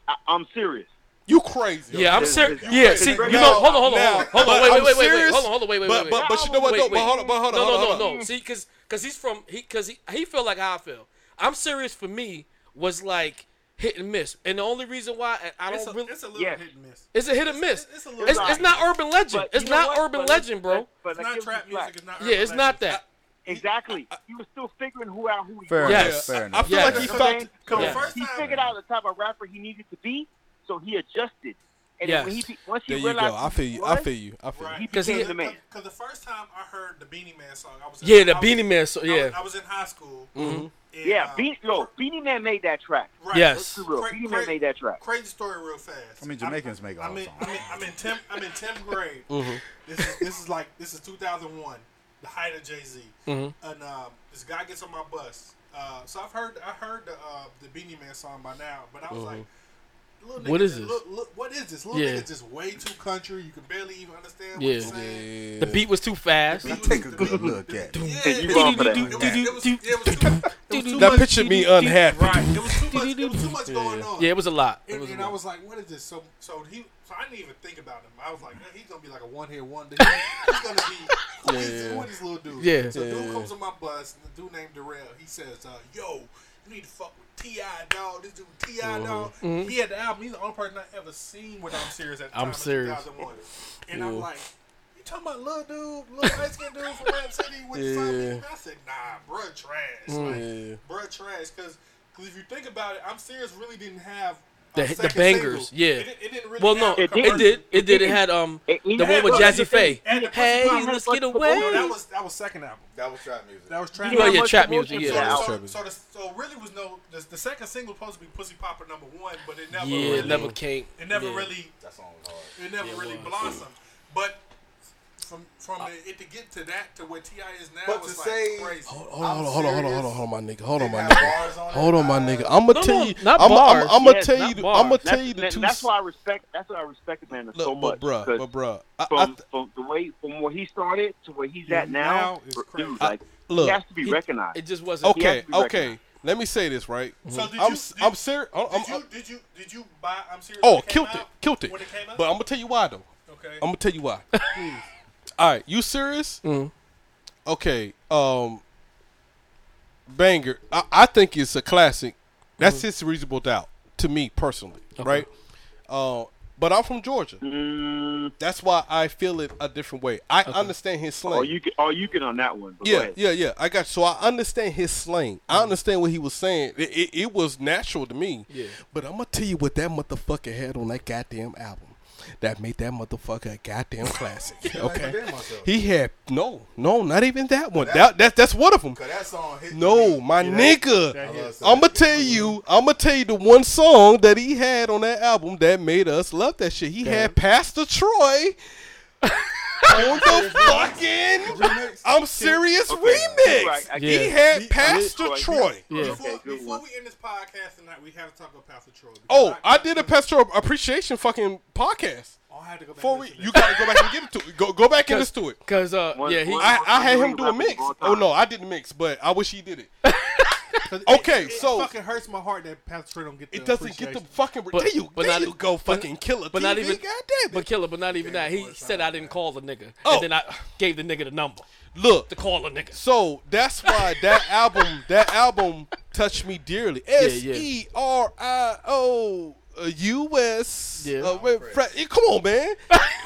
Speaker 11: I, I'm serious.
Speaker 1: You crazy?
Speaker 4: Yeah, I'm serious.
Speaker 1: You
Speaker 4: Yeah,
Speaker 1: crazy.
Speaker 4: see, you
Speaker 1: Now-
Speaker 4: know, hold on, hold on,
Speaker 1: now-
Speaker 4: hold on, hold
Speaker 1: but
Speaker 4: on, wait,
Speaker 1: I'm
Speaker 4: wait, wait, wait, wait,
Speaker 1: serious,
Speaker 4: hold on, hold on, wait, wait,
Speaker 1: but-
Speaker 4: wait, wait.
Speaker 1: but- but you know what,
Speaker 4: Wait,
Speaker 1: though, but
Speaker 4: wait.
Speaker 1: hold on, but hold on,
Speaker 4: no,
Speaker 1: hold on,
Speaker 4: no, no,
Speaker 1: hold
Speaker 4: no.
Speaker 1: on.
Speaker 4: See, because because he's from he because he he felt like how I feel. I'm serious for me was like hit and miss, and the only reason why I- I don't
Speaker 5: It's a-
Speaker 4: really
Speaker 5: it's a little Yes. hit and miss.
Speaker 4: It's a hit and miss.
Speaker 5: it's
Speaker 4: It's,
Speaker 5: a little
Speaker 4: it's,
Speaker 5: hit and
Speaker 4: not
Speaker 5: miss.
Speaker 4: urban legend.
Speaker 5: But
Speaker 4: It's
Speaker 5: you know
Speaker 4: not
Speaker 5: what?
Speaker 4: urban
Speaker 5: But let's-
Speaker 4: legend, bro.
Speaker 5: It's not trap music. It's not.
Speaker 4: Yeah, it's not that.
Speaker 11: Exactly. He was still figuring who out who he
Speaker 4: Fair
Speaker 11: was.
Speaker 4: enough, Yes. fair I- I enough. feel like he
Speaker 11: You know
Speaker 4: felt-
Speaker 11: what I'm saying?
Speaker 4: come
Speaker 11: So
Speaker 4: on. First
Speaker 11: He figured out the type of rapper he needed to be, so he adjusted. And
Speaker 1: Yes.
Speaker 11: when he be- once he
Speaker 1: There you
Speaker 11: realized
Speaker 1: go. I feel you. I feel you. I feel you.
Speaker 11: Because he became the man.
Speaker 5: Because the first time I heard the Beanie Man song, I was in,
Speaker 4: Yeah, the
Speaker 5: I was-
Speaker 4: Beanie Man song,
Speaker 5: I was-
Speaker 4: yeah.
Speaker 5: I was in high school. uh,
Speaker 4: Mhm.
Speaker 11: Yeah, Be- yo, Beanie Man made that track.
Speaker 5: Right.
Speaker 11: Let's be real.
Speaker 5: Cra-
Speaker 11: Beanie
Speaker 5: cra-
Speaker 11: Man made that track.
Speaker 5: Crazy story, real fast.
Speaker 13: I mean, Jamaicans make all
Speaker 5: I'm in,
Speaker 13: songs.
Speaker 5: I'm in, I'm in tenth. I'm in tenth grade.
Speaker 1: Mm-hmm.
Speaker 13: Mhm.
Speaker 5: This is this is like this is 2001, the height of Jay Z.
Speaker 13: Mhm.
Speaker 1: Mm-hmm.
Speaker 5: And um, this guy gets on my bus. Uh, so I've heard I heard the uh, the Beanie Man song by now, but I was
Speaker 1: Mhm.
Speaker 5: like, little
Speaker 1: What
Speaker 5: nigga,
Speaker 1: is this?
Speaker 5: Look, look, what is this? Little
Speaker 1: Yeah.
Speaker 5: nigga just way too country. You can barely even understand what
Speaker 4: Yeah.
Speaker 5: he's saying.
Speaker 4: The beat was too fast.
Speaker 5: Now take a good
Speaker 13: look at
Speaker 1: Now picture me unhappy.
Speaker 5: Right. It was too much. It was too much going on.
Speaker 4: Yeah, it was a lot. It
Speaker 5: And,
Speaker 4: was a
Speaker 5: and I
Speaker 4: lot.
Speaker 5: was like, "What is this?" So, so he, so I didn't even think about him. I was like, "Man, "He's gonna be like a one hit wonder. He's gonna be who is, who is this little dude?"
Speaker 1: Yeah.
Speaker 5: So, dude
Speaker 1: Yeah.
Speaker 5: comes on my bus. The dude named Darrell. He says, uh, "Yo, you need to fuck with Ti Dog. This dude Ti Dog.
Speaker 4: Mhm. Mhm.
Speaker 5: He had the album. He's the only person I ever seen when I'm serious at the
Speaker 4: I'm
Speaker 5: time.
Speaker 4: serious.
Speaker 5: In 2001. And I'm
Speaker 4: Yeah.
Speaker 5: like, "You talking about little dude, little Mexican dude from Rap City with
Speaker 1: Yeah.
Speaker 5: something?" I said, "Nah, bruh, trash.
Speaker 4: Hmm.
Speaker 1: Mm. Yeah.
Speaker 5: Like, bruh, trash." Because if you think about it, I'm serious. Really didn't have
Speaker 4: the,
Speaker 5: a
Speaker 4: the
Speaker 5: second
Speaker 4: bangers,
Speaker 5: single.
Speaker 4: yeah.
Speaker 5: It, di- it didn't really
Speaker 4: well, no,
Speaker 5: have a
Speaker 4: it did,
Speaker 5: commercial.
Speaker 4: it did. It had um
Speaker 5: It- it
Speaker 4: the
Speaker 5: had-
Speaker 4: one with
Speaker 5: look, that's
Speaker 4: Jazzy
Speaker 5: the thing.
Speaker 4: Faye.
Speaker 5: And the
Speaker 4: Hey,
Speaker 5: Pussycat
Speaker 4: let's
Speaker 5: Dolls-
Speaker 4: get
Speaker 5: No,
Speaker 4: away.
Speaker 5: that was that was second album. That was trap music. That was trap.
Speaker 4: You know, yeah, trap music,
Speaker 5: So-
Speaker 4: yeah.
Speaker 5: So,
Speaker 4: Trap
Speaker 5: so, the, so really was no. The, the second single was supposed to be Pussy Popper number one, but it never.
Speaker 4: Yeah, it
Speaker 5: really,
Speaker 4: never came.
Speaker 5: It never
Speaker 4: Yeah.
Speaker 5: really.
Speaker 6: That song was hard.
Speaker 5: It never
Speaker 4: Yeah, it
Speaker 5: really
Speaker 4: was.
Speaker 5: blossomed. But from from it, it to get to that to where Ti is now
Speaker 6: But
Speaker 5: was
Speaker 6: to
Speaker 5: like
Speaker 6: say-
Speaker 5: crazy.
Speaker 1: Hold on, hold on, hold on, hold on, hold on, my nigga. Hold on, my
Speaker 5: Didn't
Speaker 1: nigga. Hold on, my nigga. I'm gonna
Speaker 11: No,
Speaker 1: tell
Speaker 11: no,
Speaker 1: you.
Speaker 11: not
Speaker 1: I'm
Speaker 11: bars.
Speaker 1: gonna
Speaker 11: Yes,
Speaker 1: tell
Speaker 11: not
Speaker 1: you.
Speaker 11: bars.
Speaker 1: I'm gonna tell
Speaker 11: That's-
Speaker 1: you the
Speaker 11: that-
Speaker 1: two.
Speaker 11: That's why I respect. That's why I respect Atlanta so much.
Speaker 1: But bruh,
Speaker 11: 'cause
Speaker 1: but bruh, I, I,
Speaker 11: from from the way from where he started to where he's
Speaker 5: Yeah,
Speaker 11: at now,
Speaker 5: now is
Speaker 11: dude,
Speaker 5: crazy.
Speaker 11: like
Speaker 1: look,
Speaker 11: he has to be
Speaker 1: he-
Speaker 11: recognized.
Speaker 4: It just wasn't.
Speaker 1: okay,
Speaker 11: to be
Speaker 1: okay. Let me say this right.
Speaker 5: So did
Speaker 1: I'm,
Speaker 5: you?
Speaker 1: s-
Speaker 5: did-
Speaker 1: I'm serious. I'm,
Speaker 5: Did
Speaker 1: I'm-
Speaker 5: you did you did you buy? I'm serious. when
Speaker 1: oh,
Speaker 5: it came
Speaker 1: killed it,
Speaker 5: out?
Speaker 1: killed it.
Speaker 5: When it came out?
Speaker 1: But I'm gonna tell you why though.
Speaker 5: Okay.
Speaker 1: I'm gonna tell you why. All right, you serious? Okay. Um, banger. I, I think it's a classic. That's his reasonable doubt to me personally, right? Uh, but I'm from Georgia. That's why I feel it a different way. I understand his slang.
Speaker 11: All Oh, you can, all you can on that one. But go
Speaker 1: Yeah,
Speaker 11: ahead. Mm-hmm.
Speaker 1: yeah, yeah. I got so I understand his slang. I understand what he was saying. It, it, it was natural to me.
Speaker 4: Yeah.
Speaker 1: But I'm gonna tell you what that motherfucker had on that goddamn album that made that motherfucker a goddamn classic. okay. He had no, no, not even that one. That, that that's one of them.
Speaker 6: That song hit.
Speaker 1: No, my
Speaker 6: that
Speaker 1: nigga.
Speaker 6: hit.
Speaker 1: I'm gonna tell you. I'm gonna tell you the one song that he had on that album that made us love that shit. He had Pastor Troy on the fucking. I'm serious remix.
Speaker 5: Right,
Speaker 1: He
Speaker 5: I get it.
Speaker 1: had
Speaker 5: He-
Speaker 1: Pastor
Speaker 5: Troy.
Speaker 1: Troy.
Speaker 5: Before, before we end this podcast tonight, we have to talk about Pastor Troy.
Speaker 1: Oh, I did a Pastor appreciation fucking podcast.
Speaker 5: Oh, I had to go back.
Speaker 1: For we, you gotta go back and get into it. Go go back and listen to it.
Speaker 4: Cause uh, yeah, he,
Speaker 1: I, I had him do a mix. Oh no, I didn't mix, but I wish he did it. okay,
Speaker 5: it
Speaker 1: so
Speaker 5: fucking hurts my heart that Pastor Troy don't get. The
Speaker 1: It doesn't get the
Speaker 5: appreciation.
Speaker 1: fucking. there you, there you go,
Speaker 4: but-
Speaker 1: fucking killer.
Speaker 4: But not
Speaker 1: TV,
Speaker 4: even,
Speaker 1: goddamn it.
Speaker 4: but killer, but not even that. He said I didn't call the nigga,
Speaker 1: Oh.
Speaker 4: and then I gave the nigga the number.
Speaker 1: Look,
Speaker 4: to call a nigga.
Speaker 1: So that's why that album, that album touched me dearly. S
Speaker 4: yeah.
Speaker 1: E R I O uh, U S. uh, wait, Fre- eh, Come on, man.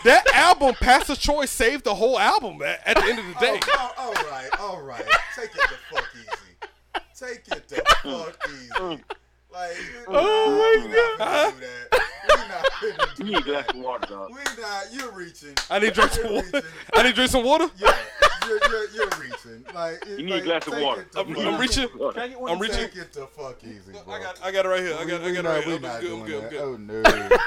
Speaker 1: that album, Pastor Troy, saved the whole album at, at the end of the day.
Speaker 6: Oh, all right, all right. Take it the fuck easy. Take it the fuck easy. Like,
Speaker 1: Oh
Speaker 6: my god. Do that. We're not gonna do
Speaker 11: You need a glass of water, dog.
Speaker 6: We're not. You're reaching.
Speaker 1: I need to drink
Speaker 6: You're
Speaker 1: some water.
Speaker 6: reaching.
Speaker 1: I need to drink some water.
Speaker 6: Yeah, you're, you're, you're reaching. Like,
Speaker 11: You need a glass of water.
Speaker 1: I'm, I'm reaching. I'm reaching.
Speaker 6: Take it the fuck easy, bro.
Speaker 1: I got it right here. I got, I got it right here. I'm good. I'm good. I'm good.
Speaker 6: Oh no.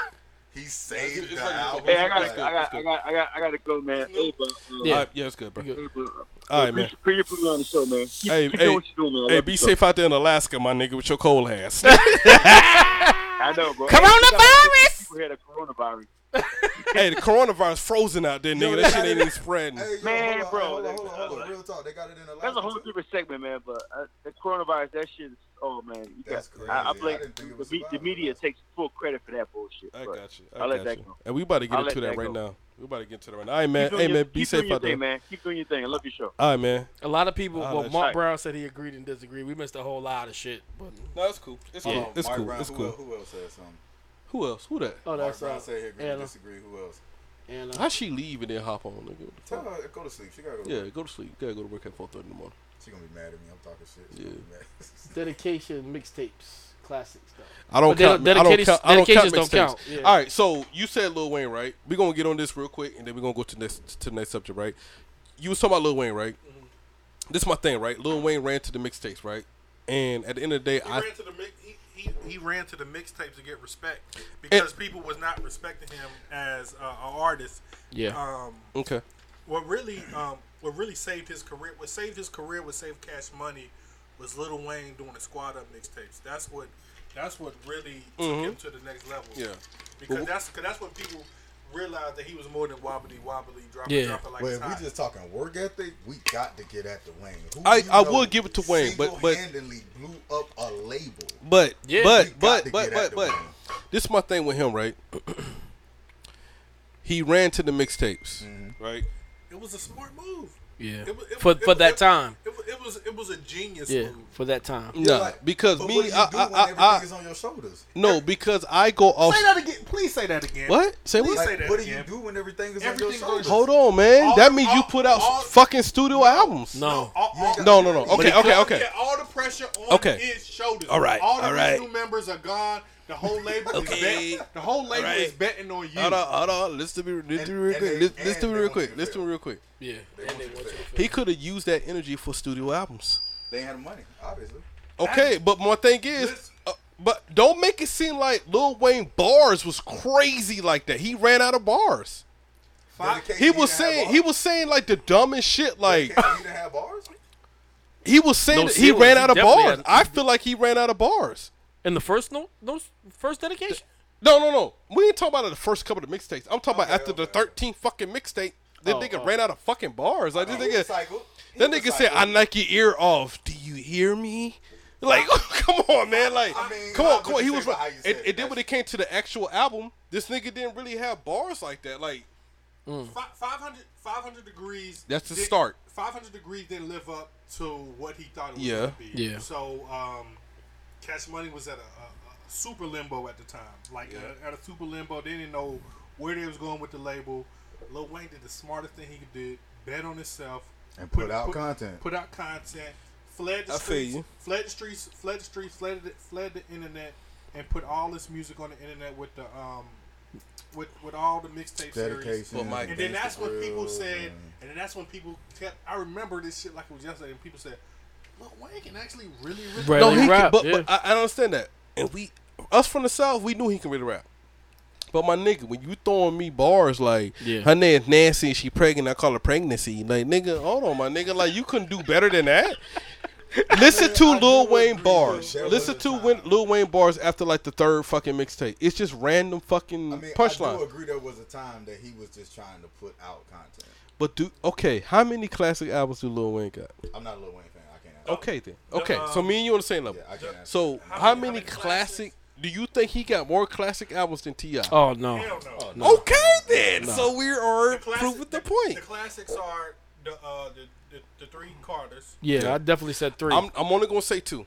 Speaker 6: He saved the album.
Speaker 11: Hey, I gotta, I gotta, I gotta, I gotta, I gotta go, man. Hey, but, uh,
Speaker 1: Yeah, yeah, it's good, bro.
Speaker 11: hey, but, uh,
Speaker 1: All right, man.
Speaker 11: Appreciate you putting me on the show, man. Keep,
Speaker 1: Hey,
Speaker 11: keep
Speaker 1: hey,
Speaker 11: doing what you're doing, man. I
Speaker 1: hey,
Speaker 11: love
Speaker 1: be
Speaker 11: you,
Speaker 1: safe out there in Alaska, my nigga, with your cold ass.
Speaker 11: dog. I know, bro.
Speaker 4: Coronavirus!
Speaker 11: People here, the coronavirus.
Speaker 1: hey, the coronavirus frozen out there, nigga. That shit ain't even spreading.
Speaker 11: man, bro. Real talk, they got it in a That's a whole different segment, man. But uh, the coronavirus, that shit is. Oh man, you
Speaker 1: That's
Speaker 11: got, I, I
Speaker 1: crazy.
Speaker 11: blame
Speaker 1: I didn't think it
Speaker 11: the,
Speaker 1: was
Speaker 11: me- the
Speaker 1: about
Speaker 11: media takes full credit for that bullshit.
Speaker 1: I
Speaker 11: but
Speaker 1: got you. I
Speaker 11: I'll let
Speaker 1: got
Speaker 11: that
Speaker 1: you.
Speaker 11: go.
Speaker 1: And we about to get
Speaker 11: I'll
Speaker 1: into
Speaker 11: let
Speaker 1: that right
Speaker 11: go.
Speaker 1: now. We about to get to that right now. All right, man.
Speaker 11: Keep
Speaker 1: Hey,
Speaker 11: doing your-
Speaker 1: man. Be
Speaker 11: keep
Speaker 1: safe
Speaker 11: doing
Speaker 1: out
Speaker 11: your
Speaker 1: there.
Speaker 11: thing, man. Keep doing your thing. I love your show.
Speaker 1: All right, man.
Speaker 4: A lot of people.
Speaker 5: Oh,
Speaker 1: I'll
Speaker 4: well,
Speaker 1: let
Speaker 4: Mark
Speaker 1: you-
Speaker 4: Brown said he agreed and disagreed. We missed a whole lot of shit. But
Speaker 1: no, it's cool. It's
Speaker 6: Hold
Speaker 1: cool.
Speaker 6: on,
Speaker 1: It's
Speaker 6: Mark
Speaker 1: cool.
Speaker 6: Brown,
Speaker 1: It's
Speaker 6: who
Speaker 1: cool.
Speaker 6: el- Who else said something?
Speaker 1: Who else? Who that?
Speaker 4: Oh,
Speaker 6: Mark
Speaker 4: that's
Speaker 6: Brown
Speaker 4: uh,
Speaker 6: said he agreed and
Speaker 4: Anna.
Speaker 6: disagree. Who else?
Speaker 4: Anna.
Speaker 1: How she leave and then hop on, nigga? What the
Speaker 6: Tell
Speaker 1: fuck?
Speaker 6: her go to sleep. She gotta go. To
Speaker 1: Yeah,
Speaker 6: Work.
Speaker 1: go to sleep. Gotta go to work at four thirty in the morning.
Speaker 6: She gonna be mad at me. I'm talking shit. She
Speaker 1: Yeah.
Speaker 6: gonna be mad.
Speaker 4: Dedication mixtapes, classic stuff.
Speaker 1: I don't
Speaker 4: But they
Speaker 1: count.
Speaker 4: don't-
Speaker 1: I don't
Speaker 4: dedicated-
Speaker 1: count. I don't count.
Speaker 4: dedications don't
Speaker 1: mixtapes.
Speaker 4: count. Yeah.
Speaker 1: All right. So you said Lil Wayne, right? We're gonna get on this real quick, and then we're gonna go to next to the next subject, right? You was talking about Lil Wayne, right? This is my thing, right? Lil Wayne ran to the mixtapes, right? And at the end of the day,
Speaker 5: He
Speaker 1: I
Speaker 5: ran to the mix. He, he, he ran to the mixtape to get respect because people was not respecting him as uh, an artist.
Speaker 1: Yeah.
Speaker 5: Um,
Speaker 1: okay.
Speaker 5: What really um, what really saved his career? What saved his career? What saved Cash Money? Was Lil Wayne doing the Squad Up mixtapes? That's what. That's what really took
Speaker 1: Mhm.
Speaker 4: Mm-hmm.
Speaker 5: him to the next level.
Speaker 1: Yeah.
Speaker 5: Because
Speaker 1: Well,
Speaker 5: that's cause that's when people realized that he was more than wobbly wobbly dropping
Speaker 1: Yeah.
Speaker 5: dropping like
Speaker 6: Well,
Speaker 5: it's
Speaker 6: if we
Speaker 5: hot.
Speaker 6: just talking work ethic, we got to get at the Wayne. Who
Speaker 1: I,
Speaker 6: you
Speaker 1: I
Speaker 6: know
Speaker 1: would give it to Wayne, but but
Speaker 6: single-handedly blew up a label.
Speaker 1: But
Speaker 6: Yeah. We
Speaker 1: but
Speaker 6: got
Speaker 1: but
Speaker 6: to
Speaker 1: but
Speaker 6: get at
Speaker 1: but
Speaker 6: the
Speaker 1: but
Speaker 6: win.
Speaker 1: this is my thing with him, right? he ran to the mixtapes, right?
Speaker 5: It was a smart move.
Speaker 4: Yeah.
Speaker 5: It was- it
Speaker 4: for
Speaker 5: was- it
Speaker 4: for
Speaker 5: was-
Speaker 4: that
Speaker 5: it-
Speaker 4: time.
Speaker 5: It, was- it was it was a genius
Speaker 4: Yeah.
Speaker 5: move.
Speaker 4: For that time.
Speaker 1: Nah, because
Speaker 5: but
Speaker 1: me,
Speaker 5: what do you
Speaker 1: I,
Speaker 5: do
Speaker 1: I,
Speaker 5: when
Speaker 1: I,
Speaker 5: everything
Speaker 1: I-
Speaker 5: is on your shoulders?
Speaker 1: No, because I go
Speaker 4: Oh.
Speaker 1: off.
Speaker 5: Say that again. Please say that again.
Speaker 1: What? Say
Speaker 5: Please
Speaker 1: what?
Speaker 5: Say that
Speaker 6: What do
Speaker 5: again.
Speaker 6: you do when everything is on your
Speaker 5: Everything's on
Speaker 6: shoulders?
Speaker 1: Hold on, man.
Speaker 5: All-
Speaker 1: that means you
Speaker 5: all-
Speaker 1: put out
Speaker 5: all-
Speaker 1: fucking studio albums.
Speaker 4: No.
Speaker 1: no, no, no. Okay, okay, okay.
Speaker 5: Yeah, all the pressure on
Speaker 1: Okay.
Speaker 5: his shoulders.
Speaker 1: All right,
Speaker 5: All the
Speaker 1: all right.
Speaker 5: new members are gone. The whole label
Speaker 1: Okay.
Speaker 5: is bet, The whole label
Speaker 1: All right.
Speaker 5: is betting on you.
Speaker 1: Hold on, uh, hold on. Listen to me, listen to me real
Speaker 5: and
Speaker 1: quick.
Speaker 5: they-
Speaker 1: Listen- Listen to
Speaker 5: and
Speaker 1: me
Speaker 5: they
Speaker 1: real
Speaker 5: want you
Speaker 1: quick.
Speaker 5: to
Speaker 1: Listen to me real quick.
Speaker 4: Yeah.
Speaker 1: He could have used that energy for studio albums.
Speaker 6: They ain't had the money, obviously.
Speaker 1: Okay, but my thing is, uh, but don't make it seem like Lil Wayne bars was crazy like that. He ran out of bars. He was saying he was saying like the dumbest shit. Like
Speaker 6: He didn't have bars.
Speaker 1: he was saying
Speaker 4: No,
Speaker 1: that
Speaker 4: he
Speaker 1: he
Speaker 4: was-
Speaker 1: ran
Speaker 4: he
Speaker 1: out of
Speaker 4: definitely
Speaker 1: bars.
Speaker 4: had-
Speaker 1: I feel like he ran out of bars.
Speaker 4: In the first no, those first dedication.
Speaker 1: No, no, no. We ain't talking about the first couple of mixtapes. I'm talking about after the 13th fucking mixtape, this
Speaker 4: Oh,
Speaker 1: nigga
Speaker 4: oh.
Speaker 1: ran out of fucking bars. Like this
Speaker 6: Oh, He
Speaker 1: nigga,
Speaker 6: recycled. He
Speaker 1: that nigga said,
Speaker 6: recycled.
Speaker 1: "I knock your ear off." Do you hear me? Like, come on, man. Like,
Speaker 6: I mean,
Speaker 1: come
Speaker 6: I
Speaker 1: on, come on.
Speaker 6: understand
Speaker 1: He was
Speaker 6: how
Speaker 1: right.
Speaker 6: you said
Speaker 1: And,
Speaker 6: it,
Speaker 1: and then when it came to the actual album, this nigga didn't really have bars like that. Like,
Speaker 5: Fi- 500, 500 degrees.
Speaker 1: That's the
Speaker 5: didn't-
Speaker 1: start.
Speaker 5: 500 degrees didn't live up to what he thought it was
Speaker 1: Yeah.
Speaker 5: going to be.
Speaker 4: Yeah.
Speaker 5: So, um, Cash Money was at a, a, a super limbo at the time. Like, uh at a super limbo. They didn't know where they was going with the label. Lil Wayne did the smartest thing he could do bet on himself.
Speaker 6: And put out content.
Speaker 5: Put out content. Fled the
Speaker 1: I feel
Speaker 5: streets.
Speaker 1: you.
Speaker 5: Fled the streets. Fled the streets. Fled the, fled the internet. And put all this music on the internet with the um, with with all the mixtape series.
Speaker 6: Dedication. Well, my
Speaker 5: and then
Speaker 6: gangsta
Speaker 5: that's when people
Speaker 6: grill
Speaker 5: said,
Speaker 6: and-
Speaker 5: and then that's when people kept. I remember this shit like it was yesterday, and people said, "Look, Wayne can actually really, really."
Speaker 1: no,
Speaker 4: Really
Speaker 1: he
Speaker 4: rap,
Speaker 1: can, but,
Speaker 4: yeah.
Speaker 1: but I, I don't understand that. And we, us from the south, we knew he can really rap. But my nigga, when you throwing me bars like
Speaker 4: Yeah.
Speaker 1: her name's Nancy and she pregnant, I call her pregnancy. Like nigga, hold on, my nigga, like you couldn't do better than that. Listen to Lil Wayne bars. Listen to when Lil Wayne bars after like the third fucking mixtape. It's just random fucking
Speaker 6: I mean, I do
Speaker 1: punchline.
Speaker 6: agree there was a time that he was just trying to put out content.
Speaker 1: But do okay, how many classic albums do Lil Wayne got?
Speaker 6: I'm not a Lil Wayne fan. I can't. answer.
Speaker 1: Okay then. Okay, so me and you on the same level.
Speaker 6: I can't answer.
Speaker 1: so how, many, classic? Do you think he got more classic albums than Ti?
Speaker 4: Oh no.
Speaker 5: Hell
Speaker 4: no.
Speaker 1: Okay then.
Speaker 4: No.
Speaker 1: So we are
Speaker 5: classic-
Speaker 1: proving the point.
Speaker 5: The classics are the uh, the, the the three Carters.
Speaker 4: Yeah, I definitely said 3
Speaker 1: I'm, I'm only gonna say two.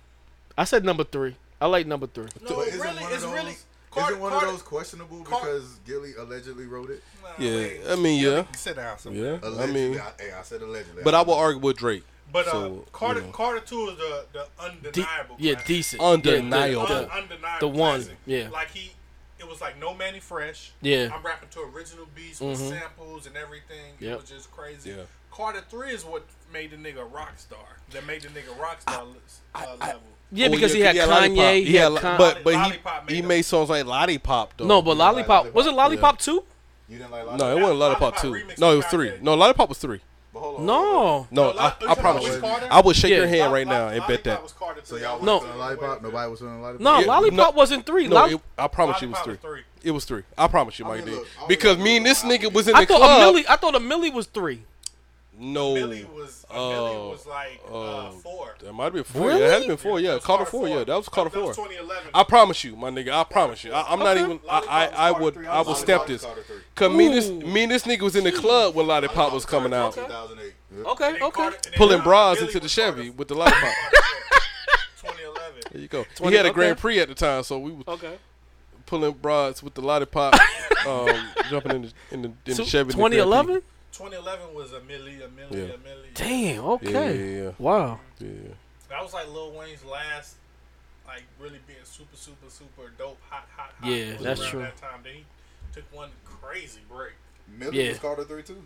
Speaker 4: I said number three. I like number three.
Speaker 5: No,
Speaker 6: But
Speaker 5: it
Speaker 6: isn't
Speaker 5: really,
Speaker 6: one of
Speaker 5: it's
Speaker 6: those,
Speaker 5: really.
Speaker 6: isn't one
Speaker 5: Carter-
Speaker 6: of those questionable because Gilly allegedly wrote it?
Speaker 1: Yeah, I mean yeah.
Speaker 5: Sit down somewhere.
Speaker 1: Yeah, I
Speaker 6: Allegedly,
Speaker 1: mean,
Speaker 6: I, hey, I said allegedly.
Speaker 1: but I will argue with Drake.
Speaker 5: But uh,
Speaker 1: So,
Speaker 5: Carter
Speaker 1: you know.
Speaker 5: Carter Two is the the undeniable.
Speaker 4: yeah,
Speaker 5: classic.
Speaker 4: decent.
Speaker 1: Undeniable.
Speaker 4: Yeah, the- the-
Speaker 5: Un- undeniable.
Speaker 4: the one,
Speaker 5: classic.
Speaker 4: yeah.
Speaker 5: Like he, it was like no Manny Fresh.
Speaker 4: Yeah.
Speaker 5: I'm rapping to original beats with
Speaker 4: Mhm.
Speaker 5: samples and everything. It
Speaker 4: Yep.
Speaker 5: was just crazy.
Speaker 1: Mm-hmm. Yeah.
Speaker 5: Carter Three is what made the nigga a rock star. That made the nigga rock star l- uh, level.
Speaker 4: Yeah,
Speaker 1: Oh,
Speaker 4: because he had
Speaker 1: Lollipop.
Speaker 4: Kanye. He had
Speaker 1: Lo-
Speaker 4: Con-
Speaker 1: but but
Speaker 5: Lollipop
Speaker 1: he
Speaker 5: made
Speaker 1: he
Speaker 5: him.
Speaker 1: made songs like Lollipop though.
Speaker 4: no, but lollipop, wasn't lollipop two?
Speaker 6: you didn't like.
Speaker 1: no, it wasn't Lollipop two. No, it was three. No, Lollipop was three.
Speaker 4: No,
Speaker 1: No,
Speaker 5: No,
Speaker 1: I,
Speaker 5: Lo-
Speaker 1: I
Speaker 5: Lo-
Speaker 1: promise
Speaker 5: Lo-
Speaker 1: you.
Speaker 5: Carter?
Speaker 1: I would shake
Speaker 4: Yeah.
Speaker 1: your hand
Speaker 5: Lo-
Speaker 1: right
Speaker 5: Lo-
Speaker 1: now and bet
Speaker 5: Lollipop
Speaker 1: that.
Speaker 5: was Carter
Speaker 6: So
Speaker 5: Three.
Speaker 6: y'all was
Speaker 4: No.
Speaker 6: feeling lollipop. Nobody was feeling lollipop.
Speaker 4: no,
Speaker 1: Yeah,
Speaker 4: lollipop
Speaker 1: no.
Speaker 4: wasn't three.
Speaker 1: No,
Speaker 4: Lolli-
Speaker 1: it, I promise you it was
Speaker 5: Lollipop
Speaker 1: three.
Speaker 5: was three.
Speaker 1: It was three. I promise you, Mike
Speaker 4: mean,
Speaker 1: D.
Speaker 4: look, I was-
Speaker 1: because me and this nigga was in
Speaker 4: I
Speaker 1: the
Speaker 4: thought
Speaker 1: club.
Speaker 4: a milli. I thought a milli was three.
Speaker 1: no,
Speaker 5: was,
Speaker 1: oh,
Speaker 5: was like uh,
Speaker 1: oh,
Speaker 5: four.
Speaker 1: That might have been four.
Speaker 4: Really?
Speaker 1: Yeah, it had been four. Yeah, Carter four. Yeah, that was Carter four. I promise you, my nigga. I promise you. I, I'm not even. I I, I would I will step this. Cause me and this me and this nigga was in the club when Lollipop was coming out,
Speaker 4: Okay, okay.
Speaker 1: pulling bras into the Chevy with the Lollipop. There you go. he
Speaker 4: 20
Speaker 1: had a Grand
Speaker 4: okay.
Speaker 1: Prix at the time, so we was
Speaker 4: Okay.
Speaker 1: pulling broads with the lollipop, um, jumping in the in the, in the
Speaker 4: Two-
Speaker 1: Chevy. in the Grand Prix.
Speaker 4: 2011?
Speaker 5: 2011 was a milli, a milli,
Speaker 1: Yeah.
Speaker 5: a milli.
Speaker 4: Damn.
Speaker 1: Yeah,
Speaker 4: Okay.
Speaker 1: yeah, yeah.
Speaker 4: Wow.
Speaker 1: Yeah.
Speaker 5: That was like Lil Wayne's last, like really being super, super, super dope, hot, hot, hot.
Speaker 4: Yeah,
Speaker 5: was
Speaker 4: that's
Speaker 5: around
Speaker 4: true.
Speaker 5: That time, then he took one crazy break.
Speaker 6: Millie
Speaker 4: Yeah.
Speaker 6: was Carter three too.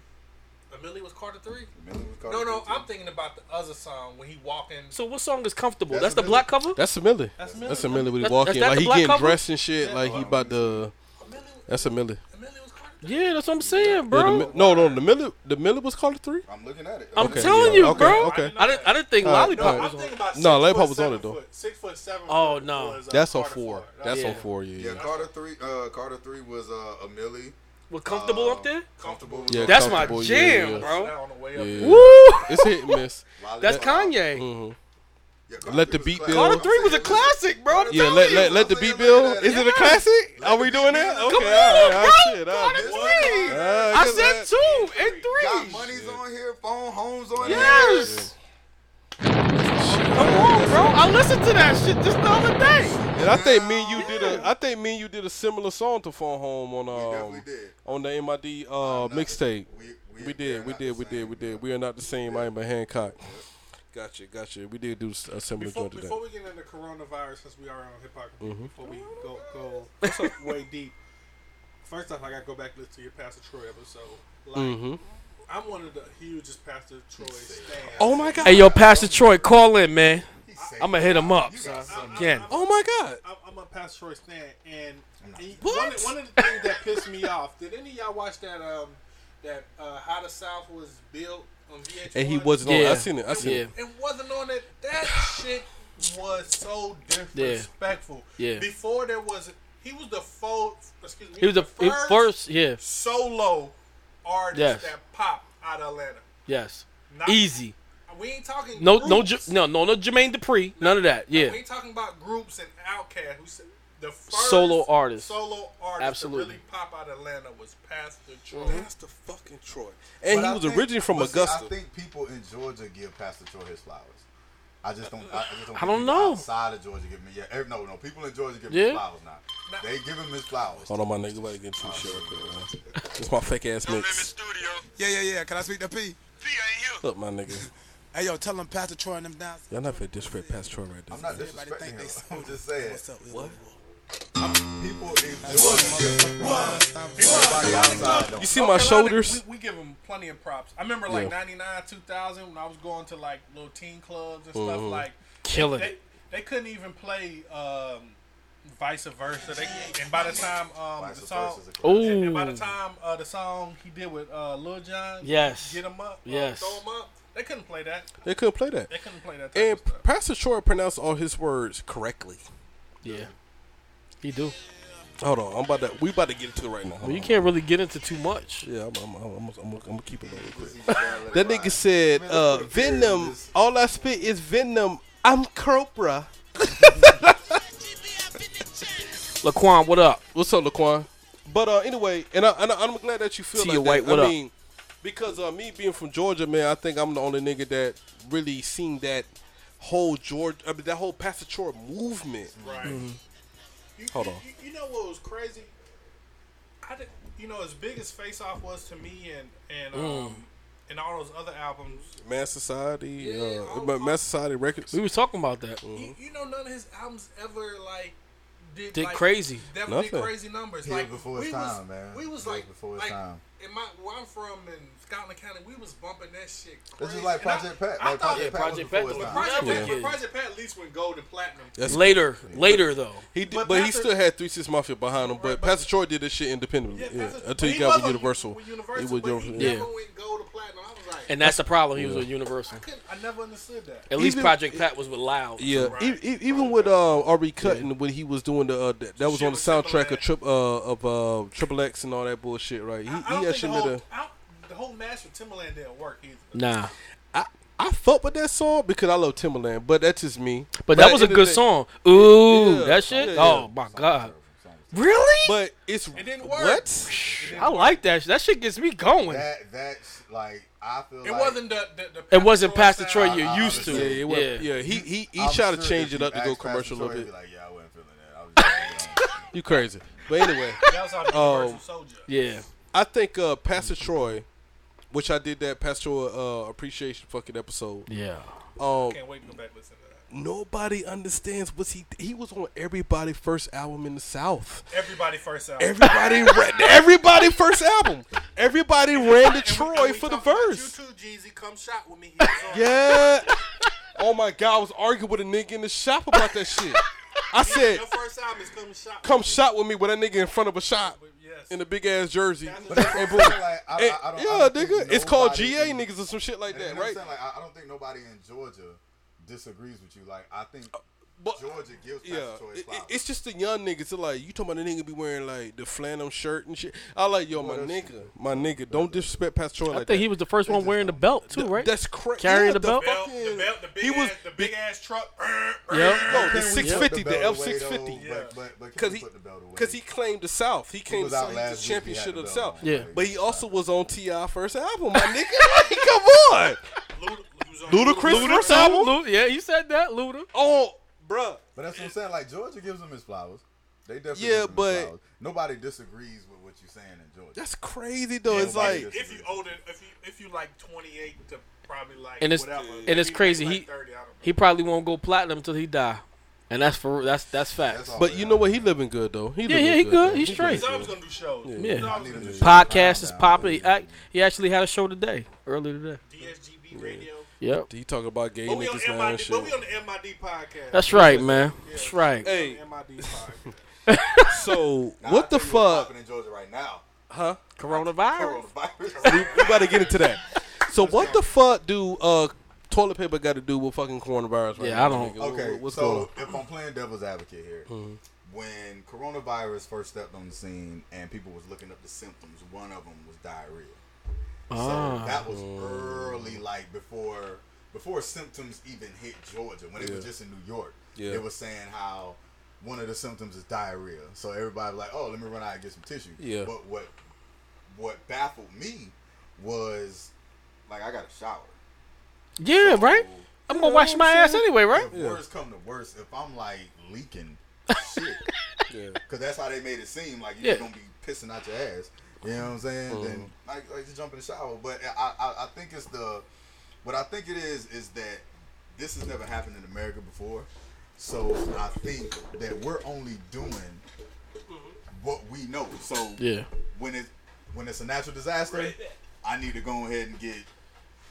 Speaker 5: The Millie was Carter three.
Speaker 6: Millie was Carter
Speaker 5: No, no,
Speaker 6: 3 too.
Speaker 5: I'm thinking about the other song when he walking.
Speaker 4: So what song is comfortable?
Speaker 5: That's
Speaker 4: That's, the
Speaker 5: Milli.
Speaker 4: black cover.
Speaker 1: That's a Millie.
Speaker 5: That's Millie.
Speaker 1: That's a Millie when he
Speaker 4: That's-
Speaker 1: walk
Speaker 4: is
Speaker 1: in.
Speaker 4: that
Speaker 1: Like
Speaker 4: the
Speaker 1: he
Speaker 4: black
Speaker 1: getting
Speaker 4: cover?
Speaker 1: dressed and shit. Like he about to. That's a Millie.
Speaker 4: Yeah, that's what I'm saying,
Speaker 1: Yeah, the
Speaker 4: bro.
Speaker 1: Mi- no, no, the Millie. The Millie was Carter three.
Speaker 6: I'm looking at it.
Speaker 4: I'm
Speaker 1: Okay,
Speaker 4: telling
Speaker 1: yeah,
Speaker 4: you,
Speaker 1: okay,
Speaker 4: bro.
Speaker 1: okay.
Speaker 4: I didn't. I didn't think
Speaker 1: All right,
Speaker 4: lollipop
Speaker 1: all right.
Speaker 4: was on.
Speaker 1: No, Lollipop was on it though.
Speaker 5: Six foot uh, seven.
Speaker 4: Oh no.
Speaker 1: That's on four. That's on four.
Speaker 6: Yeah,
Speaker 1: Yeah.
Speaker 6: Carter three. Uh, Carter three was uh, a Millie.
Speaker 4: With comfortable up there.
Speaker 6: Comfortable.
Speaker 1: Yeah,
Speaker 4: That's my
Speaker 1: Comfortable, yeah,
Speaker 4: jam,
Speaker 1: yeah.
Speaker 4: bro.
Speaker 1: Yeah.
Speaker 4: Woo!
Speaker 1: It's hit and miss.
Speaker 4: That's Kanye.
Speaker 1: Mhm. Let the beat build.
Speaker 4: Carter Three was a classic, bro. I'm
Speaker 1: Yeah,
Speaker 4: telling
Speaker 1: let,
Speaker 4: you.
Speaker 1: let, let the beat build. Is it a classic? Are we doing that? Okay, all right, all right, shit, all right. All right,
Speaker 4: I
Speaker 1: good
Speaker 4: said
Speaker 1: lad.
Speaker 4: two and three. Got
Speaker 6: money's on here, phone homes on
Speaker 4: Yes. Come on, bro. I listened to that shit just the other day.
Speaker 1: And I think me and you did a I think me and you did a similar song to Phone Home on um on the MID uh mixtape. We, did, we did, we did, we did. We are not the same. I am a Hancock. Gotcha, gotcha. We did do a similar
Speaker 5: Before,
Speaker 1: joint to
Speaker 5: before
Speaker 1: that.
Speaker 5: we get into coronavirus, since we are on hip hop,
Speaker 1: Mhm.
Speaker 5: before we go go way deep, first off, I gotta go back and listen to your Pastor Troy episode. Like,
Speaker 1: Mm-hmm.
Speaker 4: Mhm.
Speaker 5: I'm one of the hugest Pastor Troy stands.
Speaker 1: Oh my God.
Speaker 4: Hey, yo, Pastor Troy, call in, man. I'm gonna hit him up again.
Speaker 1: Oh my God.
Speaker 5: I'm, I'm a Pastor Troy stan, and he- One, of- one of the things that pissed me off. Did any of y'all watch that? Um, that uh, How the South was built on VH1.
Speaker 1: And he wasn't on- I Yeah. seen it, I seen it.
Speaker 5: It wasn't on it. That shit was so disrespectful.
Speaker 4: Yeah. Yeah.
Speaker 5: Before there was, he was the fo- excuse me,
Speaker 4: He was the he- first, yeah.
Speaker 5: solo artist
Speaker 4: Yes.
Speaker 5: that popped out of Atlanta.
Speaker 4: Yes.
Speaker 5: Not-
Speaker 4: Easy.
Speaker 5: We ain't talking
Speaker 4: No,
Speaker 5: groups.
Speaker 4: no, J- no, no, no, Jermaine Dupri. None of that. Yeah.
Speaker 5: We ain't talking about groups and outcasts. We said the first
Speaker 4: Solo artist.
Speaker 5: solo artist
Speaker 4: Absolutely.
Speaker 5: to really pop out of Atlanta was Pastor Troy.
Speaker 1: Pastor fucking Troy. And
Speaker 6: But
Speaker 1: he
Speaker 6: I
Speaker 1: was
Speaker 6: think-
Speaker 1: originally from
Speaker 6: but see,
Speaker 1: Augusta.
Speaker 6: I think people in Georgia give Pastor Troy his flowers. I just don't. I, just don't,
Speaker 4: I don't
Speaker 6: think people
Speaker 4: know.
Speaker 6: Outside of Georgia, give me yeah. every- No, no. People in Georgia give
Speaker 4: Yeah.
Speaker 6: him his flowers now. They give him his flowers.
Speaker 1: Hold on, my nigga. About to get too short. man. It's my fake ass mix.
Speaker 14: Yeah, yeah, yeah. Can I speak to P?
Speaker 1: Look, my nigga.
Speaker 14: Hey, yo, tell them Pastor Troy and them down.
Speaker 1: Y'all not finna disrespect Pastor Troy right now.
Speaker 6: I'm not disrespecting him. I'm just saying.
Speaker 14: What?
Speaker 6: People in Georgia give everybody outside.
Speaker 1: You see my
Speaker 5: Okay, a lot of-
Speaker 1: shoulders?
Speaker 5: We, we give him plenty of props. I remember like
Speaker 1: Yeah.
Speaker 5: '99, 2000 when I was going to like little teen clubs and stuff.
Speaker 4: Mm-hmm.
Speaker 1: Mhm.
Speaker 5: Like
Speaker 4: Killing
Speaker 5: they,
Speaker 4: it.
Speaker 5: They couldn't even play um, vice versa. They, and by the time um, the song,
Speaker 4: classic.
Speaker 5: and, and by the
Speaker 1: Mm.
Speaker 4: Ooh.
Speaker 5: time uh, the song he did with uh, Lil Jon,
Speaker 1: Yes.
Speaker 5: get him up,
Speaker 1: Yes.
Speaker 5: uh, throw him up. They couldn't play that.
Speaker 1: They couldn't play that.
Speaker 5: They couldn't play that.
Speaker 1: And Pastor Troy pronounced all his words correctly.
Speaker 4: Yeah. He do.
Speaker 1: Hold on, I'm about to. We about to get into it right now.
Speaker 4: Well, you can't really get into too much.
Speaker 1: Yeah, I'm, I'm, I'm, I'm, I'm, gonna keep it real quick. that nigga said, uh, "Venom. All I spit is venom. I'm Cropra."
Speaker 4: Laquan, what up?
Speaker 1: What's up, Laquan? But uh, anyway, and, I, and I, I'm glad that you feel
Speaker 4: Tia
Speaker 1: like
Speaker 4: White,
Speaker 1: that.
Speaker 4: what
Speaker 1: I
Speaker 4: up?
Speaker 1: mean, because uh, me being from Georgia, man, I think I'm the only nigga that really seen that whole George, I mean, that whole Pastor Troy movement.
Speaker 5: Right.
Speaker 1: Mhm.
Speaker 5: You,
Speaker 1: Hold
Speaker 5: you-
Speaker 1: on.
Speaker 5: You, you know what was crazy? I did, you know as big as Face Off was to me, and and
Speaker 1: Mm.
Speaker 5: um, and all those other albums.
Speaker 1: Man Society, uh, but Man Society Records.
Speaker 4: We was talking about that.
Speaker 6: Uh-huh.
Speaker 5: You, you know, none of his albums ever like did,
Speaker 4: Did
Speaker 5: like,
Speaker 4: crazy.
Speaker 5: Never
Speaker 4: Nothing.
Speaker 5: did crazy numbers.
Speaker 6: He was
Speaker 5: like
Speaker 6: before his
Speaker 5: we was,
Speaker 6: time, man.
Speaker 5: We was
Speaker 6: He was
Speaker 5: like
Speaker 6: before his
Speaker 5: like,
Speaker 6: time.
Speaker 5: In my where I'm from in Scotland County, we was bumping that shit.
Speaker 6: This
Speaker 5: Crazy.
Speaker 6: is like
Speaker 5: And I-
Speaker 6: Project Pat.
Speaker 5: I
Speaker 6: Like
Speaker 5: thought-
Speaker 6: Project Pat was
Speaker 4: Project Pat
Speaker 6: before his
Speaker 4: was
Speaker 6: time.
Speaker 5: Project Pat,
Speaker 1: Yeah.
Speaker 5: but Project Pat at least went gold and platinum.
Speaker 4: later, later though.
Speaker 1: He did, but, he still had Three Six Mafia behind him. But Pastor Troy did this shit independently yeah, until he
Speaker 5: he
Speaker 1: got
Speaker 5: was
Speaker 1: with
Speaker 5: on-
Speaker 1: Universal.
Speaker 5: with Universal,
Speaker 1: It was
Speaker 5: but he
Speaker 1: Universal,
Speaker 5: never
Speaker 1: yeah.
Speaker 5: went gold or platinum. I was like,
Speaker 4: And that's the problem. He was
Speaker 1: Yeah.
Speaker 4: with Universal.
Speaker 5: I never understood that.
Speaker 4: At least
Speaker 1: Even-
Speaker 4: Project Pat was with Loud.
Speaker 1: Yeah, e- e- even with uh, Ari Cutting when he was doing the uh, that, that was on the soundtrack of Trip uh, of uh, Triple X and all that bullshit, right? He,
Speaker 5: I don't
Speaker 1: he
Speaker 5: think the
Speaker 1: actually
Speaker 5: whole,
Speaker 1: did
Speaker 5: I don't- the whole match with Timberland didn't work either.
Speaker 1: a
Speaker 4: nah.
Speaker 1: I I fuck with that song because I love Timberland, but that's just me.
Speaker 4: But that
Speaker 1: at
Speaker 4: was
Speaker 1: the
Speaker 4: a
Speaker 1: end of
Speaker 4: good
Speaker 1: the day-
Speaker 4: song. Ooh,
Speaker 1: Yeah,
Speaker 4: that shit.
Speaker 1: yeah, yeah.
Speaker 4: Oh my god. Really?
Speaker 1: But it's what?
Speaker 4: I like that. shit. That shit gets me going.
Speaker 6: That that's like I feel.
Speaker 5: It wasn't the, the, the
Speaker 4: it wasn't
Speaker 5: Pastor
Speaker 4: Pastor
Speaker 5: Troy
Speaker 4: Troy you're used to.
Speaker 1: Yeah, it was, yeah. He he he tried to change it up to go commercial a little bit. you crazy. But anyway,
Speaker 5: That was how the
Speaker 1: Um,
Speaker 5: Universal Soldier.
Speaker 4: Yeah,
Speaker 1: I think uh, Pastor Troy, which I did that pastoral uh, appreciation fucking episode.
Speaker 4: Yeah.
Speaker 1: Um,
Speaker 5: Can't wait to go back and listen to that.
Speaker 1: nobody understands what's he. He was on everybody first album in the South.
Speaker 5: Everybody first out.
Speaker 1: Everybody ran. Everybody first album. Everybody ran to Troy for the verse.
Speaker 5: Two Jeezy come shot with me.
Speaker 1: Yeah. Oh my God, I was arguing with a nigga in the shop about that shit. I said,
Speaker 5: Your first album is come shot.
Speaker 1: "Come shot with me with that nigga in front of a shop in a big ass jersey." And boom.
Speaker 6: I-
Speaker 1: And-
Speaker 6: I don't- I
Speaker 1: yeah,
Speaker 6: don't think
Speaker 1: nigga, it's called
Speaker 6: nobody-
Speaker 1: GA niggas or some shit like
Speaker 6: And you
Speaker 1: that,
Speaker 6: know what
Speaker 1: right?
Speaker 6: I'm saying? Like, I, I don't think nobody in Georgia disagrees with you. Like I think Georgia
Speaker 1: Uh,
Speaker 6: gives
Speaker 1: Yeah,
Speaker 6: Pastor Troy his
Speaker 1: it-
Speaker 6: flowers.
Speaker 1: it- it's just the young niggas. They're like, you talking about the nigga be wearing like the flannel shirt and shit. I like, yo, my nigga, my nigga, don't disrespect Pastor Troy
Speaker 4: I
Speaker 1: like
Speaker 4: think
Speaker 1: that.
Speaker 4: he was the first one wearing the belt too, right?
Speaker 1: That's crazy.
Speaker 4: Carrying
Speaker 1: Yeah,
Speaker 4: the
Speaker 1: the
Speaker 4: belt.
Speaker 1: belt.
Speaker 5: The belt, the big ass, the big ass truck.
Speaker 1: Yeah. No, the
Speaker 6: Can we
Speaker 1: six fifty,
Speaker 6: put
Speaker 1: the
Speaker 6: belt
Speaker 1: F
Speaker 6: away,
Speaker 1: six
Speaker 6: though?
Speaker 1: fifty.
Speaker 6: But, but, but can
Speaker 1: Because
Speaker 6: we
Speaker 1: he,
Speaker 6: put the belt away?
Speaker 1: because he claimed the South. He claimed
Speaker 6: was
Speaker 1: the
Speaker 6: out
Speaker 1: South. He was
Speaker 6: last
Speaker 1: the
Speaker 6: week, he had
Speaker 1: championship
Speaker 6: the
Speaker 1: of the
Speaker 6: belt
Speaker 1: South.
Speaker 6: on. Yeah.
Speaker 1: But he also was on Ti first album, my nigga. Like, come on. Ludacris
Speaker 4: Luda
Speaker 1: first
Speaker 4: too?
Speaker 1: album.
Speaker 4: Lu- yeah, you said that, Luda.
Speaker 1: Oh, bruh.
Speaker 6: But that's what I'm saying. Like Georgia gives him his flowers. They definitely
Speaker 1: Yeah,
Speaker 6: give him his
Speaker 1: but-
Speaker 6: flowers. nobody disagrees with what you're saying in Georgia.
Speaker 1: That's crazy though.
Speaker 6: Yeah,
Speaker 1: it's
Speaker 6: nobody
Speaker 1: like
Speaker 6: disagrees.
Speaker 5: If you older, if you if you like 28 to probably like
Speaker 4: and it's
Speaker 5: whatever.
Speaker 4: and it's
Speaker 5: If you
Speaker 4: crazy.
Speaker 5: like
Speaker 4: He
Speaker 5: 30, I don't know.
Speaker 4: he probably won't go platinum until he die, and that's for that's that's facts.
Speaker 1: But you know what? He living good though. He
Speaker 4: Yeah,
Speaker 1: living
Speaker 4: yeah, he good.
Speaker 1: though.
Speaker 4: He's
Speaker 1: He
Speaker 4: straight.
Speaker 1: living
Speaker 4: He's
Speaker 5: always
Speaker 1: good.
Speaker 5: gonna do shows.
Speaker 4: yeah,
Speaker 5: He's always gonna do shows.
Speaker 4: podcast is popping. He, act, he actually had a show today, earlier today.
Speaker 5: DSGB radio.
Speaker 4: Yep.
Speaker 1: He talking about gay
Speaker 5: But we on
Speaker 1: niggas now and
Speaker 5: MID, but
Speaker 1: shit.
Speaker 5: we on the MID podcast.
Speaker 4: That's right, man. That's right.
Speaker 1: Hey.
Speaker 5: MID podcast.
Speaker 1: So what the fuck?
Speaker 6: in Georgia right now.
Speaker 1: Huh?
Speaker 4: Coronavirus.
Speaker 1: we, we about to get into that. So what the fuck do uh toilet paper got to do with fucking coronavirus? Right
Speaker 4: Yeah,
Speaker 1: now,
Speaker 4: I don't-
Speaker 1: nigga? What-
Speaker 6: Okay,
Speaker 1: what- what's going on? Mm-hmm.
Speaker 6: so if I'm playing devil's advocate here, when coronavirus first stepped on the scene and people was looking up the symptoms, one of them was diarrhea.
Speaker 4: Ah.
Speaker 6: So that was early, like before before symptoms even hit Georgia, when it was
Speaker 1: Yeah.
Speaker 6: just in New York.
Speaker 1: Yeah.
Speaker 6: It was saying how one of the symptoms is diarrhea. So everybody was like, oh, let me run out and get some tissue.
Speaker 1: Yeah.
Speaker 6: But what what baffled me was like I got a shower.
Speaker 4: Yeah, right. I'm gonna wash my ass anyway, right?
Speaker 6: If worst come to worst, if I'm like leaking shit,
Speaker 1: Yeah.
Speaker 6: because that's how they made it seem like
Speaker 4: Yeah.
Speaker 6: you're gonna be pissing out your ass. You know what I'm saying? Then
Speaker 4: Mm-hmm.
Speaker 6: like, like just jump in the shower. But I, I I think it's the what I think it is is that this has never happened in America before. So I think that we're only doing what we know. So
Speaker 4: Yeah.
Speaker 6: when it when it's a natural disaster, I need to go ahead and get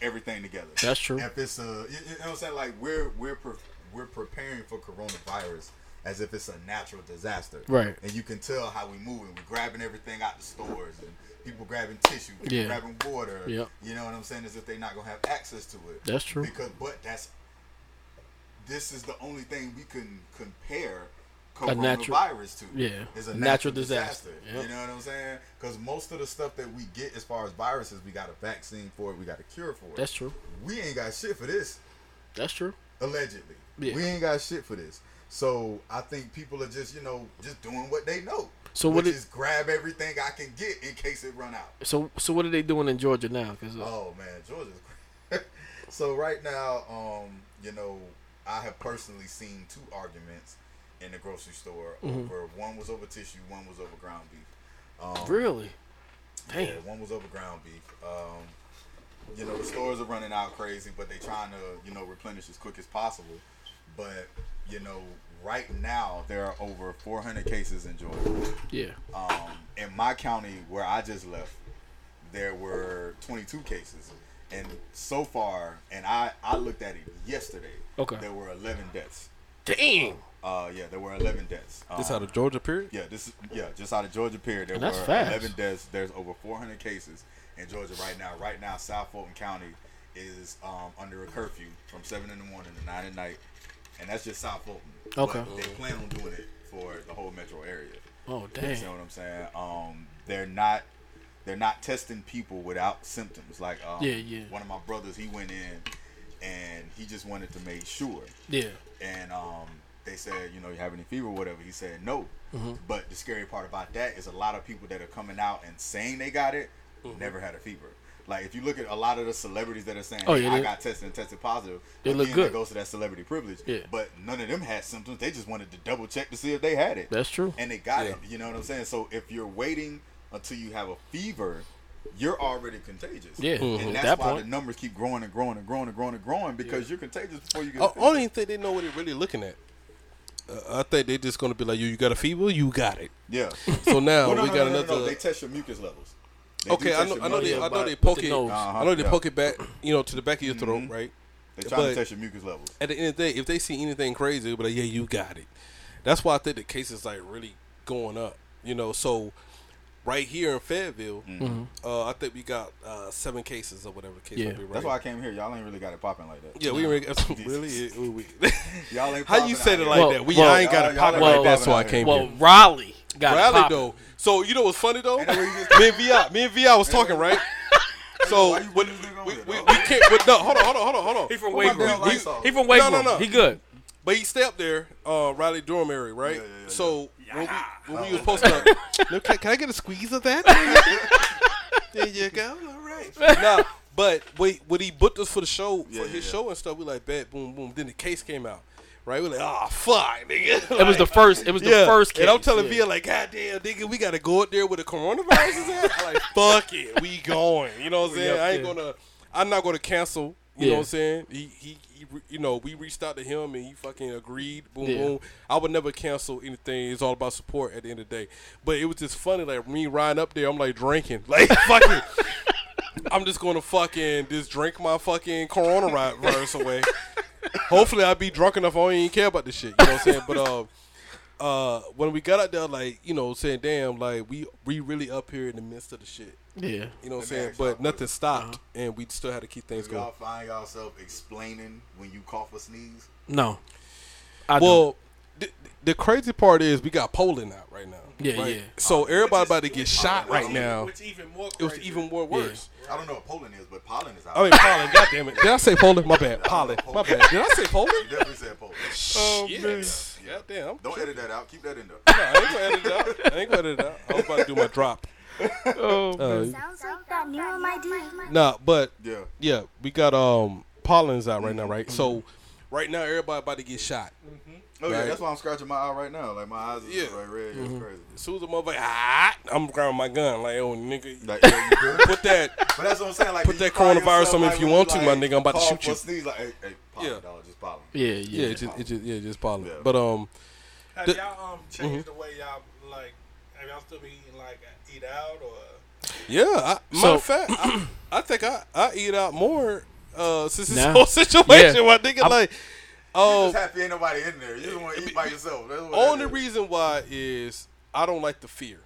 Speaker 6: everything together.
Speaker 4: That's true.
Speaker 6: If it's a, you, you know what I'm saying? Like we're we're pre- we're preparing for coronavirus as if it's a natural disaster,
Speaker 4: Right.
Speaker 6: And you can tell how we moving. We're grabbing everything out the stores and people grabbing tissue, people
Speaker 4: Yeah.
Speaker 6: grabbing water.
Speaker 4: Yep.
Speaker 6: You know what I'm saying? As if they're not gonna have access to it.
Speaker 4: That's true.
Speaker 6: Because but that's this is the only thing we can compare
Speaker 4: A
Speaker 6: coronavirus
Speaker 4: natural-
Speaker 6: to.
Speaker 4: yeah,
Speaker 6: It's
Speaker 4: a natural
Speaker 6: a natural,
Speaker 4: disaster.
Speaker 6: disaster.
Speaker 4: Yep.
Speaker 6: You know what I'm saying? Because most of the stuff that we get as far as viruses, we got a vaccine for it, we got a cure for it.
Speaker 4: That's true.
Speaker 6: We ain't got shit for this,
Speaker 4: That's true.
Speaker 6: allegedly.
Speaker 4: Yeah.
Speaker 6: We ain't got shit for this. So I think people are just, you know, just doing what they know.
Speaker 4: So
Speaker 6: which
Speaker 4: what it-
Speaker 6: is grab everything I can get in case it run out.
Speaker 4: So so what are they doing in Georgia now? 'Cause, uh,
Speaker 6: Oh man, Georgia's crazy. so right now, um, you know, I have personally seen two arguments in the grocery store
Speaker 4: Mhm.
Speaker 6: over one was over tissue, one was over ground beef. Um,
Speaker 4: really?
Speaker 6: yeah,
Speaker 4: Damn.
Speaker 6: one was over ground beef. Um, you know, the stores are running out crazy, but they trying to, you know, replenish as quick as possible. But, you know, right now there are over 400 cases in Georgia.
Speaker 4: Yeah.
Speaker 6: Um, in my county where I just left, there were 22 cases. And so far, and I, I looked at it yesterday.
Speaker 4: Okay.
Speaker 6: There were 11 deaths.
Speaker 4: Damn.
Speaker 6: Uh, yeah, there were 11 deaths.
Speaker 1: This
Speaker 6: Um,
Speaker 1: out of Georgia, period.
Speaker 6: yeah, this is yeah, just out of Georgia period. There
Speaker 4: That's
Speaker 6: were
Speaker 4: fast.
Speaker 6: eleven deaths. There's over four hundred cases in Georgia right now. Right now, South Fulton County is um, under a curfew from seven in the morning to nine at night, and that's just South Fulton.
Speaker 4: Okay.
Speaker 6: But they plan on doing it for the whole metro area.
Speaker 4: Oh,
Speaker 6: You
Speaker 4: dang.
Speaker 6: see what I'm saying? Um, they're not they're not testing people without symptoms. Like um,
Speaker 4: Yeah, yeah.
Speaker 6: One of my brothers, he went in and he just wanted to make sure.
Speaker 4: Yeah.
Speaker 6: And um, they said, you know, you have any fever, or whatever. He said no.
Speaker 4: Mhm.
Speaker 6: But the scary part about that is a lot of people that are coming out and saying they got it
Speaker 4: Mm-hmm.
Speaker 6: never had a fever. Like if you look at a lot of the celebrities that are saying,
Speaker 4: Oh,
Speaker 6: "Hey,
Speaker 4: yeah,
Speaker 6: I
Speaker 4: they-
Speaker 6: got tested and tested positive,"
Speaker 4: they look
Speaker 6: again, That
Speaker 4: good.
Speaker 6: goes to that celebrity privilege.
Speaker 4: Yeah.
Speaker 6: But none of them had symptoms. They just wanted to double check to see if they had it.
Speaker 4: That's true.
Speaker 6: And they got
Speaker 4: Yeah.
Speaker 6: it. You know what I'm saying? So if you're waiting until you have a fever, you're already contagious.
Speaker 1: Yeah, Mhm.
Speaker 4: Mm-hmm.
Speaker 6: And
Speaker 1: at
Speaker 6: that's
Speaker 1: that
Speaker 6: why
Speaker 1: point.
Speaker 6: the numbers keep growing and growing and growing and growing and growing because you're contagious before
Speaker 4: Oh,
Speaker 6: you get.
Speaker 1: Oh, I don't even think they know what they're really looking at. Uh, I think they're just gonna be like, "You, you got a fever? You got it."
Speaker 6: Yeah.
Speaker 1: So now
Speaker 6: Well, no,
Speaker 1: we got
Speaker 6: no, no, no, no,
Speaker 1: another.
Speaker 6: They test your mucus levels. They do
Speaker 1: okay, I
Speaker 6: test
Speaker 1: know,
Speaker 6: your
Speaker 1: I know
Speaker 6: mucus
Speaker 1: they, I
Speaker 6: levels.
Speaker 1: know they poke it,
Speaker 6: Uh-huh,
Speaker 1: I know they
Speaker 6: yeah. Mm-hmm.
Speaker 1: poke it back, you know, to the back of your throat, right?
Speaker 6: They tryna test your mucus levels.
Speaker 1: At the end of the day, if they see anything crazy, they'll be like, "Yeah, you got it." That's why I think the case is like really going up, you know. So right here in Fayetteville,
Speaker 6: Mhm.
Speaker 1: uh, I think we got uh, seven cases or whatever the case
Speaker 6: Yeah.
Speaker 1: may be. Right?
Speaker 6: That's why I came here. Y'all ain't really got it popping like that.
Speaker 1: Yeah, we
Speaker 6: No.
Speaker 1: ain't really. really we,
Speaker 6: Y'all ain't
Speaker 1: How you
Speaker 6: popping
Speaker 1: said
Speaker 6: out
Speaker 1: it
Speaker 6: here.
Speaker 1: like
Speaker 6: Well,
Speaker 1: that? We
Speaker 6: well,
Speaker 1: I ain't got
Speaker 6: y'all-
Speaker 1: it
Speaker 6: y'all
Speaker 1: popping
Speaker 6: ain't
Speaker 1: like that,
Speaker 6: popping
Speaker 1: so I
Speaker 6: out here.
Speaker 1: came
Speaker 6: Well,
Speaker 1: here.
Speaker 4: Raleigh got it
Speaker 1: Raleigh
Speaker 4: popping.
Speaker 1: though. So you know what's funny though? me and Vi, me and Vi was talking right. So we, we, we, we can't. But no, hold on, hold on, hold on, hold on.
Speaker 4: He from
Speaker 1: What
Speaker 4: Wake
Speaker 1: my damn
Speaker 4: Room.
Speaker 1: lights
Speaker 4: He-
Speaker 1: off?
Speaker 4: he from Wake Room. He good.
Speaker 1: But he stayed up there, uh, Riley Dormary, right? So when we when we was posting, up, look, can, can I get a squeeze of that? there you go. All right. nah, but wait, when he booked us for the show, for his show and stuff, we like, bet, boom, boom. Then the case came out, right? We're like, ah, fuck, nigga.
Speaker 4: It was the first- it was the
Speaker 1: Yeah.
Speaker 4: first
Speaker 1: And I'm
Speaker 4: case,
Speaker 1: telling
Speaker 4: yeah.
Speaker 1: Via, like, God damn, nigga, we got to go up there with the coronavirus is at? I'm like, fuck it. We going. You know what I'm
Speaker 4: We
Speaker 1: saying?
Speaker 4: up
Speaker 1: I ain't
Speaker 4: there.
Speaker 1: going to, I'm not going to cancel. You know
Speaker 4: Yeah.
Speaker 1: what I'm saying? He, he, he, re- you know, we reached out to him and he fucking agreed. Boom,
Speaker 4: Yeah.
Speaker 1: boom. I would never cancel anything. It's all about support at the end of the day. But it was just funny, like me riding up there, I'm like drinking, like fucking. I'm just gonna fucking just drink my fucking coronavirus away. Hopefully, I'll be drunk enough. I don't even care about this shit. You know what I'm saying? But uh, uh, when we got out there, like you know, saying, "Damn, like we we really up here in the midst of the shit."
Speaker 4: Yeah.
Speaker 1: you know what I'm
Speaker 6: Let me
Speaker 1: saying.
Speaker 6: ask y'all
Speaker 1: But nothing stopped, and we still had to keep things going.
Speaker 6: Y'all find yourself explaining when you cough or sneeze.
Speaker 4: No.
Speaker 1: well, the, the crazy part is we got Poland out right now.
Speaker 4: Yeah,
Speaker 1: right?
Speaker 4: yeah.
Speaker 1: So everybody about to get shot right
Speaker 6: Which-
Speaker 1: now.
Speaker 6: which
Speaker 5: even more
Speaker 1: It was even more worse.
Speaker 6: I don't know what Poland is, but Poland is out.
Speaker 1: I mean, Poland. God damn it! Did I say Poland? My bad. Poland. My bad. Did I say Poland?
Speaker 6: You definitely said Poland.
Speaker 1: Oh, man.
Speaker 6: Yeah,
Speaker 1: damn.
Speaker 6: Don't edit that out. Keep that in there.
Speaker 1: No, I ain't gonna edit it out. I ain't gonna edit it out. I was about to do my drop.
Speaker 4: Oh,
Speaker 1: Uh,
Speaker 15: Sounds like that new MID.
Speaker 1: Nah, but
Speaker 6: yeah,
Speaker 1: yeah, we got um Pollen's out right now, right? So right now everybody about to get shot.
Speaker 6: Oh yeah,
Speaker 1: Right.
Speaker 6: that's why I'm scratching my eye right now. Like my eyes is
Speaker 1: Yeah.
Speaker 6: right red. It's
Speaker 1: Mhm.
Speaker 6: crazy.
Speaker 1: As soon as the motherfucker, ah, I'm grabbing my gun like, oh nigga, put that.
Speaker 6: But that's what I'm saying. Like
Speaker 1: Put
Speaker 6: you
Speaker 1: that
Speaker 6: find
Speaker 1: coronavirus
Speaker 6: yourself,
Speaker 1: on me
Speaker 6: like,
Speaker 1: if you
Speaker 6: when
Speaker 1: want to, my
Speaker 6: like,
Speaker 1: nigga. I'm about to
Speaker 6: cough
Speaker 1: shoot
Speaker 6: or
Speaker 1: you.
Speaker 6: Sneeze like, hey, hey, pollen, yeah. dog, just pollen.
Speaker 1: Yeah, yeah,
Speaker 6: Yeah,
Speaker 1: it just, it just, yeah, just pollen.
Speaker 6: Yeah.
Speaker 1: But um,
Speaker 5: Have
Speaker 1: the-
Speaker 5: y'all um
Speaker 1: Mhm.
Speaker 5: changed the way y'all like? Have y'all still been eating like eat out or?
Speaker 1: Yeah, I, matter
Speaker 4: So-
Speaker 1: of fact, I, I think I, I eat out more uh, since this
Speaker 4: Now.
Speaker 1: whole situation.
Speaker 4: Yeah.
Speaker 1: My nigga,
Speaker 4: I'm-
Speaker 1: like,
Speaker 6: You
Speaker 1: oh,
Speaker 6: just happy ain't nobody in there. You just want to eat by yourself. That's what that
Speaker 1: only
Speaker 6: is.
Speaker 1: reason why is I don't like the fear,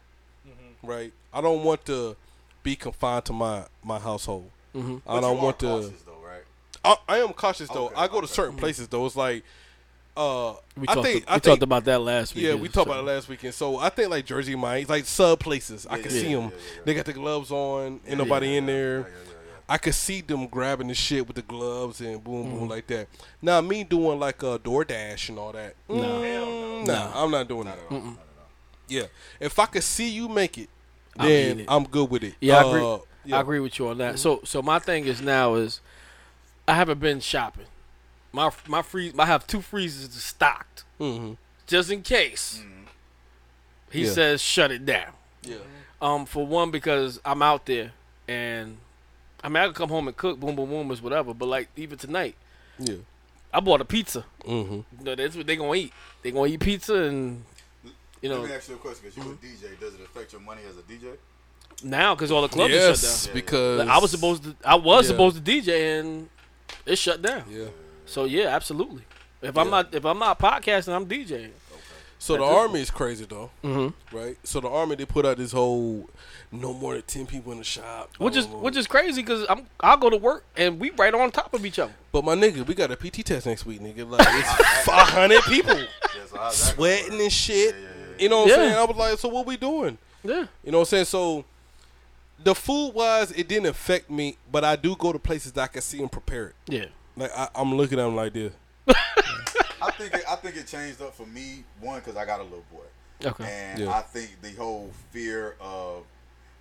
Speaker 6: Mm-hmm.
Speaker 1: right? I don't want to be confined to my my household.
Speaker 4: Mm-hmm.
Speaker 6: Mhm.
Speaker 1: I
Speaker 6: But
Speaker 1: don't
Speaker 6: you are
Speaker 1: want to.
Speaker 6: cautious, though, right?
Speaker 1: I, I am cautious though.
Speaker 6: Okay,
Speaker 1: I go to certain
Speaker 4: Mm-hmm.
Speaker 6: Mhm.
Speaker 1: places though. It's like, uh,
Speaker 4: We
Speaker 1: I
Speaker 4: talked-
Speaker 1: think
Speaker 4: we
Speaker 1: I
Speaker 4: talked
Speaker 1: think-
Speaker 4: about that last
Speaker 1: Yeah,
Speaker 4: weekend,
Speaker 1: we talked
Speaker 4: so.
Speaker 1: about it last weekend. So I think like Jersey Mike's, like sub places. I
Speaker 4: Yeah,
Speaker 1: can
Speaker 4: yeah,
Speaker 1: see
Speaker 4: yeah,
Speaker 1: them. They got the gloves on.
Speaker 4: Yeah,
Speaker 1: Ain't nobody
Speaker 4: yeah,
Speaker 1: in there. I could see them grabbing the shit with the gloves and boom, boom
Speaker 4: Mhm.
Speaker 1: like that. Now me doing like a DoorDash and all that.
Speaker 4: No.
Speaker 1: Mm,
Speaker 4: Hell
Speaker 1: nah, I'm not doing that.
Speaker 4: all, Mm-mm. not
Speaker 1: Yeah, if I could see you make it,
Speaker 4: I'm
Speaker 1: then
Speaker 4: in it.
Speaker 1: I'm good with it.
Speaker 4: Yeah, I
Speaker 1: Uh,
Speaker 4: agree.
Speaker 1: yeah.
Speaker 4: I agree with you on that. So, so my thing is now is I haven't been shopping. My my freeze. I have two freezers stocked
Speaker 1: Mhm.
Speaker 4: just in case. He
Speaker 1: Yeah.
Speaker 4: says shut it down.
Speaker 1: Yeah.
Speaker 4: Um, for one because I'm out there and I mean I could come home and cook, boom, boom, boom, is whatever. But like even tonight,
Speaker 1: Yeah.
Speaker 4: I bought a pizza.
Speaker 1: Mhm.
Speaker 4: No, that's what they gonna eat. They gonna eat pizza and you know
Speaker 6: Let me ask you a question. Because you
Speaker 1: Mm-hmm.
Speaker 6: a DJ, does it affect your money as a DJ?
Speaker 4: now because all the clubs are
Speaker 1: Yes,
Speaker 4: shut down.
Speaker 1: because-
Speaker 4: Like, I was supposed to, I was
Speaker 1: Yeah.
Speaker 4: supposed to DJ and it shut down.
Speaker 1: Yeah.
Speaker 4: So yeah, absolutely. If
Speaker 1: Yeah.
Speaker 4: I'm not if I'm not podcasting, I'm DJing.
Speaker 1: So the
Speaker 4: That's it.
Speaker 1: army is crazy though,
Speaker 4: Mhm.
Speaker 1: right? So the army they put out this whole no more than ten people in the shop, Um,
Speaker 4: Which is
Speaker 1: blah, blah,
Speaker 4: which is crazy because I'm I'll go to work and we right on top of each other.
Speaker 1: But my nigga, we got a PT test next week, nigga. Like it's five hundred people sweating and shit. You know what
Speaker 4: Yeah.
Speaker 1: I'm saying? I was like, so what we doing?
Speaker 4: Yeah.
Speaker 1: You know what I'm saying? So the food wise, it didn't affect me, but I do go to places that I can see them prepare it.
Speaker 4: Yeah.
Speaker 1: Like I, I'm looking at them like this.
Speaker 6: I think it, I think it changed up for me one because I got a little boy,
Speaker 1: Okay.
Speaker 6: and
Speaker 1: Yeah.
Speaker 6: I think the whole fear of,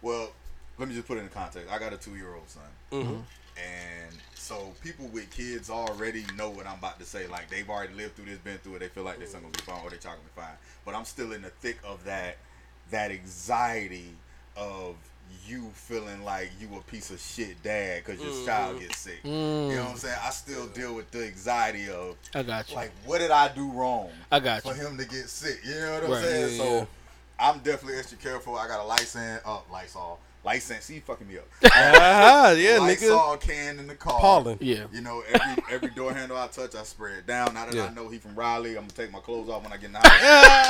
Speaker 6: well, let me just put it in context. I got a two year old son,
Speaker 4: Mm-hmm.
Speaker 1: Mhm.
Speaker 6: and so people with kids already know what I'm about to say. Like they've already lived through this, been through it. They feel like their son gonna be fine or their child gonna be fine. But I'm still in the thick of that that anxiety of you feeling like you a piece of shit dad because your child
Speaker 4: Mhm.
Speaker 6: gets sick. You
Speaker 4: Mm.
Speaker 6: know what I'm saying? I still deal with the anxiety of
Speaker 4: I got you.
Speaker 6: like, what did I do wrong?
Speaker 4: I got
Speaker 6: for him to get sick. You know what I'm
Speaker 4: Right.
Speaker 6: saying?
Speaker 4: Yeah,
Speaker 6: so
Speaker 4: yeah.
Speaker 6: I'm definitely extra careful. I got a license, uh, Lysol, license. He fucking me up.
Speaker 1: Ah, yeah, nigga.
Speaker 6: Lysol can in the car.
Speaker 1: Pollen. Yeah.
Speaker 6: You know, every every door handle I touch, I spray it down. Now that
Speaker 1: Yeah.
Speaker 6: I know he from Raleigh, I'm gonna take my clothes off when I get in the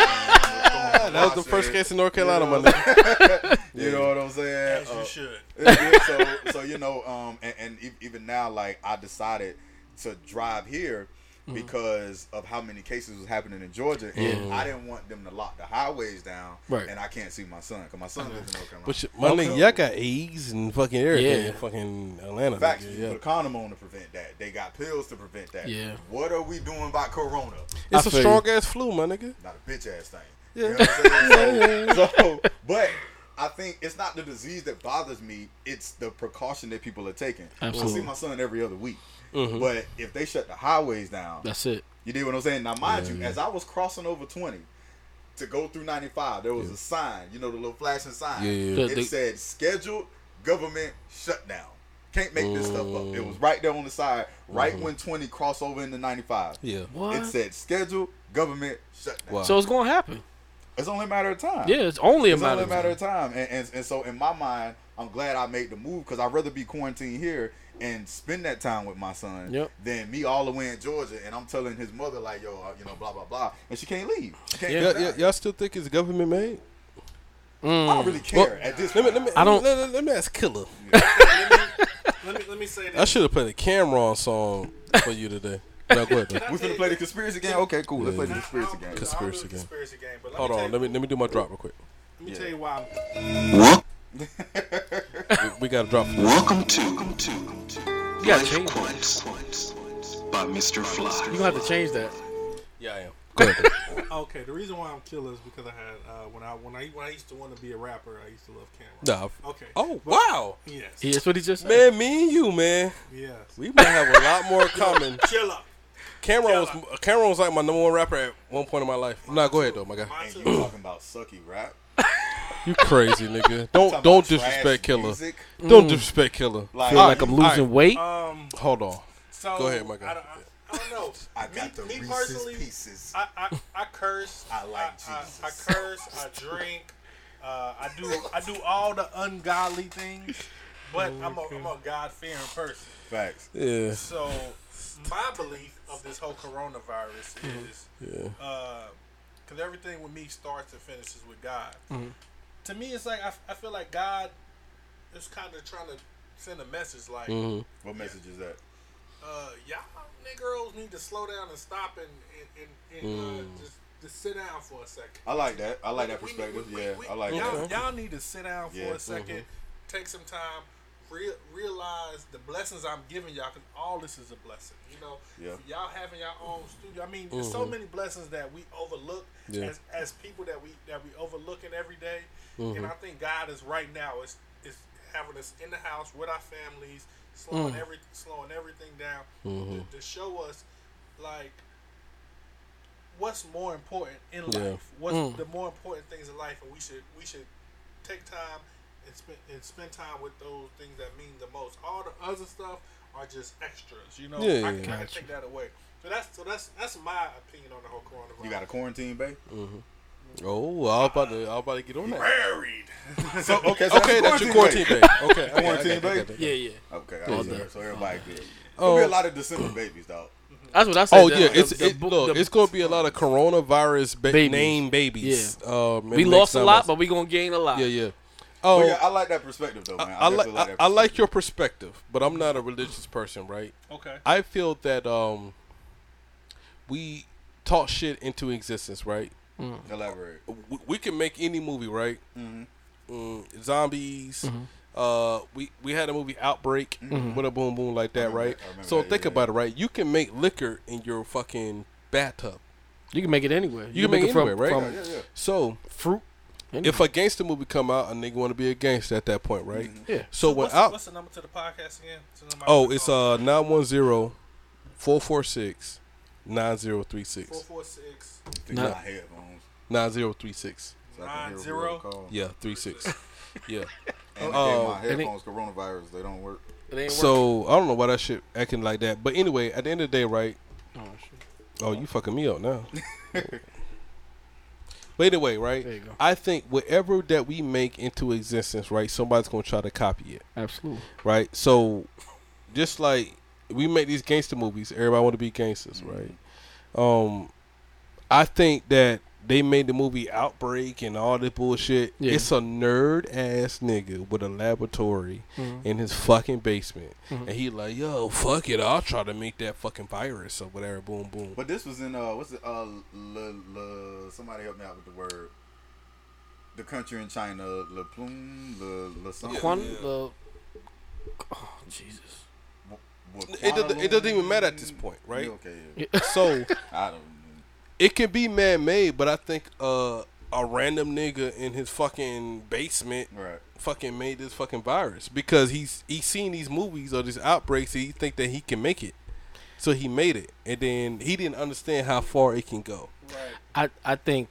Speaker 6: house.
Speaker 1: That was the first case in North Carolina,
Speaker 6: you know,
Speaker 1: my nigga.
Speaker 6: you know what I'm saying?
Speaker 5: As you
Speaker 6: Uh,
Speaker 5: should.
Speaker 6: yeah, so, so you know, um, and, and e- even now, like I decided to drive here
Speaker 16: Mhm.
Speaker 6: because of how many cases was happening in Georgia, and
Speaker 1: Mm-hmm. Yeah.
Speaker 6: I didn't want them to lock the highways down,
Speaker 1: Right.
Speaker 6: and I can't see my son because my son lives in North Carolina.
Speaker 1: But shit, my nigga, y'all got AIDS and fucking everything in fucking Atlanta.
Speaker 6: Facts.
Speaker 1: nigga,
Speaker 6: You
Speaker 1: yeah.
Speaker 6: put a condom on to prevent that. They got pills to prevent that.
Speaker 1: Yeah.
Speaker 6: What are we doing about Corona?
Speaker 1: It's a strong ass flu, my nigga.
Speaker 6: not a bitch ass thing.
Speaker 1: Yeah.
Speaker 6: You know what I'm saying?
Speaker 1: Yeah,
Speaker 6: So,
Speaker 1: yeah.
Speaker 6: so- but I think it's not the disease that bothers me; it's the precaution that people are taking. I
Speaker 4: Absolutely.
Speaker 6: see my son every other week,
Speaker 1: Mm-hmm.
Speaker 4: Mhm.
Speaker 6: but if they shut the highways down,
Speaker 4: That's it.
Speaker 6: You did what I'm saying. Now, mind
Speaker 4: Yeah,
Speaker 6: you,
Speaker 4: yeah.
Speaker 6: as I was crossing over 20 to go through 95, there was a sign. You know, the little flashing sign.
Speaker 1: Yeah, yeah.
Speaker 6: It
Speaker 1: The- the-
Speaker 6: said scheduled government shutdown. Can't make this stuff up. It was
Speaker 1: Oh.
Speaker 6: right there on the side, right when 20 crossed over into 95.
Speaker 1: Mm-hmm. Yeah.
Speaker 4: What?
Speaker 6: It said scheduled government shutdown.
Speaker 4: So it's gonna happen.
Speaker 6: It's only a matter of time.
Speaker 4: Yeah, it's only a matter
Speaker 6: only
Speaker 4: of
Speaker 6: matter of time. And, and and so in my mind, I'm glad I made the move because I'd rather be quarantined here and spend that time with my son
Speaker 4: Yep.
Speaker 6: than me all the way in Georgia. And I'm telling his mother like, yo, uh, you know, blah blah blah, and she can't leave. She can't
Speaker 1: Yeah,
Speaker 6: get
Speaker 1: yeah,
Speaker 6: out.
Speaker 1: y'all still think it's government made?
Speaker 6: I don't really care at this.
Speaker 1: Let me, let me,
Speaker 6: I don't-
Speaker 1: Let, let- let me ask Killer.
Speaker 5: Let me let me say
Speaker 1: I
Speaker 5: this.
Speaker 1: should have played a Cameron song for you today. No, go ahead, though.
Speaker 6: We finna play the conspiracy game. Okay, cool. Let's play the
Speaker 1: Yeah.
Speaker 6: conspiracy game.
Speaker 1: Conspiracy game.
Speaker 5: conspiracy game, but let
Speaker 1: Hold
Speaker 5: me
Speaker 1: on,
Speaker 5: tell you-
Speaker 1: let me let me do my drop real quick.
Speaker 5: Let me tell you why.
Speaker 1: What? we got a drop.
Speaker 3: Welcome to. Welcome to. Life Quotes by Mr. Fly.
Speaker 4: You gonna have to change that.
Speaker 1: Yeah, I am.
Speaker 5: I'm, okay, the reason why I'm killer is because I had uh, when I when I when I used to want to be a rapper, I used to love
Speaker 1: Nah.
Speaker 5: Cameron. okay.
Speaker 1: Oh
Speaker 5: But-
Speaker 1: wow.
Speaker 5: Yes.
Speaker 4: That's what he just said.
Speaker 1: Man, me and you, man.
Speaker 5: Yes.
Speaker 1: We might have a lot more in common.
Speaker 5: Chill up.
Speaker 1: Cameron was Cameron was like my number one rapper at one point in my life. Nah, go ahead though, my guy.
Speaker 6: And you talking about sucky rap?
Speaker 1: You crazy nigga.
Speaker 6: Talking
Speaker 1: Don't
Speaker 6: about
Speaker 1: don't
Speaker 6: trash
Speaker 1: disrespect Killer.
Speaker 6: music?
Speaker 1: Don't
Speaker 6: Mm.
Speaker 1: disrespect Killer.
Speaker 6: Like- Feel like I'm
Speaker 1: All right.
Speaker 6: losing
Speaker 1: All right.
Speaker 6: weight?
Speaker 1: Hold on.
Speaker 5: So
Speaker 1: Go ahead, my guy.
Speaker 5: I don't, I, I don't know.
Speaker 6: I got the
Speaker 5: me, me
Speaker 6: Reese's
Speaker 5: personally,
Speaker 6: Pieces.
Speaker 5: I, I I curse. I like I, I curse. I drink. Uh, I do I do all the ungodly things, but I'm a, I'm a God fearing person.
Speaker 6: Facts.
Speaker 1: Yeah.
Speaker 5: So my belief of this whole coronavirus is,
Speaker 1: Yeah.
Speaker 5: because everything with me starts and finishes with God.
Speaker 1: Mhm.
Speaker 5: To me, it's like I, I feel like God is kind of trying to send a message like,
Speaker 6: Mhm. What message is that?
Speaker 5: uh, y'all niggas need to slow down and stop and and, and, and
Speaker 6: Mm.
Speaker 5: uh, just just sit down for a second.
Speaker 6: I like that. I like
Speaker 5: We-
Speaker 6: that
Speaker 5: we need-
Speaker 6: perspective.
Speaker 5: we-
Speaker 6: Yeah,
Speaker 5: we-
Speaker 6: I like
Speaker 5: y'all,
Speaker 6: that.
Speaker 5: Y'all need to sit down for
Speaker 6: Yeah.
Speaker 5: a 2nd
Speaker 6: Mhm.
Speaker 5: take some time, real, realize the blessings I'm giving y'all. Cause all this is a blessing, you know.
Speaker 6: Yeah. Mm-hmm.
Speaker 5: For y'all having your own studio. I mean, there's so
Speaker 1: Mhm.
Speaker 5: many blessings that we overlook
Speaker 1: Yeah.
Speaker 5: as as people that we that we overlooking every day. And
Speaker 6: Mm-hmm.
Speaker 1: Mhm.
Speaker 5: I think God is right now is is having us in the house with our families, slowing
Speaker 1: Mm.
Speaker 5: every slowing everything down
Speaker 1: Mhm.
Speaker 6: Mm-hmm.
Speaker 5: to, to show us like what's more important in
Speaker 1: Yeah.
Speaker 5: life. What's
Speaker 1: Mm.
Speaker 5: the more important things in life, and we should we should take time and spend and spend time with those things that mean the most. All the other stuff are just extras, you know.
Speaker 6: Yeah,
Speaker 5: I,
Speaker 6: yeah,
Speaker 5: can,
Speaker 6: yeah.
Speaker 5: I can take that away. So that's so that's that's my opinion on the whole coronavirus.
Speaker 6: You got a quarantine, babe?
Speaker 1: Mm-hmm. Oh, I was about to, I was about to get on that.
Speaker 5: Married.
Speaker 6: So okay, so
Speaker 1: okay, that's your quarantine day. Okay,
Speaker 6: quarantine
Speaker 1: okay,
Speaker 6: baby.
Speaker 1: okay, okay.
Speaker 6: Okay, I see. so everybody good. There'll
Speaker 1: Oh.
Speaker 6: be a lot of December babies, though.
Speaker 4: That's what I said.
Speaker 1: Oh
Speaker 4: The-
Speaker 1: yeah,
Speaker 4: the-
Speaker 1: it's
Speaker 4: the
Speaker 1: it,
Speaker 4: book-
Speaker 1: look,
Speaker 4: the-
Speaker 1: it's gonna be a lot of coronavirus ba-
Speaker 4: Babies.
Speaker 1: name babies.
Speaker 4: Yeah.
Speaker 1: um, in
Speaker 4: We
Speaker 1: the next
Speaker 4: lost a
Speaker 1: nine
Speaker 4: lot,
Speaker 1: months.
Speaker 4: but we gonna gain a lot.
Speaker 1: Yeah, yeah.
Speaker 4: But
Speaker 1: Oh,
Speaker 4: yeah, I like
Speaker 13: that perspective though, man. I
Speaker 1: I, like
Speaker 13: definitely like
Speaker 1: I-
Speaker 13: that
Speaker 1: I like your perspective, but I'm not a religious person, right?
Speaker 5: Okay.
Speaker 1: I feel that um, we talk shit into existence, right?
Speaker 13: Mm. Elaborate.
Speaker 1: We, we can make any movie, right?
Speaker 13: Mhm.
Speaker 1: Mm, zombies.
Speaker 13: Mhm.
Speaker 1: Uh, we we had a movie Outbreak,
Speaker 13: Mhm.
Speaker 1: with a boom boom like
Speaker 13: I
Speaker 1: that,
Speaker 13: remember
Speaker 1: right?
Speaker 13: that- I remember
Speaker 1: So
Speaker 13: that,
Speaker 1: think
Speaker 13: yeah.
Speaker 1: about it, right? You can make liquor in your fucking bathtub.
Speaker 4: You can make it anywhere.
Speaker 1: You, can make, it anywhere,
Speaker 4: from-
Speaker 1: right?
Speaker 4: from- Yeah, yeah, yeah.
Speaker 1: So fruit. If
Speaker 4: Anywhere.
Speaker 1: a gangster movie come out, a nigga want to be a gangster at that point, right?
Speaker 13: Mm-hmm.
Speaker 4: Yeah.
Speaker 1: So when
Speaker 5: what's,
Speaker 1: out,
Speaker 5: what's the number to the podcast again? To the
Speaker 1: Oh, it's uh 910 446 9036.
Speaker 5: 446.
Speaker 1: Nah.
Speaker 13: Nah. Head, Holmes.
Speaker 1: 9036.
Speaker 13: So I can hear a
Speaker 5: Zero?
Speaker 13: real call.
Speaker 1: Yeah, 36. yeah.
Speaker 13: And
Speaker 1: Um,
Speaker 13: I gave my headphones coronavirus. They don't work.
Speaker 1: so I don't know why that shit acting like that. But anyway, at the end of the day, right?
Speaker 4: Oh,
Speaker 1: Oh, you fucking me up now. but anyway, right?
Speaker 4: There you go.
Speaker 1: I think whatever that we make into existence, right? Somebody's gonna try to copy it.
Speaker 4: Absolutely.
Speaker 1: Right. So, just like we make these gangster movies, everybody want to be gangsters, right? Um, I think that they made the movie Outbreak and all this bullshit.
Speaker 4: Yeah.
Speaker 1: It's a nerd ass nigga with a laboratory
Speaker 4: Mhm.
Speaker 1: in his fucking basement,
Speaker 13: Mhm.
Speaker 1: and he like, yo, fuck it, I'll try to make that fucking virus or whatever. Boom, boom.
Speaker 13: But this was in uh, what's it? Uh, le, le, somebody help me out with the word. The country in China, Le Plume, Le Le something.
Speaker 4: Quan, the oh, Jesus.
Speaker 1: it doesn't, it doesn't even matter at this point, right?
Speaker 13: Yeah, okay,
Speaker 1: So
Speaker 13: I don't.
Speaker 1: it can be man made, but I think uh, a random nigga in his fucking basement fucking made this fucking virus because he's he's seen these movies or these outbreaks and he think that he can make it. So he made it, and then he didn't understand how far it can go.
Speaker 4: I I think,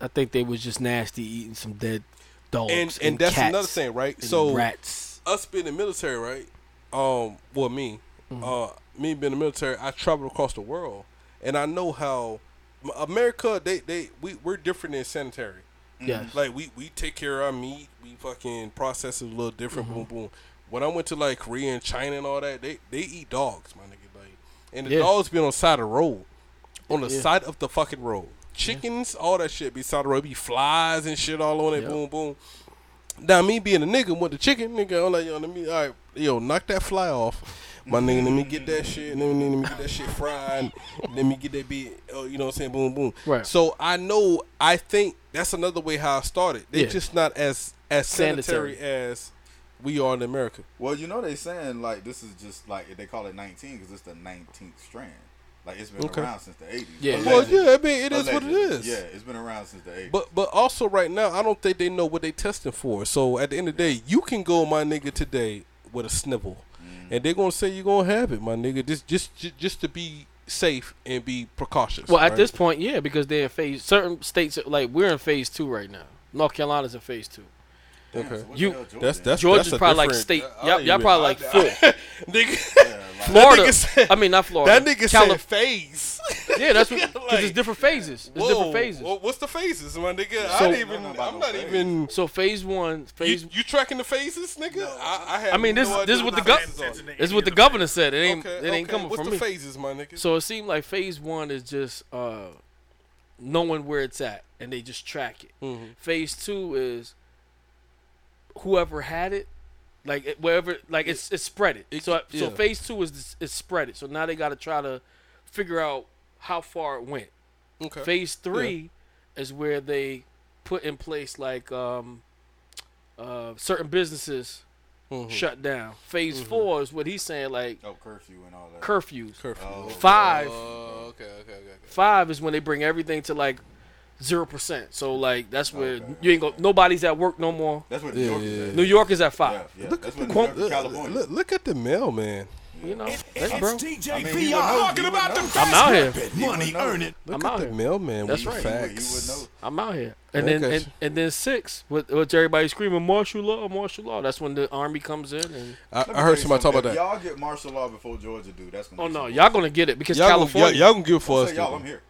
Speaker 4: I think they was just nasty eating some dead dogs
Speaker 1: and and, that's
Speaker 4: cats
Speaker 1: another thing, right?
Speaker 4: and
Speaker 1: so
Speaker 4: rats.
Speaker 1: us being in the military, right? Um, well, me, uh, me being in the military, I traveled across the world, and I know how M- America they they we we're different in sanitary.
Speaker 4: Yes.
Speaker 1: mm, like we we take care of our meat, we fucking process it a little different.
Speaker 4: Mhm.
Speaker 1: Boom boom. When I went to like Korea and China and all that, they they eat dogs, my nigga. Like, and the
Speaker 4: Yeah.
Speaker 1: dogs been on the side of the road, on the
Speaker 4: Yeah.
Speaker 1: side of the fucking road. Chickens, all that shit be side of the road, be flies and shit all on it.
Speaker 4: Yep.
Speaker 1: Boom boom. Now me being a nigga with the chicken, nigga, I'm like, yo, let me, all right, yo, knock that fly off, my nigga. Let me get that shit. Let me, let me get that shit fried. let me get that bit. Oh, you know what I'm saying? Boom, boom.
Speaker 4: Right.
Speaker 1: So I know. I think that's another way how I started. They
Speaker 4: Yeah.
Speaker 1: just not as as sanitary,
Speaker 13: Sanitary.
Speaker 1: as we are in America.
Speaker 13: Well, you know they saying like this is just like they call it 19 because it's the 19th strand. Like it's been
Speaker 1: Okay.
Speaker 13: around since the 80s.
Speaker 1: Yeah. Well, yeah, I mean, it is what it is.
Speaker 13: Yeah, it's been around since the 80s.
Speaker 1: But but also right now, I don't think they know what they testing for. So at the end of the day, you can go, my nigga, today with a snivel, and they're gonna say you're gonna have it, my nigga. Just just ju- just to be safe and be precautious.
Speaker 4: Well, at
Speaker 1: right?
Speaker 4: this point, yeah, because they're in phase. Certain states, are- like we're in phase two right now. North Carolina's in phase two.
Speaker 1: Damn, Okay. so what the
Speaker 4: you
Speaker 1: hell Georgia That's- is? that's-
Speaker 4: Georgia's
Speaker 1: that's a
Speaker 4: probably like
Speaker 1: different-
Speaker 4: state.
Speaker 1: I- I
Speaker 4: Y'all,
Speaker 1: don't
Speaker 4: y'all
Speaker 1: even-
Speaker 4: probably like
Speaker 1: I-
Speaker 4: four.
Speaker 1: I- nigga, that
Speaker 4: Florida.
Speaker 1: nigga said-
Speaker 4: I mean, not Florida.
Speaker 1: that nigga said phase.
Speaker 4: Yeah, that's what. Because it's different phases. It's
Speaker 1: Whoa,
Speaker 4: different phases.
Speaker 1: wha- what's the phases, my nigga? I
Speaker 4: So-
Speaker 1: didn't even. I'm not even.
Speaker 4: So phase one, phase.
Speaker 1: You, you tracking the phases, nigga? I, I, have
Speaker 4: I mean, this
Speaker 1: no
Speaker 4: this is
Speaker 1: idea
Speaker 4: what the
Speaker 1: what
Speaker 4: gov-
Speaker 1: phases are.
Speaker 4: this is what the governor said. It ain't
Speaker 1: Okay,
Speaker 4: it ain't
Speaker 1: okay.
Speaker 4: coming
Speaker 1: What's
Speaker 4: from
Speaker 1: the
Speaker 4: me.
Speaker 1: phases, my nigga?
Speaker 4: So it seemed like phase one is just uh, knowing where it's at, and they just track it.
Speaker 1: Mhm.
Speaker 4: Phase two is whoever had it, like it, wherever, like it's it's spread it. so so
Speaker 1: yeah.
Speaker 4: phase two is this- is spread it. So now they got to try to figure out how far it went.
Speaker 1: Okay.
Speaker 4: Phase
Speaker 1: Yeah.
Speaker 4: three is where they put in place like um, uh, certain businesses
Speaker 1: Mhm.
Speaker 4: shut down. Phase
Speaker 1: Mhm.
Speaker 4: four is what he's saying like
Speaker 13: oh, curfew and all that.
Speaker 4: Curfews.
Speaker 1: Curfew. Oh,
Speaker 4: Five.
Speaker 1: Oh, okay, okay, okay.
Speaker 4: Five is when they bring everything to like zero percent. So like that's where you ain't go. Nobody's at work no more.
Speaker 13: That's what
Speaker 1: New Yeah, York is yeah, at. yeah.
Speaker 4: New York is at five.
Speaker 13: Yeah,
Speaker 1: Look at the look, look, look at the mailman.
Speaker 4: You know,
Speaker 14: It's
Speaker 4: that's bro.
Speaker 14: DJ
Speaker 13: I mean,
Speaker 14: VR
Speaker 13: you would know-
Speaker 14: talking
Speaker 13: you would
Speaker 14: about the
Speaker 13: know.
Speaker 14: best
Speaker 4: I'm out here.
Speaker 14: rapping. Money, earn it.
Speaker 1: Look
Speaker 4: I'm
Speaker 1: at
Speaker 4: out
Speaker 1: the
Speaker 4: here.
Speaker 1: mailman
Speaker 4: That's
Speaker 1: with
Speaker 4: right.
Speaker 1: the facts.
Speaker 4: I'm out here. And then
Speaker 1: Okay.
Speaker 4: and, and then six, with which everybody screaming martial law, martial law. That's when the army comes in.
Speaker 1: I,
Speaker 4: And
Speaker 13: Let me
Speaker 1: I
Speaker 13: tell you
Speaker 1: heard somebody talk
Speaker 13: something.
Speaker 1: about
Speaker 13: If
Speaker 1: that.
Speaker 13: Y'all get martial law before Georgia do. That's gonna.
Speaker 4: oh
Speaker 13: be
Speaker 4: no,
Speaker 13: some
Speaker 4: y'all gonna get it because
Speaker 1: Y'all gonna-
Speaker 4: California.
Speaker 1: y'all- y'all gonna give it for
Speaker 13: Don't
Speaker 1: us,
Speaker 13: say y'all, I'm
Speaker 1: dude.
Speaker 13: here.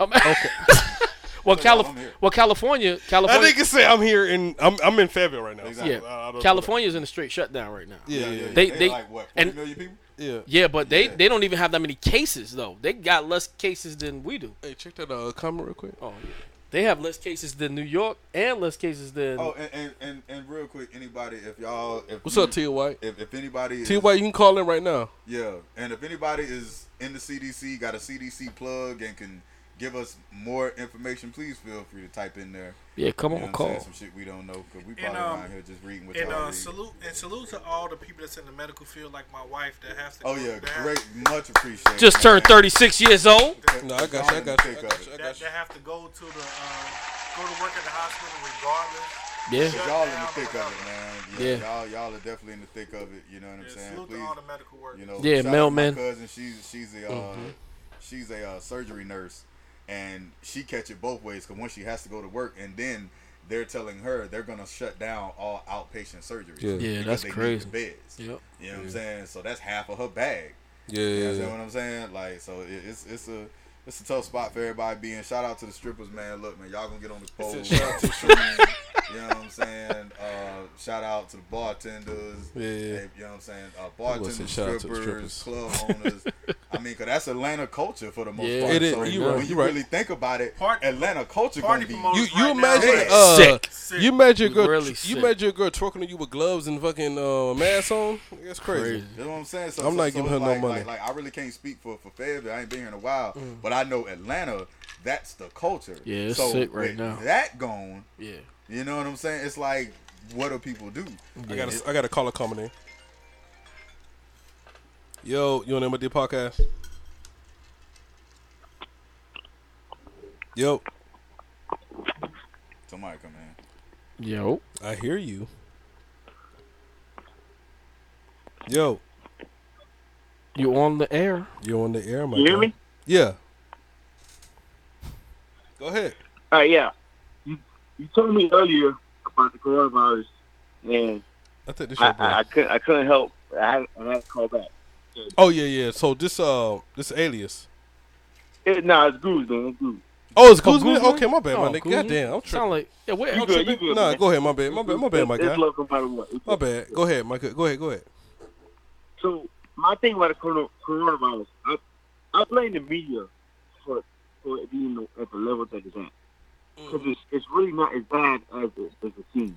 Speaker 4: Um, well, Calif- well, California,
Speaker 1: I
Speaker 4: California.
Speaker 1: think it's say I'm here in I'm I'm in February right now. so I- I
Speaker 4: Yeah,
Speaker 1: don't-
Speaker 4: California's in a straight shutdown right now.
Speaker 1: Yeah, yeah, yeah.
Speaker 4: They
Speaker 13: They
Speaker 4: they
Speaker 13: like, what, 40
Speaker 4: and
Speaker 13: million people?
Speaker 1: Yeah.
Speaker 4: Yeah, but they, they don't even have that many cases though. They got less cases than we do.
Speaker 1: Hey, check that uh, comment real quick.
Speaker 4: Oh yeah. They have less cases than New York and less cases than
Speaker 6: Oh, and, and, and, and real quick, anybody, if y'all, if
Speaker 1: What's
Speaker 6: you-
Speaker 1: up, Tia White?
Speaker 6: If, if anybody,
Speaker 1: T
Speaker 6: is-
Speaker 1: White, you can call in right now.
Speaker 6: yeah, and if anybody is in the CDC, got a CDC plug, and can give us more information, please feel free to type in there.
Speaker 4: Yeah, come
Speaker 6: You
Speaker 4: on,
Speaker 6: know what I'm saying?
Speaker 4: call.
Speaker 6: Some shit we don't know because we
Speaker 5: And
Speaker 6: probably
Speaker 5: um,
Speaker 6: around here just reading what
Speaker 5: and
Speaker 6: y'all
Speaker 5: uh,
Speaker 6: read.
Speaker 5: salute and salute to all the people that's in the medical field, like my wife that has to.
Speaker 6: Oh
Speaker 5: go-
Speaker 6: yeah,
Speaker 5: that has-
Speaker 6: great, much appreciated.
Speaker 4: Just
Speaker 6: man.
Speaker 4: turned 36 years old.
Speaker 1: No, I got you. I got you. I got you. I
Speaker 5: that,
Speaker 1: got you.
Speaker 5: that have to go to the uh, go to work at the hospital regardless.
Speaker 4: Yeah.
Speaker 5: Shut
Speaker 6: y'all in the
Speaker 5: down or
Speaker 6: thick of
Speaker 5: whatever.
Speaker 6: it, man. Yeah,
Speaker 4: Yeah.
Speaker 6: y'all y'all are definitely in the thick of it. You know what I'm saying?
Speaker 5: salute to
Speaker 6: Please,
Speaker 5: all the medical workers.
Speaker 6: You know,
Speaker 4: Yeah,
Speaker 6: shout out to
Speaker 4: mailman.
Speaker 6: My cousin, she's she's a uh,
Speaker 4: Mhm.
Speaker 6: she's a uh, surgery nurse, and she catch it both ways. Cause once she has to go to work, and then they're telling her they're gonna shut down all outpatient surgeries.
Speaker 1: Yeah. Yeah,
Speaker 4: that's
Speaker 6: because they need the
Speaker 4: crazy.
Speaker 6: beds.
Speaker 4: Yep.
Speaker 6: You know what I'm
Speaker 1: Yeah.
Speaker 6: saying? So that's half of her bag.
Speaker 1: Yeah,
Speaker 6: You
Speaker 1: yeah,
Speaker 6: understand
Speaker 1: yeah.
Speaker 6: what I'm saying? Like, so it, it's it's a it's a tough spot for everybody being. Shout out to the strippers, man. Look, man, y'all gonna get on the pole.
Speaker 1: Shout out to the
Speaker 6: You know what I'm saying? Uh, shout out to the bartenders.
Speaker 1: Yeah, yeah.
Speaker 6: They- you know what I'm saying? Uh,
Speaker 1: gonna
Speaker 6: bartenders,
Speaker 1: say
Speaker 6: strippers,
Speaker 1: shout out to the
Speaker 6: club owners. I mean, cause that's Atlanta culture for the most
Speaker 1: Yeah.
Speaker 6: part.
Speaker 1: It is.
Speaker 6: So
Speaker 1: You
Speaker 6: when
Speaker 1: right,
Speaker 6: you
Speaker 1: you right.
Speaker 6: really think about it, Atlanta culture
Speaker 5: party
Speaker 6: gonna be
Speaker 5: promoters
Speaker 1: You you
Speaker 5: right now,
Speaker 1: imagine
Speaker 5: like,
Speaker 1: uh,
Speaker 4: Sick.
Speaker 1: you imagine a girl
Speaker 4: Really
Speaker 1: you
Speaker 4: sick.
Speaker 1: imagine your girl twerking on you with gloves and fucking uh, mask on. That's crazy.
Speaker 6: You know what I'm saying? So,
Speaker 1: I'm
Speaker 6: so-
Speaker 1: not
Speaker 6: so
Speaker 1: giving
Speaker 6: it's
Speaker 1: her no
Speaker 6: like,
Speaker 1: money. Mm.
Speaker 6: Like, like, I really can't speak for for Fayetteville. I ain't been here in a while, but I know Atlanta. That's the culture.
Speaker 4: Yeah, it's
Speaker 6: so
Speaker 4: sick right
Speaker 6: with
Speaker 4: now.
Speaker 6: That gone.
Speaker 4: Yeah.
Speaker 6: You know what I'm saying? It's like, what do people do?
Speaker 1: I got a, I got a caller coming in. Yo, you on MD podcast? Yo,
Speaker 6: Somebody come in.
Speaker 4: Yo.
Speaker 1: I hear you. Yo,
Speaker 4: You on the air?
Speaker 1: you on the air, my
Speaker 11: You hear
Speaker 1: guy.
Speaker 11: me?
Speaker 1: Yeah. Go ahead.
Speaker 11: All right, yeah. You you told me earlier about the coronavirus, and
Speaker 1: I think this
Speaker 11: I,
Speaker 1: your
Speaker 11: I, I couldn't I couldn't help. I had, I had to call back.
Speaker 1: Oh yeah, yeah. So this uh this alias.
Speaker 11: It, nah, it's Goose, man. It's Goose.
Speaker 1: Oh, it's
Speaker 4: Oh,
Speaker 1: Guzman.
Speaker 4: Guzman?
Speaker 1: Okay, my bad,
Speaker 4: Oh,
Speaker 1: my nigga.
Speaker 4: Guzman.
Speaker 1: Goddamn, I'm tripping.
Speaker 4: Sound like yeah. Where
Speaker 11: You
Speaker 4: I'm
Speaker 11: good? You
Speaker 4: tripping?
Speaker 11: good?
Speaker 1: Nah,
Speaker 11: man.
Speaker 1: go ahead, my bad, my bad, my bad, my
Speaker 11: It's-
Speaker 1: guy.
Speaker 11: It's love no matter what. It's
Speaker 1: My bad. Go ahead, my good. Go ahead, go ahead.
Speaker 11: So my thing about the corona- coronavirus, I, I blame the media for for it being the- at the level that it's at. Because it's, it's really not as bad as it, as it seems.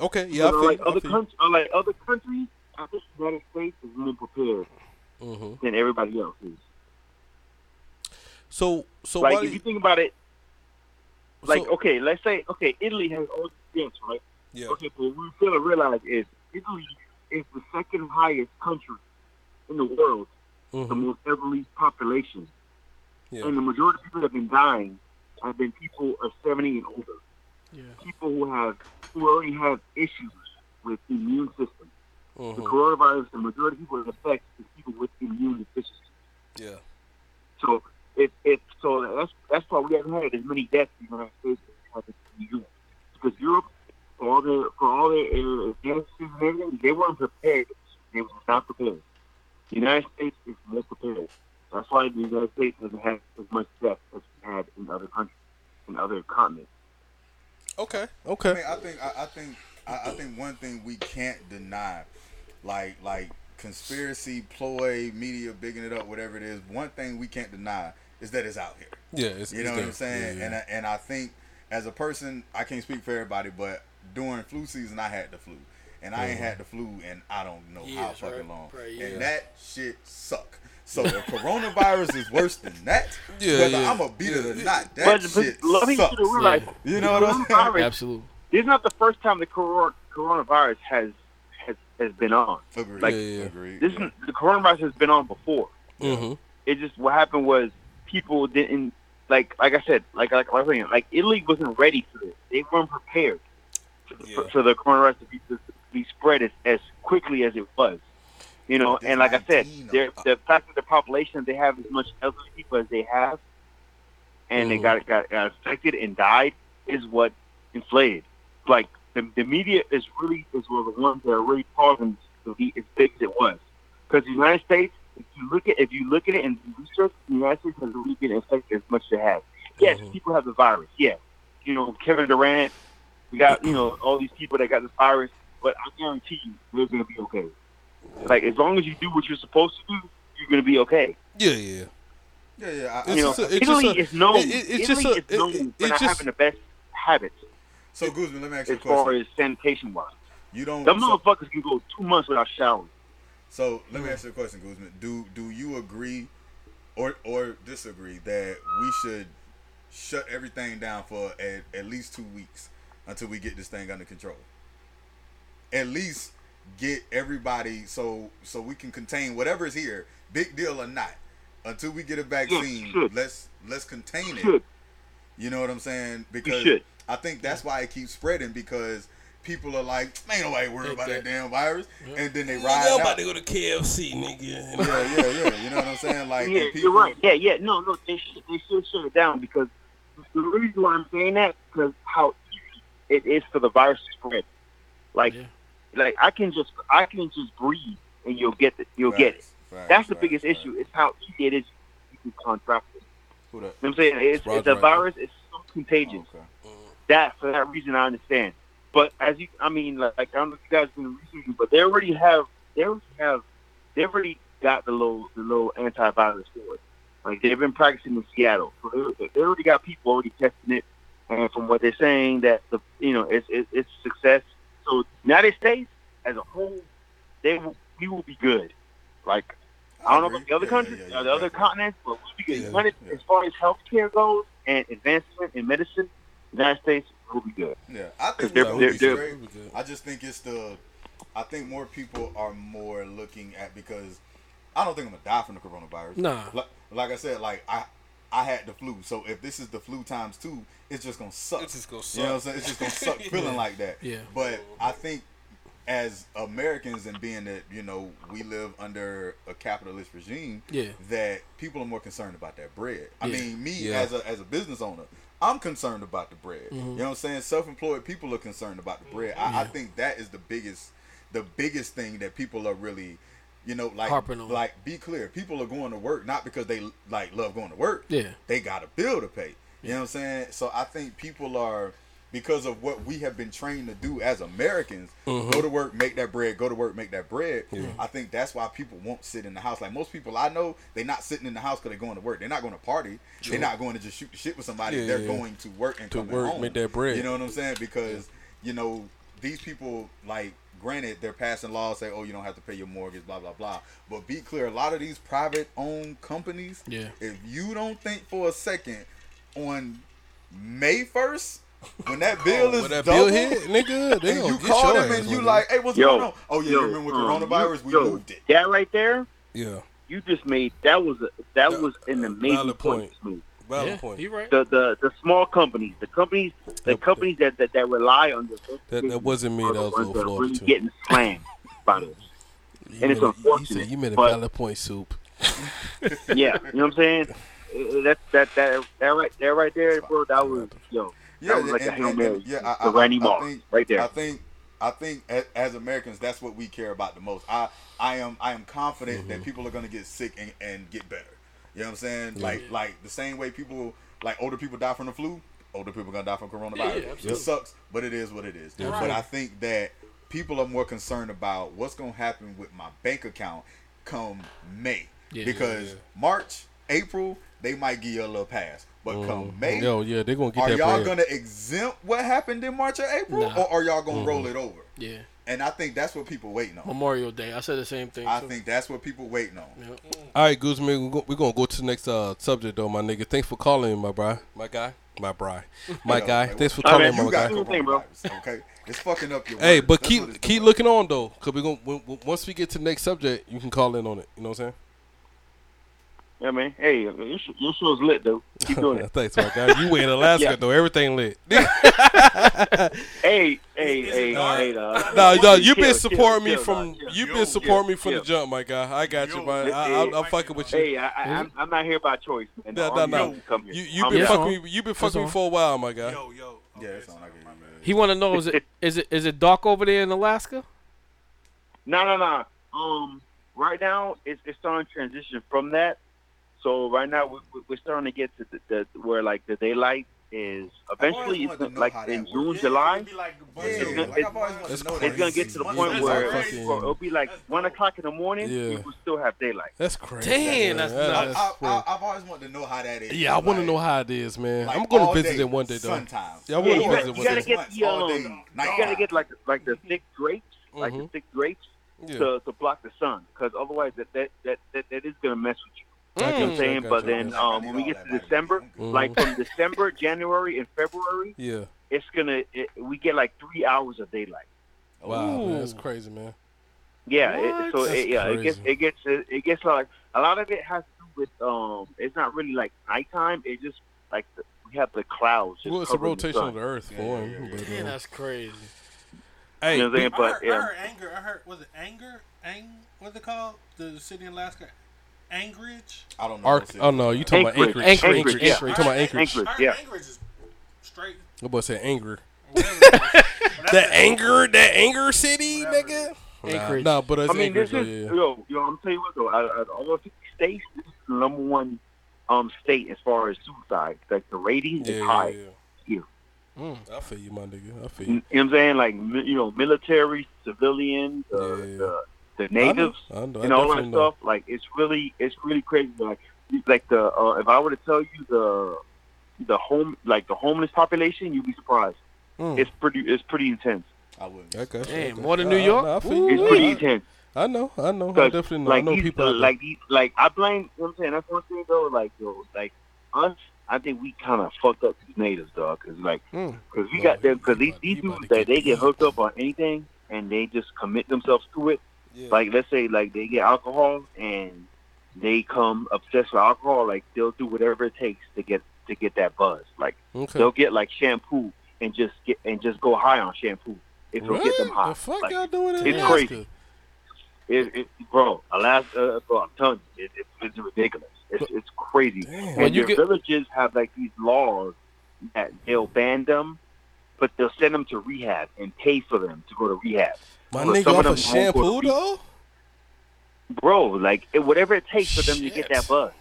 Speaker 1: Okay, yeah, I
Speaker 11: But
Speaker 1: feel,
Speaker 11: unlike
Speaker 1: I
Speaker 11: other
Speaker 1: feel.
Speaker 11: countries, like other countries, I think the United States is more prepared
Speaker 1: hmm
Speaker 11: than everybody else is.
Speaker 1: So, so
Speaker 11: like
Speaker 1: why?
Speaker 11: if
Speaker 1: do
Speaker 11: you
Speaker 1: you-
Speaker 11: think about it, like
Speaker 1: so-
Speaker 11: okay, let's say okay, Italy has all these deaths, right?
Speaker 1: yeah,
Speaker 11: Okay, but we fail to realize is Italy is the second highest country in the world, the
Speaker 1: mhm,
Speaker 11: most elderly population.
Speaker 1: yeah.
Speaker 11: and the majority of people that have been dying have been people of 70 and older.
Speaker 4: Yeah.
Speaker 11: People who have who already have issues with immune system. The
Speaker 1: mhm,
Speaker 11: coronavirus, the majority of people it affects is people with immune deficiency.
Speaker 1: yeah.
Speaker 11: So if if so that's that's why we haven't had as many deaths in the United States as we have in Europe. Because Europe, for all their for all their uh, deaths and everything, they weren't prepared. They were not prepared. The United States is more prepared. That's why the United States doesn't have as much death as we had in other countries, in other continents.
Speaker 1: Okay,
Speaker 6: I
Speaker 1: okay.
Speaker 6: mean, I think I, I think I, I think one thing we can't deny, like like conspiracy ploy, media bigging it up, whatever it is. One thing we can't deny is that it's out here.
Speaker 1: Yeah, it's,
Speaker 6: You
Speaker 1: it's
Speaker 6: know what
Speaker 1: there.
Speaker 6: I'm saying?
Speaker 1: Yeah,
Speaker 6: And I, and I think as a person, I can't speak for everybody, but during flu season, I had the flu, and I ain't had the flu, and I don't know how
Speaker 4: Years,
Speaker 6: fucking
Speaker 4: right?
Speaker 6: long,
Speaker 4: Right, yeah.
Speaker 6: and that shit suck. So the coronavirus is worse than that.
Speaker 1: Yeah,
Speaker 6: whether
Speaker 1: yeah.
Speaker 6: I'm a beat it or not, that
Speaker 11: But,
Speaker 6: shit
Speaker 11: but let me
Speaker 6: sucks.
Speaker 11: get it realize
Speaker 6: You know what I'm saying?
Speaker 11: coronavirus-
Speaker 4: Absolutely.
Speaker 11: This is not the first time the corona- coronavirus has has has been on.
Speaker 6: Agreed.
Speaker 11: Like,
Speaker 1: yeah.
Speaker 6: Agreed.
Speaker 11: This is, the coronavirus has been on before.
Speaker 1: yeah. Mhm.
Speaker 11: It just what happened was people didn't like like I said like like like, I was saying, like Italy wasn't ready for this. They weren't prepared for,
Speaker 1: Yeah.
Speaker 11: for the coronavirus to be, to be spread as, as quickly as it was. You know, and like I said,
Speaker 6: 19
Speaker 11: they're- the fact that the population they have as much elderly people as they have, and they
Speaker 1: Mhm.
Speaker 11: got, got got affected and died is what inflated. Like the, the media is really is one of the ones that are really causing this to be as big as it was. Because the United States, if you look at if you look at it and do research, the United States has really been affected as much as it has. Yes,
Speaker 1: Mhm.
Speaker 11: people have the virus. Yes, you know Kevin Durant. We got you know all these people that got this virus, but I guarantee you they're going to be okay. Like as long as you do what you're supposed to do, you're gonna be okay.
Speaker 1: Yeah, yeah.
Speaker 6: Yeah, yeah.
Speaker 11: you know, Italy is known. Italy is known for not having the best habits.
Speaker 6: So Guzman, let me ask you
Speaker 11: as
Speaker 6: a question.
Speaker 11: far as sanitation wise.
Speaker 6: You don't.
Speaker 11: Them
Speaker 6: so-
Speaker 11: motherfuckers can go two months without showering.
Speaker 6: So let
Speaker 11: Hmm.
Speaker 6: me ask you a question, Guzman. Do do you agree or or disagree that we should shut everything down for at, at least two weeks until we get this thing under control? At least get everybody so so we can contain whatever is here, big deal or not. Until we get a vaccine,
Speaker 11: should.
Speaker 6: let's let's contain it.
Speaker 11: should.
Speaker 6: You know what I'm saying? Because
Speaker 11: should.
Speaker 6: I think that's why it keeps spreading because people are like, ain't nobody worried about that
Speaker 11: Exactly.
Speaker 6: damn virus, and then they
Speaker 11: Yeah,
Speaker 6: ride
Speaker 11: nobody
Speaker 6: out.
Speaker 11: go
Speaker 1: to KFC, nigga.
Speaker 6: yeah, yeah, yeah. You know what I'm saying? Like,
Speaker 11: yeah,
Speaker 6: and people,
Speaker 11: you're right. Yeah, yeah. No, no, they should they should shut it down because the reason why I'm saying that because how easy it is for the virus to spread. Like, like I can just I can just breathe and you'll get it. You'll get it.
Speaker 6: Facts, facts,
Speaker 11: That's the
Speaker 6: facts,
Speaker 11: biggest issue. It's how easy it is you can contract it.
Speaker 6: Who that?
Speaker 11: You know what I'm saying it's,
Speaker 6: Roger
Speaker 11: it's a
Speaker 6: right
Speaker 11: virus. It's so contagious.
Speaker 6: Okay.
Speaker 11: That for that reason, I understand. But as you, I mean, like, like I don't know if you guys been researching, but they already have, they already have, they already got the little, the little antivirus for it. Like they've been practicing in Seattle, so they, they already got people already testing it. And from what they're saying, that the you know it's it's, it's a success. So United States as a whole, they will- we will be good. Like I don't know about the other countries, or the other continents, but we'll be good. United- As far as healthcare goes and advancement in medicine, United States will be good.
Speaker 6: Yeah, I think
Speaker 11: they're,
Speaker 6: we'll
Speaker 11: they're,
Speaker 6: be
Speaker 11: they're-
Speaker 6: straight. I just think it's the. I think more people are more looking at because I don't think I'm gonna die from the coronavirus.
Speaker 4: Nah.
Speaker 6: Like, like I said, like I. I had the flu, so if this is the flu times two, it's just gonna suck. It's just gonna You know what I'm
Speaker 1: suck.
Speaker 6: saying? It's just gonna suck feeling
Speaker 1: Yeah.
Speaker 6: like that.
Speaker 1: Yeah.
Speaker 6: But I think as Americans and being that you know we live under a capitalist regime,
Speaker 1: Yeah.
Speaker 6: that people are more concerned about that bread. I
Speaker 1: Yeah.
Speaker 6: mean, me
Speaker 1: Yeah. Mm-hmm.
Speaker 6: as a as a business owner, I'm concerned about the bread. You know what I'm saying? Self-employed people are concerned about the bread. I, I
Speaker 1: Yeah.
Speaker 6: think that is the biggest, the biggest thing that people are really, you know, like
Speaker 1: Harping on.
Speaker 6: like be clear. People are going to work not because they like love going to work.
Speaker 1: Yeah.
Speaker 6: they got a bill to pay. You know what I'm saying? So I think people are because of what we have been trained to do as Americans,
Speaker 1: Mhm.
Speaker 6: go to work, make that bread, go to work, make that bread.
Speaker 1: Yeah.
Speaker 6: I think that's why people won't sit in the house. Like most people I know, they're not sitting in the house because they're going to work. They're not going to party.
Speaker 1: True.
Speaker 6: They're not going to just shoot the shit with somebody.
Speaker 1: Yeah,
Speaker 6: they're
Speaker 1: yeah.
Speaker 6: going to work and
Speaker 1: To
Speaker 6: coming
Speaker 1: work,
Speaker 6: home.
Speaker 1: make that bread.
Speaker 6: You know what I'm saying? Because you know these people, like, granted, they're passing laws say, oh, you don't have to pay your mortgage, blah blah blah. But be clear, a lot of these private-owned companies,
Speaker 1: Yeah.
Speaker 6: if you don't think for a second on May first. When that bill is
Speaker 1: Oh, when that
Speaker 6: double,
Speaker 1: bill hit, nigga, they
Speaker 6: and
Speaker 1: gonna
Speaker 6: you
Speaker 1: get
Speaker 6: call
Speaker 1: your
Speaker 6: them
Speaker 1: ass
Speaker 6: and you
Speaker 1: one
Speaker 6: like,
Speaker 1: day.
Speaker 6: hey, what's
Speaker 1: Yo,
Speaker 6: going on? Oh yeah,
Speaker 1: yo,
Speaker 6: you remember with
Speaker 1: um,
Speaker 6: coronavirus, we
Speaker 11: yo,
Speaker 6: moved it.
Speaker 11: That right there,
Speaker 1: Yeah.
Speaker 11: you just made that was a, that was an amazing
Speaker 1: valid point.
Speaker 11: point. Smooth.
Speaker 1: Valid Yeah, point. you right.
Speaker 11: The, the the small companies, the companies, the companies that, that, that rely on this,
Speaker 1: That, that wasn't me. That was
Speaker 11: ones
Speaker 1: Little
Speaker 11: that are
Speaker 1: Florida
Speaker 11: really
Speaker 1: too.
Speaker 11: getting slammed by this.
Speaker 1: You
Speaker 11: and it's
Speaker 1: made a- he
Speaker 11: unfortunate.
Speaker 1: said you made a
Speaker 11: but-
Speaker 1: valid point, soup.
Speaker 11: yeah, you know what I'm saying? Uh, That that that that right that right there, bro. That was yo.
Speaker 6: Yeah,
Speaker 11: that was like
Speaker 6: and-
Speaker 11: a hail
Speaker 6: and-
Speaker 11: mary.
Speaker 6: and- yeah, I,
Speaker 11: the
Speaker 6: I,
Speaker 11: Randy
Speaker 6: I
Speaker 11: Moss
Speaker 6: think,
Speaker 11: right there.
Speaker 6: I think, I think as, as Americans, that's what we care about the most. I, I am, I am confident
Speaker 11: Mm-hmm.
Speaker 6: that people are gonna get sick and, and get better. You know what I'm saying?
Speaker 1: Yeah.
Speaker 6: Like, like the same way people, like older people die from the flu, older people gonna die from
Speaker 1: Yeah, yeah,
Speaker 6: coronavirus.
Speaker 1: absolutely.
Speaker 6: it sucks, but it is what it is.
Speaker 1: Yeah.
Speaker 6: But
Speaker 1: Right.
Speaker 6: I think that people are more concerned about what's gonna happen with my bank account come May,
Speaker 1: Yeah.
Speaker 6: because
Speaker 1: Yeah.
Speaker 6: March, April, they might give you a little pass, but
Speaker 11: Mm-hmm.
Speaker 6: come May,
Speaker 1: Yo, yeah, they gonna get
Speaker 6: are
Speaker 1: that
Speaker 6: y'all
Speaker 1: bread.
Speaker 6: gonna exempt what happened in March or April,
Speaker 4: Nah.
Speaker 6: or are y'all gonna
Speaker 4: Mhm.
Speaker 6: roll it over?
Speaker 4: Yeah.
Speaker 6: And I think that's what people waiting on.
Speaker 4: Memorial Day. I said the same thing.
Speaker 6: I
Speaker 4: too.
Speaker 6: think that's what people waiting on.
Speaker 1: All right, Guzman, we're go- we're gonna go to the next uh, subject though, my nigga. Thanks for calling, my bro.
Speaker 6: My guy,
Speaker 1: My bri. My
Speaker 6: Yeah,
Speaker 1: guy.
Speaker 6: like,
Speaker 1: Thanks for
Speaker 6: I
Speaker 1: calling,
Speaker 6: mean,
Speaker 1: my
Speaker 6: you
Speaker 1: guy.
Speaker 6: got coronavirus, Okay, it's fucking up your.
Speaker 1: Hey,
Speaker 6: words.
Speaker 1: but
Speaker 6: That's what
Speaker 1: keep
Speaker 6: it's
Speaker 1: keep looking on though, cause we gonna we, we- once we get to the next subject, you can call in on it. You know what I'm saying?
Speaker 11: yeah, man. Hey, your, sh- your show's lit though. Keep doing it.
Speaker 1: Thanks, my guy. You were in Alaska
Speaker 11: Yeah.
Speaker 1: though. Everything lit.
Speaker 11: Hey, hey, hey, hey. uh,
Speaker 1: No, no, you
Speaker 11: chill,
Speaker 1: been
Speaker 11: chill,
Speaker 1: supporting me
Speaker 11: chill,
Speaker 1: from
Speaker 11: dog, chill.
Speaker 1: you been supporting me from the
Speaker 11: yeah.
Speaker 1: jump, my guy. I got you, man. I,
Speaker 11: Hey,
Speaker 1: I, I'm fucking with you.
Speaker 11: Hey, I, I, I'm, I'm not here by choice. Man.
Speaker 1: Hmm? No, no,
Speaker 11: I'm
Speaker 1: no.
Speaker 11: here to come here.
Speaker 1: You you
Speaker 11: I'm
Speaker 1: been
Speaker 11: here.
Speaker 1: fucking me. You been fucking me
Speaker 4: on.
Speaker 1: for a while, my guy.
Speaker 6: yeah, it's on. I get you.
Speaker 4: He want to know is it is it is it dark over there in Alaska?
Speaker 11: No, no, no. Um, right now it's it's starting to transition from that. So right now we're, we're starting to get to the, the where like the daylight is eventually it's
Speaker 13: wanted to
Speaker 11: gonna,
Speaker 13: know
Speaker 11: like
Speaker 13: how that
Speaker 11: in
Speaker 13: works.
Speaker 11: June,
Speaker 13: Yeah,
Speaker 11: July.
Speaker 13: it'd be like a bunch
Speaker 11: it's
Speaker 13: of-
Speaker 11: gonna-
Speaker 13: like, I've always
Speaker 11: it's-
Speaker 13: wanted to
Speaker 11: it's
Speaker 13: know
Speaker 11: gonna
Speaker 13: that.
Speaker 11: get to the
Speaker 13: That's
Speaker 11: point where
Speaker 13: fucking-
Speaker 11: or it'll be like one o'clock in the morning.
Speaker 1: Yeah.
Speaker 11: We will still have daylight.
Speaker 1: That's crazy. Damn, that's Yeah, nuts.
Speaker 13: I,
Speaker 1: that's
Speaker 13: I, I've always wanted to know how that is.
Speaker 1: Yeah, I want to know how it is, man. I'm going
Speaker 13: all
Speaker 1: to visit
Speaker 13: day,
Speaker 1: it one day, though.
Speaker 13: sometimes.
Speaker 1: Yeah, I
Speaker 11: Yeah,
Speaker 1: want
Speaker 11: you,
Speaker 1: to
Speaker 11: got,
Speaker 1: visit
Speaker 11: you
Speaker 1: one
Speaker 11: gotta
Speaker 1: day.
Speaker 11: get the
Speaker 13: all day, Mm-hmm.
Speaker 11: um, you gotta get like like the thick drapes, like the thick drapes
Speaker 13: Yeah.
Speaker 11: to, to block the sun, because otherwise that that, that that that is gonna mess with you.
Speaker 13: I
Speaker 11: You know
Speaker 13: got
Speaker 11: what I'm
Speaker 13: you, I
Speaker 11: saying?
Speaker 13: got
Speaker 11: But
Speaker 13: you.
Speaker 11: then
Speaker 6: uh,
Speaker 13: Yeah, I
Speaker 11: um,
Speaker 13: need
Speaker 11: when we
Speaker 13: all
Speaker 11: get
Speaker 13: that
Speaker 11: to December,
Speaker 1: Mm-hmm.
Speaker 13: Mhm.
Speaker 11: like from December, January, and February,
Speaker 1: Yeah.
Speaker 11: it's gonna it, we get like three hours of daylight.
Speaker 1: Wow, man, that's crazy, man.
Speaker 11: Yeah, it, so
Speaker 1: What?
Speaker 11: it, yeah,
Speaker 1: That's
Speaker 11: it gets it gets it, it gets like a lot of it has to do with um, it's not really like nighttime. It's just like the, we have the clouds. just
Speaker 1: Well, it's a
Speaker 11: covering the
Speaker 1: rotation
Speaker 11: sun.
Speaker 1: of the Earth for him. but,
Speaker 4: Man,
Speaker 1: uh,
Speaker 4: that's crazy.
Speaker 1: Hey,
Speaker 11: you know what I'm saying?
Speaker 5: I
Speaker 11: But
Speaker 5: heard, I
Speaker 11: yeah,
Speaker 5: heard anger. I heard was it anger? Ang? What's it called? The city in Alaska. Anchorage.
Speaker 13: I don't
Speaker 1: Arc- oh no, you talking about Anchorage?
Speaker 11: Anchorage,
Speaker 1: Anchorage,
Speaker 11: yeah.
Speaker 1: You talking about Anchorage?
Speaker 11: Anchorage,
Speaker 1: That
Speaker 11: yeah.
Speaker 1: boy said anger.
Speaker 11: The
Speaker 1: that anger, that anger city, nigga. Nah,
Speaker 11: Anchorage.
Speaker 1: Nah, but it's
Speaker 11: I mean,
Speaker 1: Anchorage. Though,
Speaker 11: this is
Speaker 1: yeah.
Speaker 11: yo, yo. I'm telling you what though, out, out of all 50 states, this is the number one um state as far as suicide. Like the ratings
Speaker 1: Yeah,
Speaker 11: is
Speaker 1: yeah,
Speaker 11: high.
Speaker 1: yeah.
Speaker 11: Here. Mm.
Speaker 1: Mm, I feel you, my nigga. I feel
Speaker 11: You
Speaker 1: you.
Speaker 11: know what I'm saying? Like mi- you know, military, civilians, uh, the, the natives,
Speaker 1: I know, I
Speaker 11: and all that
Speaker 1: definitely know.
Speaker 11: stuff. Like it's really, it's really crazy. Like, you- like the uh, if I were to tell you the the home like the homeless population, you'd be surprised.
Speaker 1: Mm.
Speaker 11: It's pretty, it's pretty intense.
Speaker 13: I wouldn't.
Speaker 1: Okay.
Speaker 4: Damn,
Speaker 1: okay.
Speaker 4: more than
Speaker 1: I-
Speaker 4: New
Speaker 1: I-
Speaker 4: York?
Speaker 1: I, feel
Speaker 4: Ooh.
Speaker 1: you.
Speaker 11: It's pretty intense.
Speaker 1: I know. I know. I
Speaker 11: Because,
Speaker 1: definitely know.
Speaker 11: Like
Speaker 1: I know
Speaker 11: these-
Speaker 1: people.
Speaker 11: uh,
Speaker 1: out there.
Speaker 11: like these, like I blame. You know what I'm saying that's one thing though. Like yo, like us, I think we kind of fucked up these natives, dog. Because like,
Speaker 1: Hmm.
Speaker 11: because we got them. Because these these dudes that they get hooked up on anything and they just commit themselves to it. Like let's say like they get alcohol and they come obsessed with alcohol. Like they'll do whatever it takes to get to get that buzz. Like
Speaker 1: Okay.
Speaker 11: they'll get like shampoo and just get and just go high on shampoo. It'll
Speaker 1: what
Speaker 11: get them high.
Speaker 1: the fuck
Speaker 11: Like,
Speaker 1: y'all doing in
Speaker 11: it's
Speaker 1: Alaska?
Speaker 11: crazy. It, it, bro, Alaska, uh, bro, I'm telling you, it, it's it's ridiculous. It's, it's crazy.
Speaker 4: Well,
Speaker 11: And
Speaker 4: you
Speaker 11: your
Speaker 4: get-
Speaker 11: villages have like these laws that they'll ban them, but they'll send them to rehab and pay for them to go to rehab.
Speaker 1: My
Speaker 11: But
Speaker 1: nigga
Speaker 11: some
Speaker 1: off
Speaker 11: them
Speaker 1: of
Speaker 11: won't go to
Speaker 1: shampoo
Speaker 11: rehab.
Speaker 1: though.
Speaker 11: bro. Like it, whatever it takes for them to get that buzz.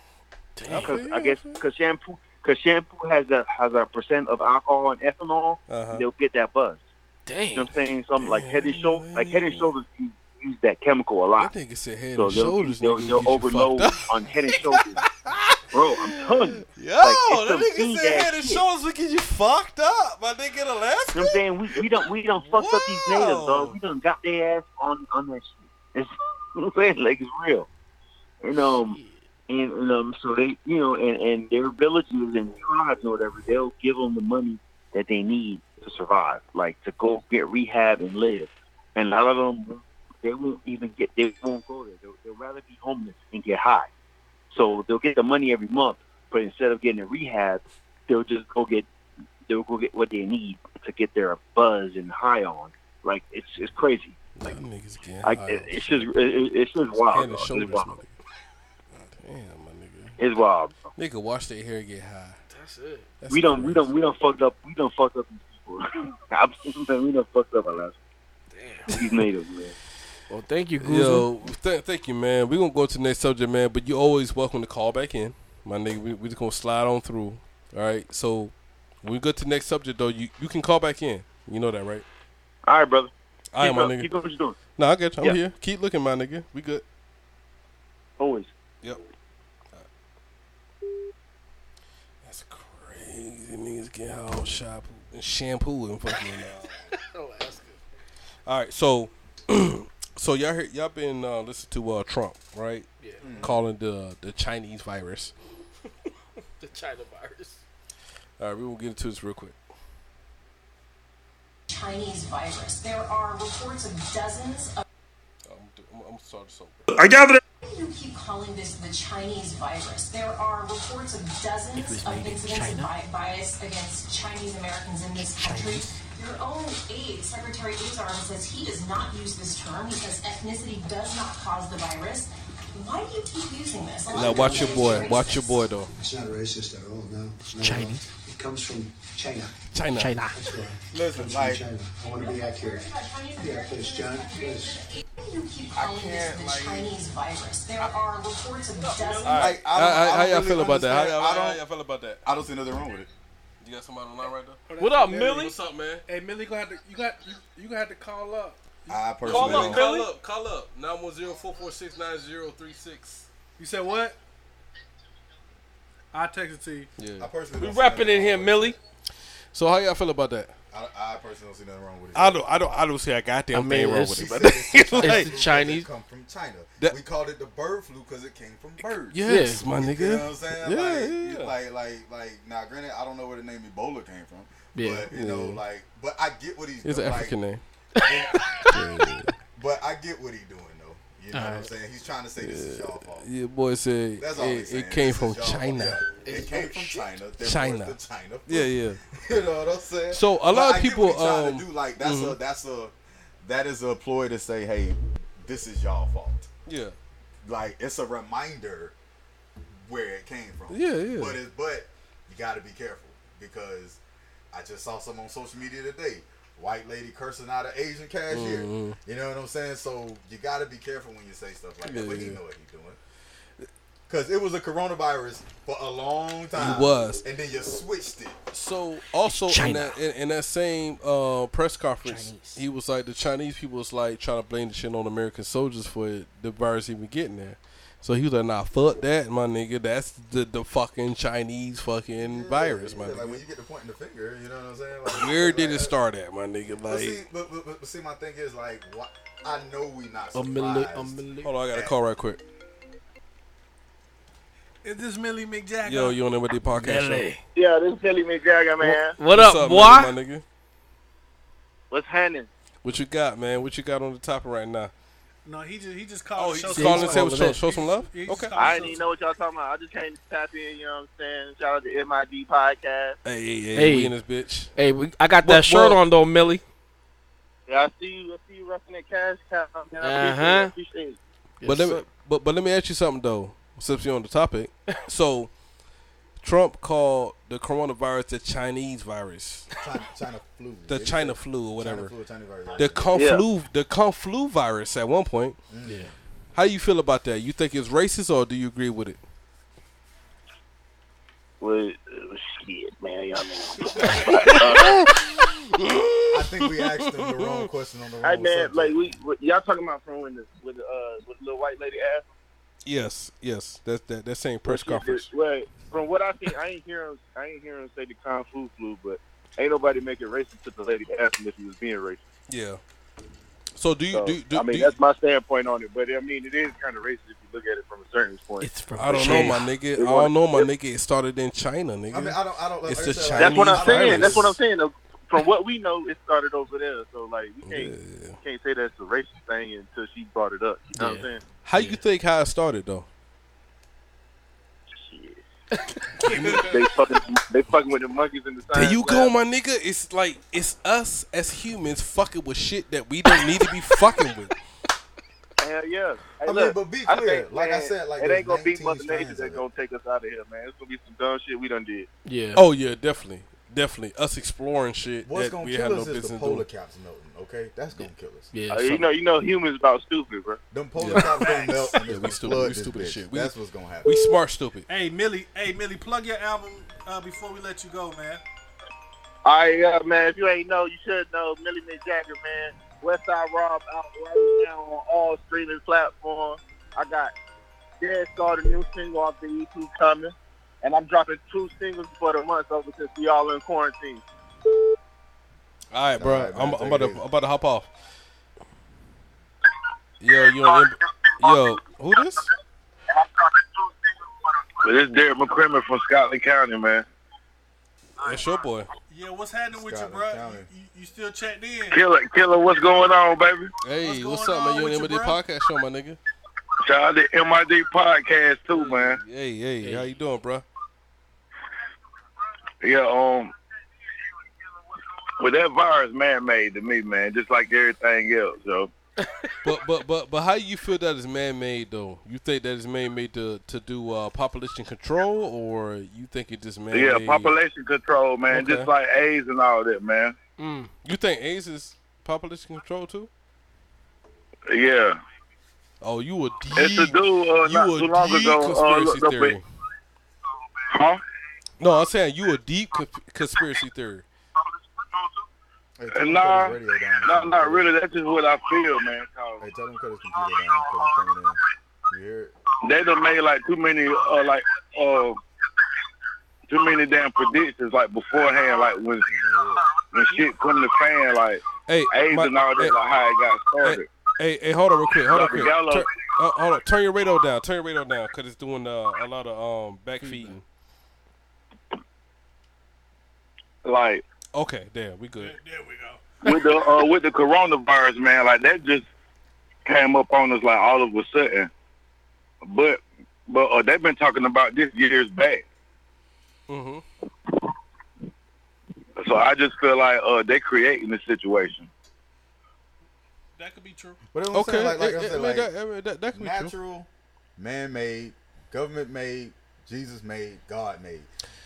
Speaker 11: Because I guess because shampoo, because shampoo has a has a percent of alcohol and ethanol,
Speaker 1: Uh-huh.
Speaker 11: they'll get that buzz. Damn. You know what I'm saying? Something like Head and Shoulders, like Head and Shoulders use- use that chemical a lot.
Speaker 1: Nigga said head
Speaker 11: so
Speaker 1: and
Speaker 11: they'll,
Speaker 1: shoulders.
Speaker 11: they'll,
Speaker 1: nigga,
Speaker 11: they'll
Speaker 1: get you
Speaker 11: overload
Speaker 1: fucked up.
Speaker 11: on Head and Shoulders, bro. I'm telling you.
Speaker 1: Yo,
Speaker 11: like, it's
Speaker 1: that
Speaker 11: some
Speaker 1: nigga
Speaker 11: fiend
Speaker 1: said
Speaker 11: ass
Speaker 1: head and
Speaker 11: shit.
Speaker 1: shoulders. Look at you fucked up, my nigga in Alaska.
Speaker 11: You know what I'm saying? We, we don't we don't fucked up these natives, dog. We done got their ass on on that shit. It's, you know what I'm saying? Like it's real. And um and, and um so they you know and and their villages and tribes or whatever they'll give them the money that they need to survive, like to go get rehab and live. And a lot of them they won't even get they won't go there. They'll, they'll rather be homeless and get high. So they'll get the money every month, but instead of getting a rehab, they'll just go get they'll go get what they need to get their buzz and high on. Like it's it's crazy.
Speaker 1: Like niggas getting
Speaker 11: I,
Speaker 1: high
Speaker 11: it,
Speaker 1: on
Speaker 11: it's just it, it- it's just wild.
Speaker 1: Head and
Speaker 11: dog.
Speaker 1: shoulders.
Speaker 11: It's wild.
Speaker 1: nigga. Damn, my nigga.
Speaker 11: It's wild.
Speaker 1: Nigga, wash their hair, get high.
Speaker 4: That's it.
Speaker 1: That's
Speaker 11: we don't we don't we don't fucked up we don't fucked up these people. I'm saying we don't fucked up Alaska. Damn. These natives, man.
Speaker 4: Well, thank you, Goose.
Speaker 1: Yo, th- thank you, man. We're going to go to the next subject, man, but you're always welcome to call back in. My nigga, we, we just going to slide on through. All right. So when we go to the next subject, though, you, you can call back in. You know that, right?
Speaker 11: All right, brother.
Speaker 1: All right,
Speaker 11: Keep
Speaker 1: my
Speaker 11: up-
Speaker 1: nigga.
Speaker 11: keep up what you're doing.
Speaker 1: No, I got you. I'm
Speaker 11: Yeah.
Speaker 1: here. Keep looking, my nigga. We good.
Speaker 11: Always.
Speaker 1: Yep. That's crazy. Niggas get all shop and shampoo and fucking. Uh... all right, so so y'all hear, y'all been uh, listening to uh, Trump, right?
Speaker 4: Yeah. Mhm.
Speaker 1: Calling the the Chinese virus.
Speaker 4: the China virus.
Speaker 1: All right, we will get into this real quick.
Speaker 17: Chinese virus. There are reports of dozens of.
Speaker 1: I'm, I'm, I'm sorry, so
Speaker 17: I gather. Why do you keep calling this the Chinese virus? There are reports of
Speaker 1: It was
Speaker 17: dozens
Speaker 1: made
Speaker 17: of
Speaker 1: in
Speaker 17: incidents of
Speaker 1: China.
Speaker 17: bi- bias against Chinese Americans in this country. Your own aide, Secretary Azar, says he does not use this term. He says ethnicity does not cause the virus. Why do you keep using this? A lot
Speaker 1: now
Speaker 17: of
Speaker 1: watch your
Speaker 17: people
Speaker 1: boy.
Speaker 17: think
Speaker 1: Watch your boy though.
Speaker 18: It's not racist at all, no. no
Speaker 1: China.
Speaker 18: It comes from China.
Speaker 1: China. China.
Speaker 18: That's right.
Speaker 13: Listen,
Speaker 18: It comes
Speaker 13: like-
Speaker 18: from China. I want to be accurate. Yeah, please, John. Please.
Speaker 17: calling this the Chinese virus. There are reports of dozens.
Speaker 1: How- how- how y'all feel about that?
Speaker 13: understand-
Speaker 1: How- how-
Speaker 13: I don't-
Speaker 1: how y'all feel about that?
Speaker 13: I don't see nothing wrong with it.
Speaker 1: You got somebody online right there?
Speaker 4: What up, Millie?
Speaker 1: What's up, man?
Speaker 5: Hey, Millie, gonna have to, you got you, you gonna have to call up.
Speaker 6: I
Speaker 1: Call
Speaker 6: personally
Speaker 1: up,
Speaker 6: don't.
Speaker 1: call up, call up. 910-446-9036.
Speaker 5: You said what? I text it to you.
Speaker 1: Yeah. I
Speaker 6: personally
Speaker 4: We rapping in here, Millie.
Speaker 1: So how y'all feel about that?
Speaker 6: I, I personally don't see nothing wrong with it.
Speaker 1: I don't, I don't, I don't see a goddamn
Speaker 4: I mean,
Speaker 1: thing wrong
Speaker 4: it's-
Speaker 1: with it.
Speaker 4: it's-
Speaker 1: But
Speaker 4: it's the
Speaker 1: like-
Speaker 4: Chinese-
Speaker 6: Come from China.
Speaker 1: That-
Speaker 6: we called it the bird flu because it came from birds.
Speaker 1: Yes, my nigga.
Speaker 6: You know what I'm saying?
Speaker 1: Yeah,
Speaker 6: like, like, like, like. Now, granted, I don't know where the name Ebola came from.
Speaker 1: Yeah,
Speaker 6: But you know,
Speaker 1: yeah.
Speaker 6: like, but I get what he's.
Speaker 1: It's an
Speaker 6: doing,
Speaker 1: African
Speaker 6: like,
Speaker 1: name.
Speaker 6: But I get what he's doing though. You know what I'm
Speaker 1: Alright.
Speaker 6: saying? He's trying to say this is y'all fault.
Speaker 1: Your boy said
Speaker 6: That's all he's
Speaker 1: it,
Speaker 6: saying.
Speaker 1: it came
Speaker 6: This
Speaker 1: from
Speaker 6: is y'all fault.
Speaker 1: China.
Speaker 6: Yeah. It came from China. Therefore,
Speaker 1: China.
Speaker 6: it's the China.
Speaker 1: Yeah, yeah.
Speaker 6: you know what I'm saying?
Speaker 1: So, a
Speaker 6: But
Speaker 1: lot of
Speaker 6: I get
Speaker 1: people,
Speaker 6: what he's trying
Speaker 1: um,
Speaker 6: to do like that's a
Speaker 1: mhm.
Speaker 6: that's a that is a ploy to say, hey, this is y'all fault.
Speaker 1: Yeah.
Speaker 6: Like it's a reminder where it came from.
Speaker 1: Yeah, yeah.
Speaker 6: But it's but you got to be careful because I just saw something on social media today. White lady cursing out an Asian cashier.
Speaker 1: Mhm.
Speaker 6: You know what I'm saying? So you got to be careful when you say stuff like that.
Speaker 1: Yeah,
Speaker 6: But he
Speaker 1: yeah.
Speaker 6: know what he doing. Cause it was a coronavirus for a long time.
Speaker 1: was.
Speaker 6: and then you switched it.
Speaker 1: So also in
Speaker 6: China.
Speaker 1: that in, in that same uh, press conference, he was like the Chinese people was like trying to blame the shit on American soldiers for it, the virus even getting there. So he was like, "Nah, fuck that, my nigga. That's the, the fucking Chinese fucking virus, my
Speaker 6: Yeah,
Speaker 1: nigga.
Speaker 6: like when you get to pointing the finger, you know what I'm saying? Like,
Speaker 1: Where
Speaker 6: like,
Speaker 1: did it start at, my nigga?
Speaker 6: But see,
Speaker 1: Like,
Speaker 6: but, but, but see, my thing is like, what? I know we not
Speaker 1: A
Speaker 6: surprised.
Speaker 1: milli- a milli- hold on, I got a call right quick.
Speaker 5: Is this Millie McJack?
Speaker 1: Yo, you on there with the podcast? Show?
Speaker 4: Millie.
Speaker 11: Yeah, this is Billy McJagger, man.
Speaker 1: What's Millie, my nigga?
Speaker 11: What's happening?
Speaker 1: What you got, man? What you got on the topic right now?
Speaker 5: No, he just he just called. Oh,
Speaker 1: he just called and said, "Show- show some love?" Okay.
Speaker 11: I didn't even know what y'all talking about. I just came to tap in, you know what I'm saying? Shout out to MID Podcast.
Speaker 1: Hey, hey, hey,
Speaker 4: Hey.
Speaker 1: we in this bitch.
Speaker 4: Hey, we, I got that
Speaker 1: Well-
Speaker 4: shirt
Speaker 1: well-
Speaker 4: on though, Millie.
Speaker 11: Yeah, I see you. I see you rocking that cash cow, man. I
Speaker 4: Uh-huh.
Speaker 11: appreciate it. I appreciate it.
Speaker 1: But let me, but but let me ask you something though, since you're on the topic. so, Trump called the coronavirus the Chinese virus,
Speaker 6: China, China flu.
Speaker 1: the
Speaker 6: They
Speaker 1: China
Speaker 6: said
Speaker 1: flu or whatever,
Speaker 6: China flu, China virus.
Speaker 1: the Kung
Speaker 6: Yeah.
Speaker 1: flu, the Kung flu virus. At one point,
Speaker 6: Mm. Yeah.
Speaker 1: How you feel about that? You think it's racist or do you agree with it?
Speaker 11: Well, uh, shit, man. Y'all
Speaker 6: I think we asked him the wrong question on the
Speaker 11: Hey
Speaker 6: wrong
Speaker 11: man,
Speaker 6: subject.
Speaker 11: like we, we y'all talking about from when the with the uh with the little white lady asked.
Speaker 1: Yes, yes. That's that that same press conference.
Speaker 11: Well, from what I see, I ain't hear him. I ain't hear him say the kung fu flu, but ain't nobody make it racist to the lady that asked him if he was being racist.
Speaker 1: Yeah. So do you
Speaker 11: So,
Speaker 1: do, do
Speaker 11: I mean,
Speaker 1: do you-
Speaker 11: that's my standpoint on it. But I mean, it is kind of racist if you look at it from a certain point. It's from
Speaker 1: I don't know, my nigga. I don't know, my nigga. It started in China, nigga.
Speaker 6: I mean, I don't- I don't- like
Speaker 1: It's
Speaker 6: I
Speaker 1: the
Speaker 6: said,
Speaker 1: Chinese
Speaker 6: like-
Speaker 11: That's what I'm saying.
Speaker 1: virus.
Speaker 11: That's what I'm saying. though. From what we know, it started over there. So like, we can't can't say that's a racist thing until she brought it up. You know what I'm saying?
Speaker 1: How you think how it started though?
Speaker 11: they fucking they fucking with the monkeys in the sign.
Speaker 1: There you go, my nigga. It's like it's us as humans fucking with shit that we don't need to be fucking with.
Speaker 11: Hell yeah. Hey,
Speaker 6: I mean,
Speaker 11: look,
Speaker 6: but be
Speaker 11: I
Speaker 6: clear.
Speaker 11: think,
Speaker 6: Like I
Speaker 11: man,
Speaker 6: said, like,
Speaker 11: it
Speaker 6: there's
Speaker 11: ain't gonna be
Speaker 6: 19
Speaker 11: Mother Nature
Speaker 6: strands
Speaker 11: that's gonna take us out of here, man. It's gonna be some dumb shit we done did.
Speaker 4: Yeah.
Speaker 1: Oh yeah, definitely, definitely. Us exploring shit
Speaker 6: What's
Speaker 1: that
Speaker 6: gonna
Speaker 1: we had no
Speaker 6: kill us is
Speaker 1: business
Speaker 6: the polar
Speaker 1: doing.
Speaker 6: caps melting. Okay, that's gonna kill us.
Speaker 11: Uh, you know, you know, humans about stupid, bro.
Speaker 6: Them polar caps gonna melt and
Speaker 1: Yeah,
Speaker 6: it's
Speaker 1: we
Speaker 6: gonna
Speaker 1: stupid,
Speaker 6: flood
Speaker 1: we
Speaker 6: this
Speaker 1: stupid
Speaker 6: bitch.
Speaker 1: as shit. We,
Speaker 6: That's what's gonna happen.
Speaker 1: We smart stupid.
Speaker 5: Hey Millie, hey Millie, plug your album uh, before we let you go, man.
Speaker 11: All right, yeah, man. If you ain't know, you should know. Millie Mick Jagger, man. Westside Rob out right now on all streaming platforms. I got Dead Star, the new single off the EP coming, and I'm dropping two singles for the month over since we all in quarantine.
Speaker 1: All right, bro.
Speaker 6: All right, man,
Speaker 1: I'm,
Speaker 6: take
Speaker 1: I'm about
Speaker 6: it
Speaker 1: to
Speaker 6: easy.
Speaker 1: I'm about to hop off. Yo, you on M- yo, who this?
Speaker 11: But it's Derek McCrimmon from Scotland County, man.
Speaker 1: That's your boy.
Speaker 5: Yeah, what's happening with you, bro? You, you still checked in?
Speaker 11: Killer, killer, what's going on, baby?
Speaker 1: Hey, what's, up, man? You on the MD podcast show, my nigga.
Speaker 11: Shout out to MID Podcast too, man.
Speaker 1: Hey, hey, how you doing, bro?
Speaker 11: Yeah, um, but that virus man-made to me, man, just like everything else. So
Speaker 1: But but but but how you feel that is man made though? You think that is man made to to do uh, population control, or you think it just man made?
Speaker 11: yeah, population control, man,
Speaker 1: Okay.
Speaker 11: just like AIDS and all that, man.
Speaker 1: Mm. You think AIDS is population control too?
Speaker 11: Yeah.
Speaker 1: Oh, you a deep,
Speaker 11: It's a dude uh,
Speaker 1: you
Speaker 11: not
Speaker 1: a
Speaker 11: too long
Speaker 1: deep
Speaker 11: ago. Uh,
Speaker 1: conspiracy
Speaker 11: looked up
Speaker 1: theory.
Speaker 11: at- huh?
Speaker 1: No, I'm saying you a deep co- conspiracy theory.
Speaker 11: And nah, nah, not really. That's just what I feel, man. Hey, tell him cut his computer down because it's coming in. You hear it? They done made like too many, uh, like uh, too many damn predictions like beforehand, like when when shit come to fan, like
Speaker 1: Hey,
Speaker 11: AIDS
Speaker 1: my-
Speaker 11: and all that,
Speaker 1: hey,
Speaker 11: like how it got started.
Speaker 1: Hey, hey, hold on real quick. Hold on
Speaker 11: Dr.
Speaker 1: real
Speaker 11: Gallo.
Speaker 1: quick. Turn, uh, hold on. Turn your radio down. Turn your radio down because it's doing uh, a lot of um backfeeding.
Speaker 11: Like
Speaker 1: Okay, there we good.
Speaker 11: with the uh, with the coronavirus, man, like that just came up on us like all of a sudden. But but uh, they've been talking about this years back.
Speaker 1: Mm-hmm.
Speaker 11: So I just feel like uh, they creating the situation.
Speaker 5: That could be true.
Speaker 6: But it was okay,
Speaker 1: Okay,
Speaker 6: like, like
Speaker 1: yeah,
Speaker 6: I
Speaker 1: yeah, man,
Speaker 6: said, like
Speaker 1: that- I mean, that- that could be true.
Speaker 6: natural, man made, government made, Jesus made, God made.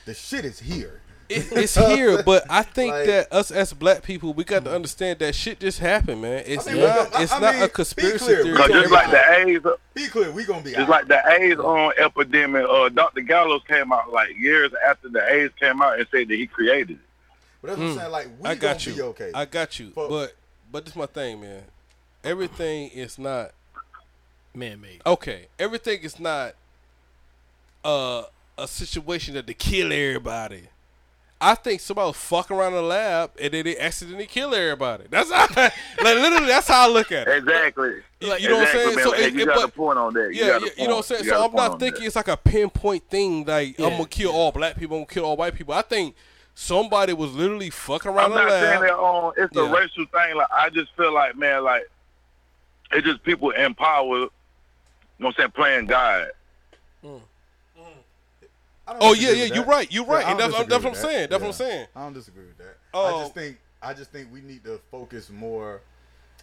Speaker 6: The shit is here.
Speaker 1: It's here, but I think
Speaker 6: Like- Mm.
Speaker 1: that us as black people, we got to understand that shit just happened, man. It's
Speaker 6: I mean,
Speaker 1: not.
Speaker 6: we- I-
Speaker 1: it's
Speaker 6: I
Speaker 1: not
Speaker 6: mean,
Speaker 1: a
Speaker 6: be
Speaker 1: conspiracy
Speaker 6: clear,
Speaker 1: theory.
Speaker 6: we
Speaker 1: It's
Speaker 6: gonna
Speaker 11: Just like
Speaker 1: everything.
Speaker 11: the AIDS,
Speaker 6: Be clear, we gonna be out.
Speaker 11: just like the AIDS on epidemic. Uh, Dr. Gallows came out like years after the AIDS came out and said that he created it.
Speaker 6: But that's what I'm saying. Like we
Speaker 1: Mm. I got
Speaker 6: gonna
Speaker 1: you.
Speaker 6: be okay.
Speaker 1: I got you. But but this my thing, man. Everything is not
Speaker 4: man made.
Speaker 1: Okay, everything is not uh, a situation that they kill everybody. I think somebody was fucking around in the lab and then they accidentally kill everybody. That's how, like literally that's how I look at it.
Speaker 11: Exactly.
Speaker 1: You, you know what I'm saying?
Speaker 11: Exactly, man. Hey, you got
Speaker 1: but-
Speaker 11: a point on that. You
Speaker 1: Yeah,
Speaker 11: got a
Speaker 1: yeah, you know what I'm
Speaker 11: point.
Speaker 1: saying.
Speaker 11: You
Speaker 1: so
Speaker 11: got a
Speaker 1: I'm
Speaker 11: point
Speaker 1: not
Speaker 11: on
Speaker 1: thinking it's like a pinpoint thing. Like I'm gonna kill all black people. I'm gonna kill all white people. I think somebody was literally fucking around in
Speaker 11: I'm
Speaker 1: the
Speaker 11: not
Speaker 1: lab.
Speaker 11: saying that on. It's a
Speaker 1: Yeah.
Speaker 11: racial thing. Like I just feel like man, like it's just people in power. You know what I'm saying? Playing God.
Speaker 1: Oh
Speaker 6: disagree
Speaker 1: yeah, yeah.
Speaker 6: with
Speaker 1: You're
Speaker 6: that.
Speaker 1: right. You're
Speaker 6: Yeah,
Speaker 1: right.
Speaker 6: I
Speaker 1: and
Speaker 6: don't
Speaker 1: that's, I'm-
Speaker 6: disagree
Speaker 1: that's what I'm
Speaker 6: with that.
Speaker 1: saying. That's what I'm
Speaker 6: Yeah.
Speaker 1: saying.
Speaker 6: I don't disagree with that. I
Speaker 1: Oh.
Speaker 6: just think I just think we need to focus more.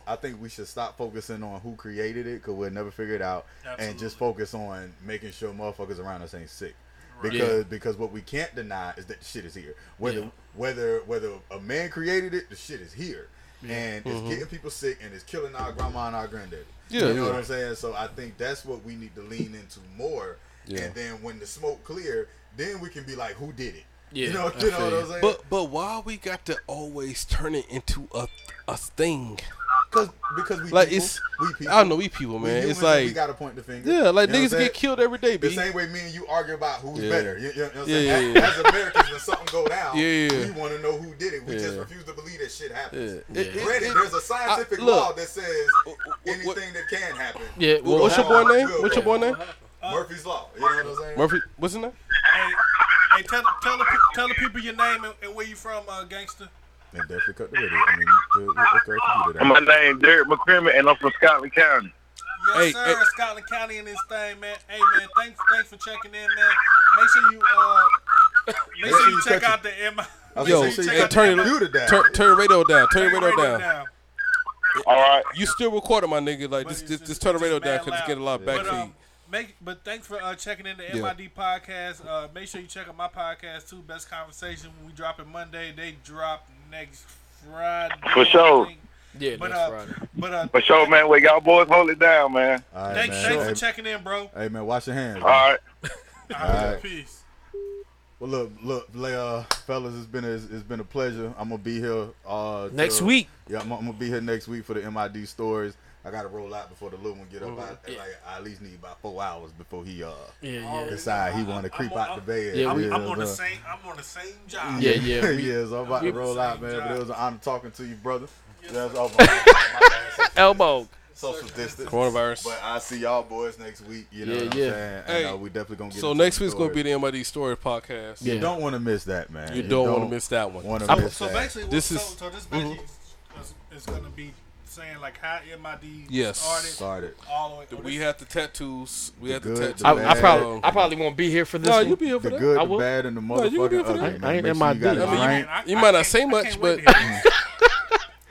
Speaker 6: I think we should stop focusing on who created it because we'll never figure it out, and just focus on making sure motherfuckers around us ain't sick.
Speaker 19: Right.
Speaker 6: Because
Speaker 19: Yeah.
Speaker 6: because what we can't deny is that the shit is here. Whether
Speaker 19: Yeah.
Speaker 6: whether whether a man created it, the shit is here,
Speaker 19: Yeah.
Speaker 6: and
Speaker 19: Mhm.
Speaker 1: Mm-hmm.
Speaker 6: it's getting people sick and it's killing our grandma and our granddaddy.
Speaker 19: Yeah,
Speaker 6: you know
Speaker 19: yeah.
Speaker 6: what I'm saying. So I think that's what we need to lean into more.
Speaker 1: Yeah.
Speaker 6: And then when the smoke clear, then we can be like, who did it?
Speaker 1: Yeah,
Speaker 6: you know,
Speaker 1: I
Speaker 6: you know
Speaker 1: feel
Speaker 6: what
Speaker 1: you.
Speaker 6: I'm saying.
Speaker 1: But but why we got to always turn it into a a thing?
Speaker 6: Cause, because we
Speaker 1: like
Speaker 6: people,
Speaker 1: it's
Speaker 6: we people.
Speaker 1: I don't know we people man.
Speaker 6: humans
Speaker 1: it's
Speaker 6: and
Speaker 1: like
Speaker 6: we gotta point the finger.
Speaker 1: Yeah, like
Speaker 6: You know what
Speaker 1: niggas
Speaker 6: I'm saying?
Speaker 1: get killed every day. B.
Speaker 6: The same way me and you argue about who's
Speaker 1: Yeah.
Speaker 6: better. You, you know what I'm
Speaker 1: Yeah,
Speaker 6: saying?
Speaker 1: yeah,
Speaker 6: as,
Speaker 1: yeah.
Speaker 6: as Americans, when something go down,
Speaker 1: Yeah, yeah.
Speaker 6: we want to know who did it. We just
Speaker 1: Yeah.
Speaker 6: refuse to believe that shit happens.
Speaker 1: Yeah. It- it-
Speaker 6: Granted,
Speaker 1: it-
Speaker 6: there's a scientific
Speaker 1: I- look.
Speaker 6: law that says anything that can happen.
Speaker 1: Yeah,
Speaker 6: will
Speaker 1: what's your boy
Speaker 6: happen.
Speaker 1: name?
Speaker 6: Will
Speaker 1: What's your boy
Speaker 6: happen.
Speaker 1: name?
Speaker 6: Murphy's law. You know what I'm saying?
Speaker 1: Murphy. What's his name?
Speaker 5: Hey, hey tell, tell, the, pe- tell the people your name and, and where you from, uh, gangster.
Speaker 6: And definitely cut the radio. I mean, the,
Speaker 11: My name Derek McCrimmon, and I'm from Scotland County.
Speaker 5: Yes,
Speaker 11: Hey,
Speaker 5: sir.
Speaker 11: hey.
Speaker 5: Scotland County and this thing, man. Hey, man, thanks, thanks for checking in, man. Make sure you, uh, make sure you check out the MI. make
Speaker 1: Yo,
Speaker 5: sure you check
Speaker 1: hey,
Speaker 5: out the
Speaker 1: turn
Speaker 5: MI.
Speaker 1: it turn, turn your radio down. Turn your radio down.
Speaker 11: All right.
Speaker 1: You still recording, my nigga? Like just just, just turn the radio down because it's getting a lot of
Speaker 5: But,
Speaker 1: backfeed.
Speaker 5: um, make, but thanks for uh, checking in the
Speaker 1: Yeah.
Speaker 5: MID podcast. Uh, make sure you check out my podcast too. Best conversation. We drop it Monday. They drop next Friday.
Speaker 11: For sure.
Speaker 4: Yeah,
Speaker 5: but,
Speaker 4: next
Speaker 5: uh,
Speaker 4: Friday.
Speaker 5: But uh,
Speaker 11: For sure, man. Well, y'all boys hold it down, man.
Speaker 6: All right,
Speaker 5: thanks,
Speaker 6: man.
Speaker 5: thanks
Speaker 6: Hey,
Speaker 5: for checking in, bro.
Speaker 6: Hey man, wash your hands.
Speaker 11: All right.
Speaker 6: All right.
Speaker 5: Peace.
Speaker 6: Well, look, look, lay- uh, fellas, it's been a, it's been a pleasure. I'm gonna be here uh,
Speaker 4: Next
Speaker 6: till-
Speaker 4: week.
Speaker 6: Yeah, I'm, I'm gonna be here next week for the MID stories. I gotta roll out before the little one get up.
Speaker 19: Mhm.
Speaker 6: I, like, I at least need about four hours before he uh
Speaker 19: Yeah, yeah.
Speaker 6: decide he want to creep out the bed.
Speaker 5: Yeah, I'm, I'm
Speaker 6: Yeah,
Speaker 5: on the
Speaker 6: bruh.
Speaker 5: same. I'm on the same job.
Speaker 6: Yeah, yeah, yeah. So I'm about
Speaker 5: We-
Speaker 6: to roll out, man. But it was an honor talking to you, brother. That's all.
Speaker 4: Elbow.
Speaker 6: Social distance.
Speaker 1: Coronavirus.
Speaker 6: But I see y'all boys next week. You know
Speaker 1: Yeah,
Speaker 6: what I'm
Speaker 1: yeah.
Speaker 6: saying?
Speaker 1: Hey,
Speaker 6: And, uh, we definitely gonna get
Speaker 1: so
Speaker 6: into
Speaker 1: next
Speaker 6: the
Speaker 1: week's gonna
Speaker 6: stories.
Speaker 1: be the MID story podcast.
Speaker 6: You don't want to miss that, man.
Speaker 1: You don't wanna miss that one.
Speaker 6: Wanna
Speaker 1: I'm-
Speaker 6: miss
Speaker 1: so
Speaker 6: that.
Speaker 5: Basically, what-
Speaker 1: This
Speaker 5: so,
Speaker 1: is- Mhm.
Speaker 5: so this basically is, is gonna be saying like how MID
Speaker 1: Yes.
Speaker 5: started,
Speaker 6: Started.
Speaker 5: all the way.
Speaker 1: We have the tattoos. We have the
Speaker 6: good,
Speaker 1: tattoos. Um,
Speaker 6: the I- I bad. probably-
Speaker 4: I probably won't be here for this.
Speaker 1: No,
Speaker 4: one.
Speaker 1: you be here for
Speaker 6: the
Speaker 1: that.
Speaker 6: good,
Speaker 4: I
Speaker 6: the
Speaker 4: will.
Speaker 6: bad, and the
Speaker 4: No, you
Speaker 6: motherfucking
Speaker 4: be here for
Speaker 6: ugly.
Speaker 4: that.
Speaker 6: man.
Speaker 4: I ain't
Speaker 6: Make
Speaker 4: in
Speaker 6: sure
Speaker 4: my
Speaker 6: you got
Speaker 4: D.
Speaker 6: it
Speaker 4: I mean,
Speaker 6: right.
Speaker 1: You might not say much, but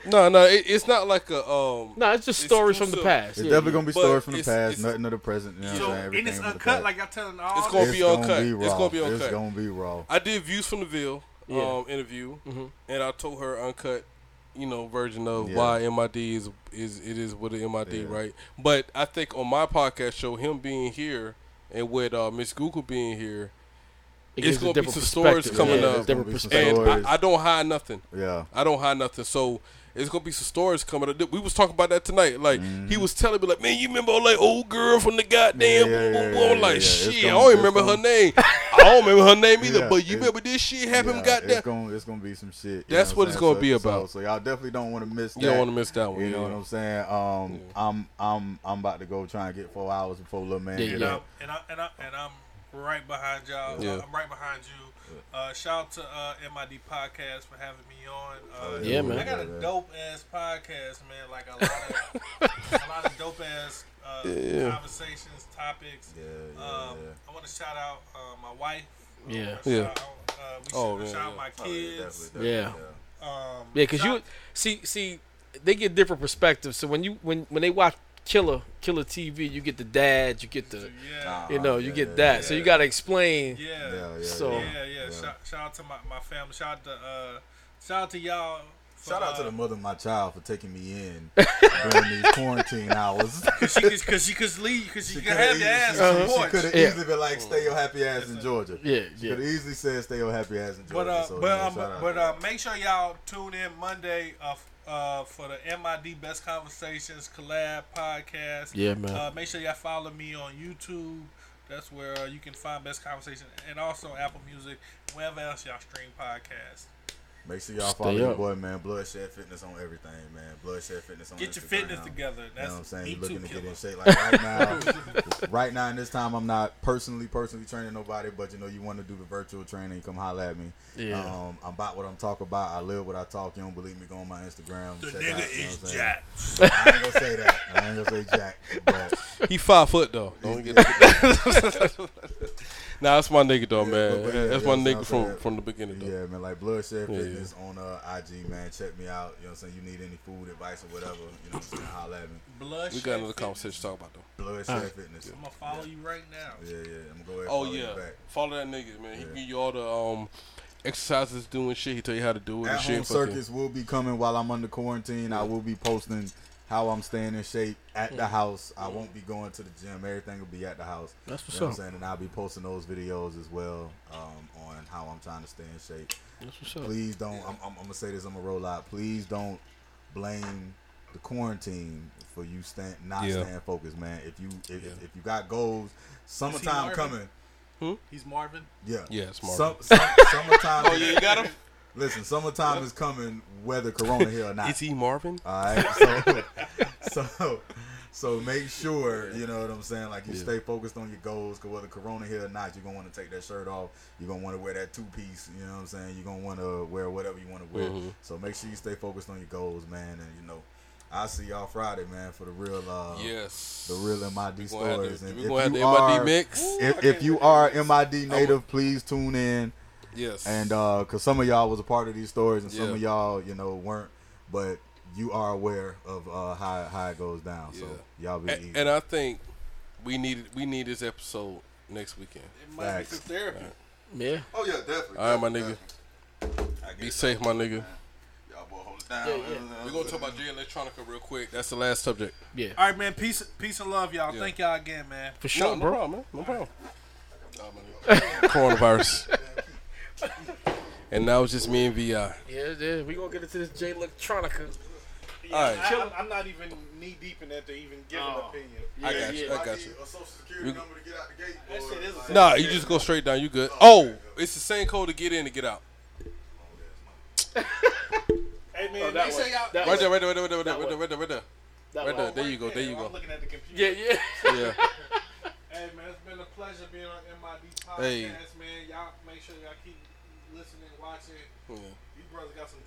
Speaker 1: no, no, it, it's not like a um.
Speaker 4: No, it's just stories from the
Speaker 1: exclusive.
Speaker 4: past.
Speaker 6: It's definitely gonna be
Speaker 1: But
Speaker 6: stories from the
Speaker 1: it's-
Speaker 6: past,
Speaker 1: it's-
Speaker 6: nothing of the present. You know what I'm saying?
Speaker 5: and
Speaker 6: Everything
Speaker 5: it's
Speaker 6: from the
Speaker 5: uncut.
Speaker 6: past.
Speaker 5: Like I telling all.
Speaker 1: It's gonna
Speaker 6: It's
Speaker 1: be
Speaker 6: gonna
Speaker 1: uncut.
Speaker 6: be
Speaker 1: It's
Speaker 6: raw.
Speaker 1: gonna be
Speaker 6: It's
Speaker 1: uncut.
Speaker 6: gonna be raw.
Speaker 1: I did views from the Ville
Speaker 4: Yeah.
Speaker 1: um, interview,
Speaker 6: Mm-hmm.
Speaker 1: and I told her uncut, you know, version of
Speaker 19: Yeah.
Speaker 1: why MID is is it is what an MID, right? But I think on my podcast show, him being here and with uh, Miss Google being here,
Speaker 4: It
Speaker 1: it's
Speaker 4: gives a
Speaker 1: gonna be
Speaker 4: different
Speaker 1: some stories
Speaker 4: perspective.
Speaker 1: coming
Speaker 4: Yeah,
Speaker 1: up.
Speaker 4: different Gonna be some
Speaker 1: and
Speaker 4: stories.
Speaker 1: I, I don't hide nothing.
Speaker 6: Yeah.
Speaker 1: I don't hide nothing. So it's gonna be some stories coming up. We was talking about that tonight. Like he was telling me, like, man, you remember all that old girl from the goddamn?
Speaker 6: Mm-hmm. Yeah, yeah, yeah,
Speaker 1: boo- boo?" I'm
Speaker 6: yeah,
Speaker 1: like,
Speaker 6: yeah. It's
Speaker 1: shit,
Speaker 6: gonna-
Speaker 1: I don't
Speaker 6: it's
Speaker 1: remember
Speaker 6: gonna-
Speaker 1: her name. I don't remember her name either.
Speaker 6: Yeah,
Speaker 1: but you
Speaker 6: it's-
Speaker 1: remember this shit happened?
Speaker 6: yeah,
Speaker 1: goddamn.
Speaker 6: It's gonna, it's gonna be some shit. you
Speaker 1: That's
Speaker 6: know
Speaker 1: what it's
Speaker 6: I'm
Speaker 1: gonna
Speaker 6: saying?
Speaker 1: be
Speaker 6: So-
Speaker 1: about.
Speaker 6: So, so y'all definitely don't want to miss.
Speaker 1: You
Speaker 6: That.
Speaker 1: don't wanna miss that one,
Speaker 6: You know
Speaker 1: yeah.
Speaker 6: what I'm saying? Um, I'm I'm I'm about to go try and get four hours before little man. get
Speaker 5: and,
Speaker 6: up.
Speaker 5: I'm, Um, and, I, and, I, and I'm right behind y'all. Uh,
Speaker 6: Yeah.
Speaker 5: I'm right behind you. Uh, shout out to uh, MID Podcast for having me on. Uh,
Speaker 4: Oh, Yeah, man.
Speaker 5: I got a
Speaker 4: Yeah, yeah.
Speaker 5: dope ass podcast, man. Like a lot of a lot of dope ass uh,
Speaker 4: Yeah, yeah.
Speaker 5: conversations, topics. um, I want to shout out uh, my wife. I
Speaker 4: Yeah.
Speaker 5: wanna
Speaker 4: Yeah.
Speaker 5: Shout out, uh, we
Speaker 4: Oh,
Speaker 5: should
Speaker 4: yeah,
Speaker 5: shout out
Speaker 4: yeah.
Speaker 5: my kids.
Speaker 4: Yeah.
Speaker 5: Um,
Speaker 4: yeah, because you see, see, they get different perspectives. So when you when when they watch Killer Killer TV, you get the dad, you get the, you know, you get that. So you got to explain.
Speaker 5: Yeah.
Speaker 4: So
Speaker 5: yeah, yeah. Shout, shout out to my, my family. Shout out to uh, shout out to y'all. for,
Speaker 6: Shout out to
Speaker 5: uh,
Speaker 6: the mother of my child for taking me in during these quarantine hours.
Speaker 5: Cause she, could- cause she could leave, cause she, could
Speaker 6: coulda
Speaker 5: have the
Speaker 6: easily-
Speaker 5: ass
Speaker 6: she-
Speaker 5: on the
Speaker 6: she
Speaker 5: porch.
Speaker 6: coulda easily been like, "Stay your happy ass in Georgia."
Speaker 5: Yeah,
Speaker 6: she
Speaker 5: yeah.
Speaker 6: could easily said, "Stay your happy ass in Georgia."
Speaker 5: But uh,
Speaker 6: so,
Speaker 5: but
Speaker 6: yeah,
Speaker 5: um,
Speaker 6: shout out
Speaker 5: but
Speaker 6: to
Speaker 5: uh, make sure y'all tune in Monday uh, f- uh for the MID Best Conversations collab podcast.
Speaker 4: Yeah, man.
Speaker 5: Uh, make sure y'all follow me on YouTube. That's where uh, you can find Best Conversation and also Apple Music, wherever else y'all stream podcasts.
Speaker 6: Make sure y'all
Speaker 4: Stay
Speaker 6: follow your
Speaker 4: up.
Speaker 6: boy, man. Bloodshed Fitness on everything, man. Bloodshed Fitness on
Speaker 5: Get your
Speaker 6: Instagram.
Speaker 5: fitness together.
Speaker 6: you know
Speaker 5: That's
Speaker 6: what I'm saying?
Speaker 5: me
Speaker 6: You're looking
Speaker 5: too,
Speaker 6: to get in
Speaker 5: killer.
Speaker 6: shape. Like right now, right now in this time, I'm not personally, personally training nobody, but you know, you want to do the virtual training, come holler at me.
Speaker 4: Yeah.
Speaker 6: Um, I'm about what I'm talking about. I live what I talk. You don't believe me? Go on my Instagram.
Speaker 5: The
Speaker 6: check
Speaker 5: nigga
Speaker 6: out, you know
Speaker 5: is
Speaker 6: what I'm
Speaker 5: Jack.
Speaker 6: saying? I ain't gonna say that. I ain't gonna say Jack. But
Speaker 1: He five foot though. Don't get nah, that's my nigga though, man.
Speaker 6: but- but yeah,
Speaker 1: that's
Speaker 6: you
Speaker 1: my
Speaker 6: know what I'm
Speaker 1: nigga from,
Speaker 6: saying?
Speaker 1: from the beginning though.
Speaker 6: Yeah, man, like Bloodshed
Speaker 1: Yeah, yeah.
Speaker 6: Fitness on uh, IG, man. Check me out. You know what I'm saying? You need any food advice or whatever, you know what I'm saying? Holler at me.
Speaker 5: Bloodshed
Speaker 1: We got another conversation to talk about though.
Speaker 6: Bloodshed
Speaker 1: Alright.
Speaker 6: Fitness.
Speaker 5: I'm gonna follow you right now.
Speaker 6: Yeah, yeah. I'm gonna go ahead. and
Speaker 1: Oh
Speaker 6: follow you
Speaker 1: yeah,
Speaker 6: back.
Speaker 1: follow that nigga, man. He give you all the um exercises, doing shit. He tell you how to do it.
Speaker 6: At
Speaker 1: and shit.
Speaker 6: home
Speaker 1: fucking-
Speaker 6: circuits will be coming while I'm under quarantine. I will be posting how I'm staying in shape at the
Speaker 1: Mm.
Speaker 6: house. I won't be going to the gym. Everything will be at the house.
Speaker 4: That's what's
Speaker 6: you know
Speaker 4: up.
Speaker 6: I'm saying? And I'll be posting those videos as well um, on how I'm trying to stay in shape.
Speaker 4: That's what's up.
Speaker 6: Please don't. I'm, I'm, I'm gonna say this. I'm gonna roll out. Please don't blame the quarantine for you stand not
Speaker 1: Yeah.
Speaker 6: staying focused, man. If you if, if you got goals, summertime
Speaker 5: Marvin?
Speaker 6: coming.
Speaker 5: He's Marvin.
Speaker 6: Yeah.
Speaker 1: Yeah, it's
Speaker 6: Some,
Speaker 1: Marvin.
Speaker 6: some, summertime.
Speaker 1: Oh, yeah, you got him?
Speaker 6: Listen, summertime is coming, whether Corona here or not.
Speaker 1: Is he Marvin?
Speaker 6: All right. So, so, so make sure you know what I'm saying. Like you
Speaker 1: Yeah.
Speaker 6: stay focused on your goals, cause whether Corona here or not, you're gonna want to take that shirt off. You're gonna want to wear that two piece. You know what I'm saying. You're gonna want to wear whatever you want to wear.
Speaker 1: Mhm.
Speaker 6: So make sure you stay focused on your goals, man. And you know. I see y'all Friday, man, for the real, uh,
Speaker 1: Yes.
Speaker 6: the real
Speaker 1: We
Speaker 6: MID
Speaker 1: gonna have
Speaker 6: stories.
Speaker 1: the-
Speaker 6: And
Speaker 1: we
Speaker 6: if
Speaker 1: gonna have
Speaker 6: you
Speaker 1: the MID
Speaker 6: are-
Speaker 1: mix. Ooh, I
Speaker 6: If,
Speaker 1: can't
Speaker 6: if you are MID native, please tune in.
Speaker 1: Yes.
Speaker 6: And uh, cause some of y'all was a part of these stories, and some
Speaker 1: Yeah.
Speaker 6: of y'all, you know, weren't. But you are aware of uh, how how it goes down. So y'all be
Speaker 1: A-
Speaker 6: easy.
Speaker 1: and, I think we need we need this episode next weekend. It
Speaker 6: might be Facts. some
Speaker 5: therapy.
Speaker 4: Yeah.
Speaker 13: Oh, yeah, definitely,
Speaker 1: All right, my nigga. Be safe, my nigga.
Speaker 13: Y'all boy, hold it
Speaker 1: Yeah,
Speaker 13: down.
Speaker 1: yeah. We gonna talk about J Electronica real quick. That's the last subject.
Speaker 4: Yeah.
Speaker 5: All right, man. Peace, peace and love, y'all.
Speaker 1: Yeah.
Speaker 5: Thank y'all again, man.
Speaker 1: For sure, No, no bro. problem, man. No problem. Coronavirus. and now it's just me and Vi.
Speaker 4: Yeah, yeah. We gonna get into this J Electronica.
Speaker 5: Yeah,
Speaker 1: All right.
Speaker 5: I, I'm not even knee deep in that to even give an
Speaker 4: Oh.
Speaker 5: opinion.
Speaker 1: I got you. I got you. You-
Speaker 5: That shit is a
Speaker 1: Nah, you just go straight down. You good? Oh, it's the same code to get in and get out.
Speaker 5: Hey man,
Speaker 4: Oh, that
Speaker 5: they say
Speaker 4: way.
Speaker 5: y'all.
Speaker 1: Right
Speaker 4: That way.
Speaker 1: there, right there, right there, right there,
Speaker 4: That
Speaker 1: right there,
Speaker 4: way.
Speaker 1: right there, right there.
Speaker 4: That
Speaker 1: Right
Speaker 4: way.
Speaker 1: there. There you go. There you
Speaker 5: I'm
Speaker 1: go.
Speaker 5: looking at the computer.
Speaker 4: Yeah, yeah.
Speaker 1: Yeah.
Speaker 5: Hey man, it's been a pleasure being on MID podcast,
Speaker 1: Hey.
Speaker 5: man. Y'all make sure y'all keep listening, watching.
Speaker 1: Yeah.
Speaker 5: These brothers got some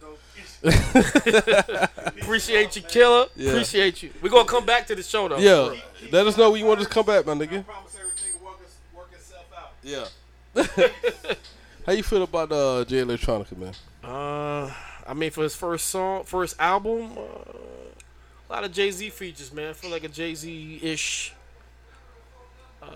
Speaker 5: dope. issues.
Speaker 4: Appreciate you, Killer.
Speaker 1: Yeah.
Speaker 4: Appreciate you. We gonna come back to the show though.
Speaker 1: Yeah. Let us know when you want us to come back, my nigga. Yeah. How you feel about uh, J Electronica, man?
Speaker 4: Uh, I mean, for his first song, first album, uh, a lot of Jay Z features, man. I feel like a Jay Z ish, uh,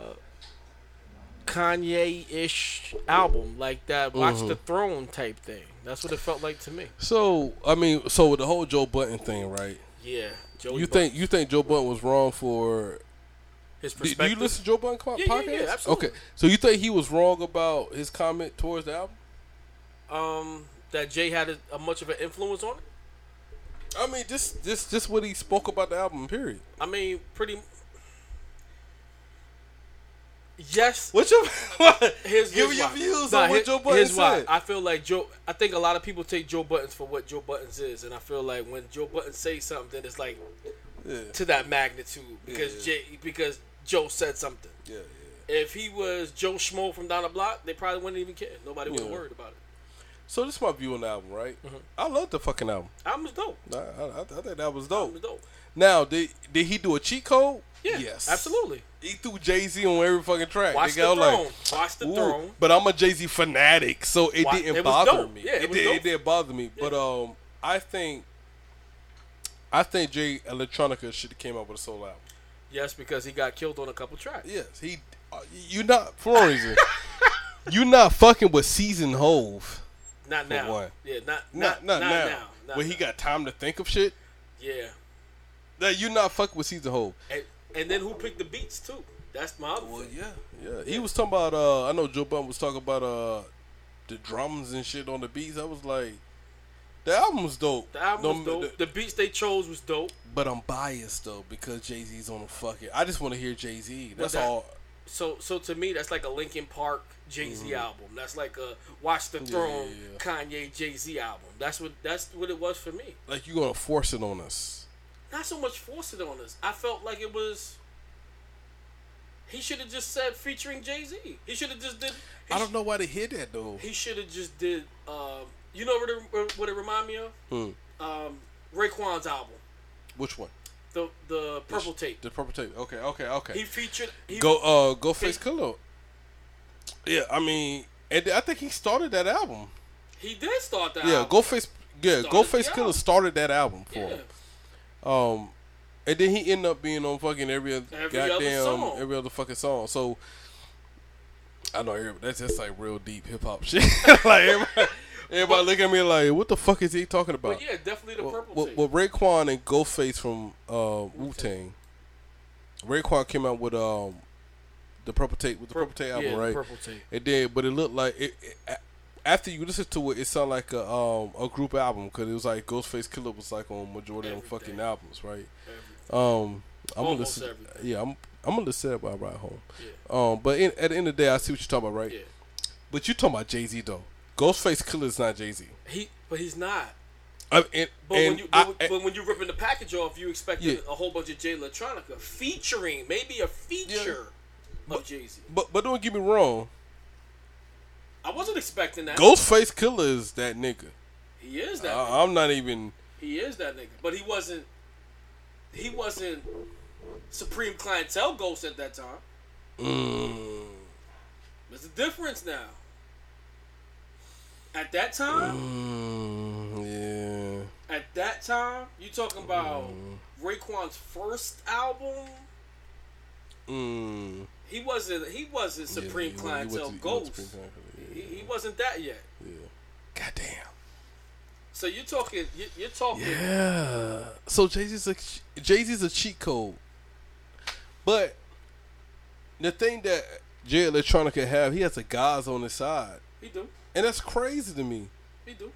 Speaker 4: Kanye ish album, like that Watch
Speaker 1: Mhm.
Speaker 4: the Throne type thing. That's what it felt like to me.
Speaker 1: So I mean, so with the whole Joe Button thing, right?
Speaker 4: Yeah. Joey
Speaker 1: you
Speaker 4: Button.
Speaker 1: think you think Joe Button was wrong for
Speaker 4: His
Speaker 1: Do, do you
Speaker 4: perspective.
Speaker 1: listen to Joe Budden co-
Speaker 4: Yeah, yeah,
Speaker 1: podcast?
Speaker 4: yeah, absolutely.
Speaker 1: Okay, so you think he was wrong about his comment towards the album?
Speaker 4: Um, that Jay had a, a much of an influence on it.
Speaker 1: I mean, just just just what he spoke about the album. Period.
Speaker 4: I mean, pretty. Yes.
Speaker 1: What's your
Speaker 4: his,
Speaker 1: Give
Speaker 4: his
Speaker 1: your
Speaker 4: why.
Speaker 1: views on what
Speaker 4: his-
Speaker 1: Joe Budden
Speaker 4: his why.
Speaker 1: said.
Speaker 4: I feel like Joe. I think a lot of people take Joe Buttons for what Joe Buttons is, and I feel like when Joe Button says something, it's like
Speaker 1: Yeah.
Speaker 4: to that magnitude because
Speaker 1: Yeah.
Speaker 4: Jay because Joe said something.
Speaker 1: Yeah,
Speaker 4: If he was Joe Schmo from down the block, they probably wouldn't even care. Nobody would have
Speaker 1: Yeah.
Speaker 4: worried about it.
Speaker 1: So this is my view on the album, right? I love the fucking album.
Speaker 4: Album is dope.
Speaker 1: I, I, I think that was dope.
Speaker 4: Album is dope.
Speaker 1: Now, did did he do a cheat code?
Speaker 4: Yeah,
Speaker 1: Yes.
Speaker 4: absolutely.
Speaker 1: He threw Jay Z on every fucking track.
Speaker 4: Watch
Speaker 1: They got
Speaker 4: the
Speaker 1: like,
Speaker 4: throne. Watch the
Speaker 1: "Ooh,"
Speaker 4: throne.
Speaker 1: But I'm a Jay Z fanatic, so it
Speaker 4: Why-
Speaker 1: didn't
Speaker 4: it was
Speaker 1: bother
Speaker 4: dope.
Speaker 1: me.
Speaker 4: Yeah, it
Speaker 1: it,
Speaker 4: was
Speaker 1: did,
Speaker 4: dope.
Speaker 1: it did bother me. But um, I think I think Jay Electronica should have came up with a solo album.
Speaker 4: Yes, because he got killed on a couple tracks.
Speaker 1: Yes, he. You're not for one reason. You're not fucking with Season Hove.
Speaker 4: Not
Speaker 1: For
Speaker 4: now.
Speaker 1: one.
Speaker 4: Yeah, not not not, now. Not
Speaker 1: when he got time to think of shit.
Speaker 4: Yeah,
Speaker 1: That you're not fucking with Season Hove.
Speaker 4: and and then who picked the beats too? That's my other thing.
Speaker 1: Oh, Yeah, Yeah, he was talking about. Uh, I know Joe Budden was talking about uh, the drums and shit on the beats. I was like, the album was dope.
Speaker 4: The album was
Speaker 1: No,
Speaker 4: dope. the beats they chose was dope.
Speaker 1: But I'm biased though because Jay Z's on the fucking. I just want to hear Jay Z.
Speaker 4: But
Speaker 1: That's
Speaker 4: that-
Speaker 1: all.
Speaker 4: So so to me, that's like a Linkin Park Jay Z
Speaker 1: Mhm.
Speaker 4: album. That's like a Watch the
Speaker 1: Yeah,
Speaker 4: Throne
Speaker 1: yeah, yeah.
Speaker 4: Kanye Jay Z album. That's what that's what it was for me.
Speaker 1: Like you gonna force it on us.
Speaker 4: Not so much forced it on us. I felt like it was. He should have just said featuring Jay Z. He should have just did. he
Speaker 1: I don't know why they hid that though.
Speaker 4: He should have just did. Um, you know what it, what it remind me of?
Speaker 1: Hmm.
Speaker 4: Um, Raekwon's album,
Speaker 1: Which one?
Speaker 4: the the Purple
Speaker 1: The-
Speaker 4: Tape.
Speaker 1: The purple tape. Okay, okay, okay.
Speaker 4: He featured. He,
Speaker 1: go uh go face killer. Yeah, I mean, and I think he started that album.
Speaker 4: He did start that.
Speaker 1: yeah,
Speaker 4: album.
Speaker 1: Goface. Yeah,
Speaker 4: Started
Speaker 1: Goface
Speaker 4: the
Speaker 1: Killer
Speaker 4: album.
Speaker 1: started that album for
Speaker 4: Yeah.
Speaker 1: him. Um, and then he ended up being on fucking every, other
Speaker 4: Every other
Speaker 1: goddamn
Speaker 4: song.
Speaker 1: every other fucking song. So I know every- that's just like real deep hip hop shit. like everybody, everybody look at me like, what the fuck is he talking about?
Speaker 4: But yeah, definitely the Purple
Speaker 1: Well,
Speaker 4: Tape.
Speaker 1: well, Raekwon and Ghostface from uh, Wu Tang. Raekwon came out with um the Purple Tape with the Purple Tape album,
Speaker 4: yeah,
Speaker 1: right?
Speaker 4: Purple Tape.
Speaker 1: It did, but it looked like it. it a- after you listen to it, it sounded like a um a group album because it was like Ghostface Killer was like on majority of fucking albums, right? Um, I'm gonna
Speaker 4: Almost
Speaker 1: listen.
Speaker 4: everything.
Speaker 1: Yeah, I'm I'm gonna listen to it while I ride home. Um, but in, at the end of the day, I see what you're talking about, right?
Speaker 4: Yeah.
Speaker 1: But you talking about Jay Z though. Ghostface Killer is not Jay Z.
Speaker 4: He, but he's not.
Speaker 1: I- and-
Speaker 4: But
Speaker 1: and
Speaker 4: when you,
Speaker 1: I-
Speaker 4: but, when- but when you're ripping the package off, you expect
Speaker 1: Yeah.
Speaker 4: a whole bunch of Jay Electronica featuring maybe a feature of Jay Z.
Speaker 1: but but don't get me wrong.
Speaker 4: I wasn't expecting that.
Speaker 1: Ghostface Killer is that nigga.
Speaker 4: He is that.
Speaker 1: I, I'm not even.
Speaker 4: He is that nigga, but he wasn't. He wasn't supreme clientele ghost at that time.
Speaker 1: Mm,
Speaker 4: There's a difference now. At that time,
Speaker 1: mm, yeah.
Speaker 4: at that time, you talking about
Speaker 1: Mm-hmm.
Speaker 4: Raekwon's first album?
Speaker 1: Mm.
Speaker 4: He wasn't. He wasn't
Speaker 1: Yeah,
Speaker 4: supreme
Speaker 1: he wa- he was-
Speaker 4: clientele
Speaker 1: he was
Speaker 4: ghost.
Speaker 1: Supreme Clientele,
Speaker 4: He, he wasn't that yet.
Speaker 1: Yeah. Goddamn.
Speaker 4: So you're talking. you- You're talking.
Speaker 1: Yeah. So Jay Z's a Jay Z's a cheat code, but the thing that Jay Electronica have, he has the guys on his side,
Speaker 4: He do.
Speaker 1: and that's crazy to me.
Speaker 4: He do.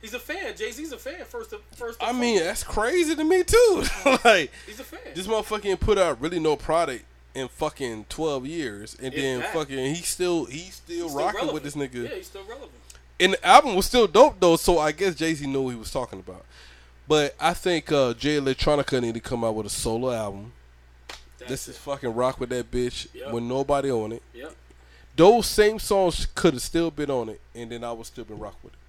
Speaker 4: He's a fan. Jay Z's a fan. First, of, first.
Speaker 1: I
Speaker 4: and
Speaker 1: mean,
Speaker 4: foremost.
Speaker 1: that's crazy to me too. like
Speaker 4: He's a fan.
Speaker 1: This motherfucking put out really no product in fucking twelve years, and
Speaker 4: If
Speaker 1: then
Speaker 4: that.
Speaker 1: fucking he still he still
Speaker 4: He's still
Speaker 1: rocking
Speaker 4: relevant.
Speaker 1: with this nigga.
Speaker 4: Yeah, he's still relevant.
Speaker 1: and the album was still dope though. So I guess Jay Z knew what he was talking about. But I think uh, Jay Electronica need to come out with a solo album. this is fucking rock with that bitch
Speaker 4: Yep.
Speaker 1: with nobody on it.
Speaker 4: Yep.
Speaker 1: Those same songs could have still been on it, and then I would still been rock with it.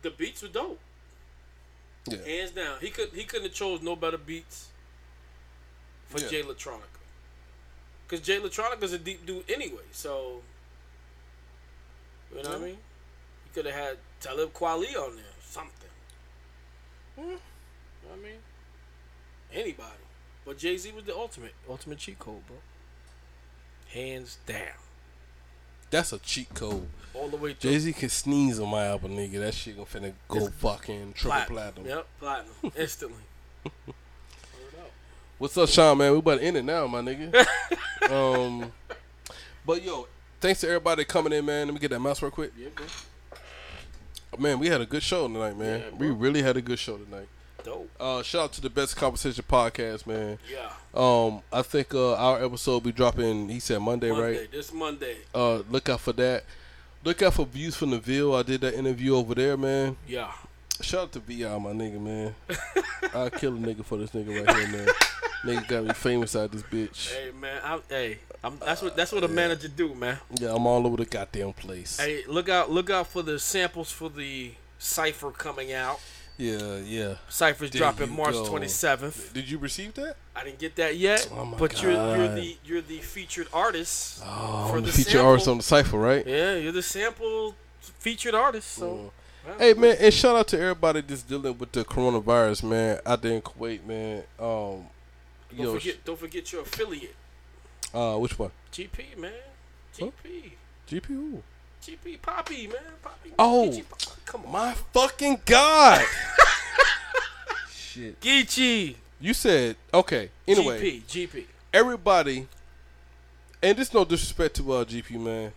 Speaker 4: The beats were dope.
Speaker 1: Yeah.
Speaker 4: Hands down. He could. He couldn't have chose no better beats for
Speaker 1: Yeah.
Speaker 4: Jay Electronica. Cause Jay Electronica's a deep dude anyway. So. You know what I mean? He could have had Talib Kweli on there. Something.
Speaker 1: Hmm.
Speaker 4: You know what I mean? Anybody. But Jay Z was the ultimate, ultimate cheat code, bro. Hands down.
Speaker 1: That's a cheat code.
Speaker 4: All the way through.
Speaker 1: Jay Z can sneeze on my album, nigga. That shit gonna finna go fucking triple platinum.
Speaker 4: Yep, platinum. Instantly.
Speaker 1: What's up, Sean? Man, we about to end it now, my nigga. um, but yo, thanks to everybody coming in, man. Let me get that mouse real quick. Yeah, Man, we had a good show tonight, man.
Speaker 4: Yeah,
Speaker 1: we really had a good show tonight.
Speaker 4: Dope.
Speaker 1: Uh, shout out to the best conversation podcast, man.
Speaker 4: Yeah.
Speaker 1: Um, I think uh, our episode will be dropping. He said Monday,
Speaker 4: Monday,
Speaker 1: right?
Speaker 4: this Monday.
Speaker 1: Uh, look out for that. Look out for views from the Ville. I did that interview over there, man.
Speaker 4: Yeah.
Speaker 1: Shout out to VI, my nigga, man. I'll kill a nigga for this nigga right here, man. nigga got me famous out this bitch.
Speaker 4: Hey man, I'm, hey, I'm, that's what that's what a manager do, man.
Speaker 1: Uh, Yeah, I'm all over the goddamn place.
Speaker 4: Hey, look out, look out for the samples for the cipher coming out.
Speaker 1: Yeah, yeah.
Speaker 4: Cypher's
Speaker 1: There
Speaker 4: dropping
Speaker 1: you
Speaker 4: March
Speaker 1: go.
Speaker 4: twenty seventh.
Speaker 1: Did you receive that?
Speaker 4: I didn't get that yet,
Speaker 1: Oh, my
Speaker 4: but you're you're
Speaker 1: God.
Speaker 4: the you're the featured artist
Speaker 1: Oh, I'm the feature artist on the cipher, right?
Speaker 4: Yeah, you're the sample featured artist. So, wow.
Speaker 1: Hey man, and shout out to everybody that's dealing with the coronavirus, man. Out there in Kuwait, man. Um,
Speaker 4: don't
Speaker 1: yo,
Speaker 4: forget don't forget your affiliate
Speaker 1: uh, which one?
Speaker 4: GP man, GP
Speaker 1: GP. Who?
Speaker 4: GP Poppy man, Poppy.
Speaker 1: Oh, my fucking god! Shit,
Speaker 4: Geechee.
Speaker 1: You said okay. Anyway,
Speaker 4: GP GP.
Speaker 1: everybody, and this no disrespect to uh, GP man.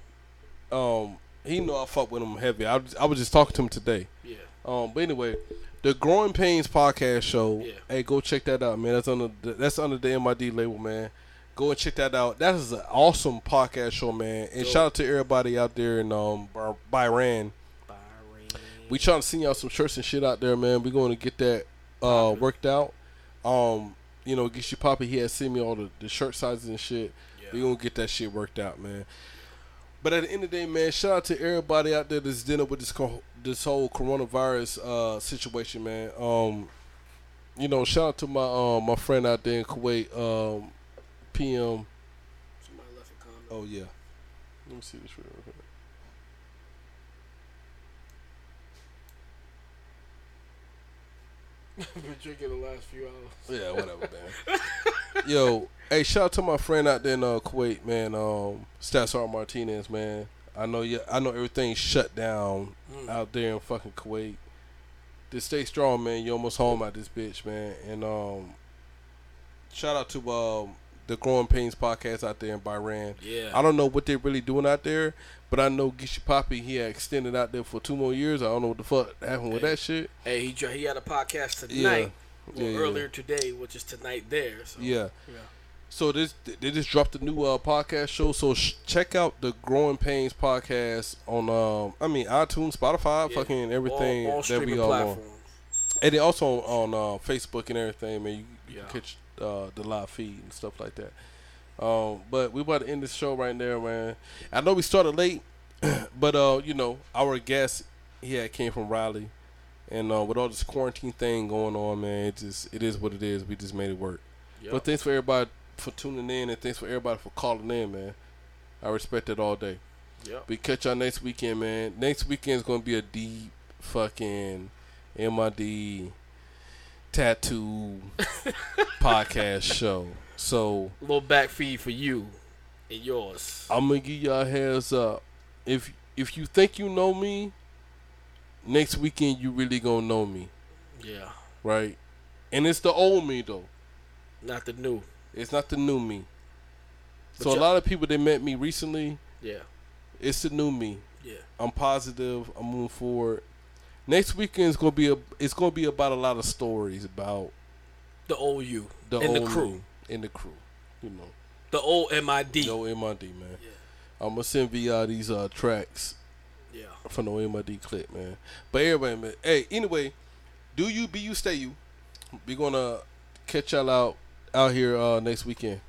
Speaker 1: Um, he know I fuck with him heavy. I, was- I was just talking to him today.
Speaker 4: Yeah.
Speaker 1: Um, but anyway, the Growing Pains podcast show.
Speaker 4: Yeah.
Speaker 1: Hey, go check that out, man. That's under the, that's under the MID label, man. Go and check that out. That is an awesome podcast show, man. And
Speaker 4: Dope.
Speaker 1: shout out to everybody out there in um Bah- Bahrain. We trying to send y'all some shirts and shit out there, man. We're going to get that uh, worked out. Um, you know, get you poppy. He has sent me all the, the shirt sizes and shit. we going to get that shit worked out, man. But at the end of the day, man, shout out to everybody out there that's dealing with this co- this whole coronavirus uh, situation, man. Um, you know, shout out to my um, my friend out there in Kuwait, um, PM. Oh yeah, let me see this real quick.
Speaker 4: Been drinking the last few hours.
Speaker 1: Yeah, whatever, man. Yo, hey, shout out to my friend out there in uh, Kuwait, man. Um, Stassar Martinez, man. I know you. I know everything's shut down
Speaker 4: Mm.
Speaker 1: out there in fucking Kuwait. Just stay strong, man. You almost home out this bitch, man. And um, shout out to um the Growing Pains podcast out there in Bahrain.
Speaker 4: Yeah.
Speaker 1: I don't know what they're really doing out there, but I know Gishi Poppy he had extended out there for two more years. I don't know what the fuck happened with that shit.
Speaker 4: Hey, he dr- he had a podcast
Speaker 1: Yeah.
Speaker 4: tonight.
Speaker 1: Yeah,
Speaker 4: Well,
Speaker 1: yeah.
Speaker 4: earlier today, which is tonight there. So.
Speaker 1: Yeah.
Speaker 4: Yeah.
Speaker 1: So this they just dropped a new uh, podcast show. So sh- check out the Growing Pains podcast on um I mean iTunes, Spotify,
Speaker 4: Yeah.
Speaker 1: fucking
Speaker 4: All-
Speaker 1: everything
Speaker 4: all
Speaker 1: that we
Speaker 4: streaming
Speaker 1: all
Speaker 4: platforms.
Speaker 1: on. And they also on, on uh, Facebook and everything, man. You, you
Speaker 4: Yeah.
Speaker 1: can catch uh, the live feed and stuff like that. Um, but we about to end this show right there, man. I know we started late, but uh, you know our guest he had came from Raleigh, and uh, with all this quarantine thing going on, man, it just it is what it is. We just made it work.
Speaker 4: Yeah.
Speaker 1: But thanks for everybody for tuning in, and thanks for everybody for calling in, man. I respect it all day.
Speaker 4: Yeah.
Speaker 1: We catch y'all next weekend, man. Next weekend's gonna be a deep fucking MID tattoo podcast show. So
Speaker 4: little back feed for you and yours.
Speaker 1: I'm gonna give y'all heads up. If if you think you know me, next weekend you really gonna know me,
Speaker 4: Yeah,
Speaker 1: right? And it's the old me though.
Speaker 4: not the new.
Speaker 1: It's not the new me.
Speaker 4: But
Speaker 1: so a
Speaker 4: y'all-
Speaker 1: lot of people that met me recently,
Speaker 4: Yeah,
Speaker 1: it's the new me.
Speaker 4: yeah,
Speaker 1: I'm positive. I'm moving forward. Next weekend's gonna be a. It's gonna be about a lot of stories about
Speaker 4: the old you
Speaker 1: the
Speaker 4: and
Speaker 1: old
Speaker 4: the crew,
Speaker 1: me and the crew. You know,
Speaker 4: the old MID.
Speaker 1: the old MID man. I'm gonna send y'all these uh, tracks
Speaker 4: Yeah,
Speaker 1: from the MID clip, man. But everybody, man. Hey, anyway, do you be you stay you? We gonna catch y'all out out here uh, next weekend.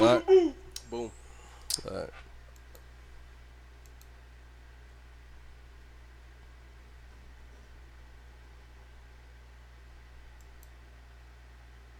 Speaker 1: All right? Boom. All right.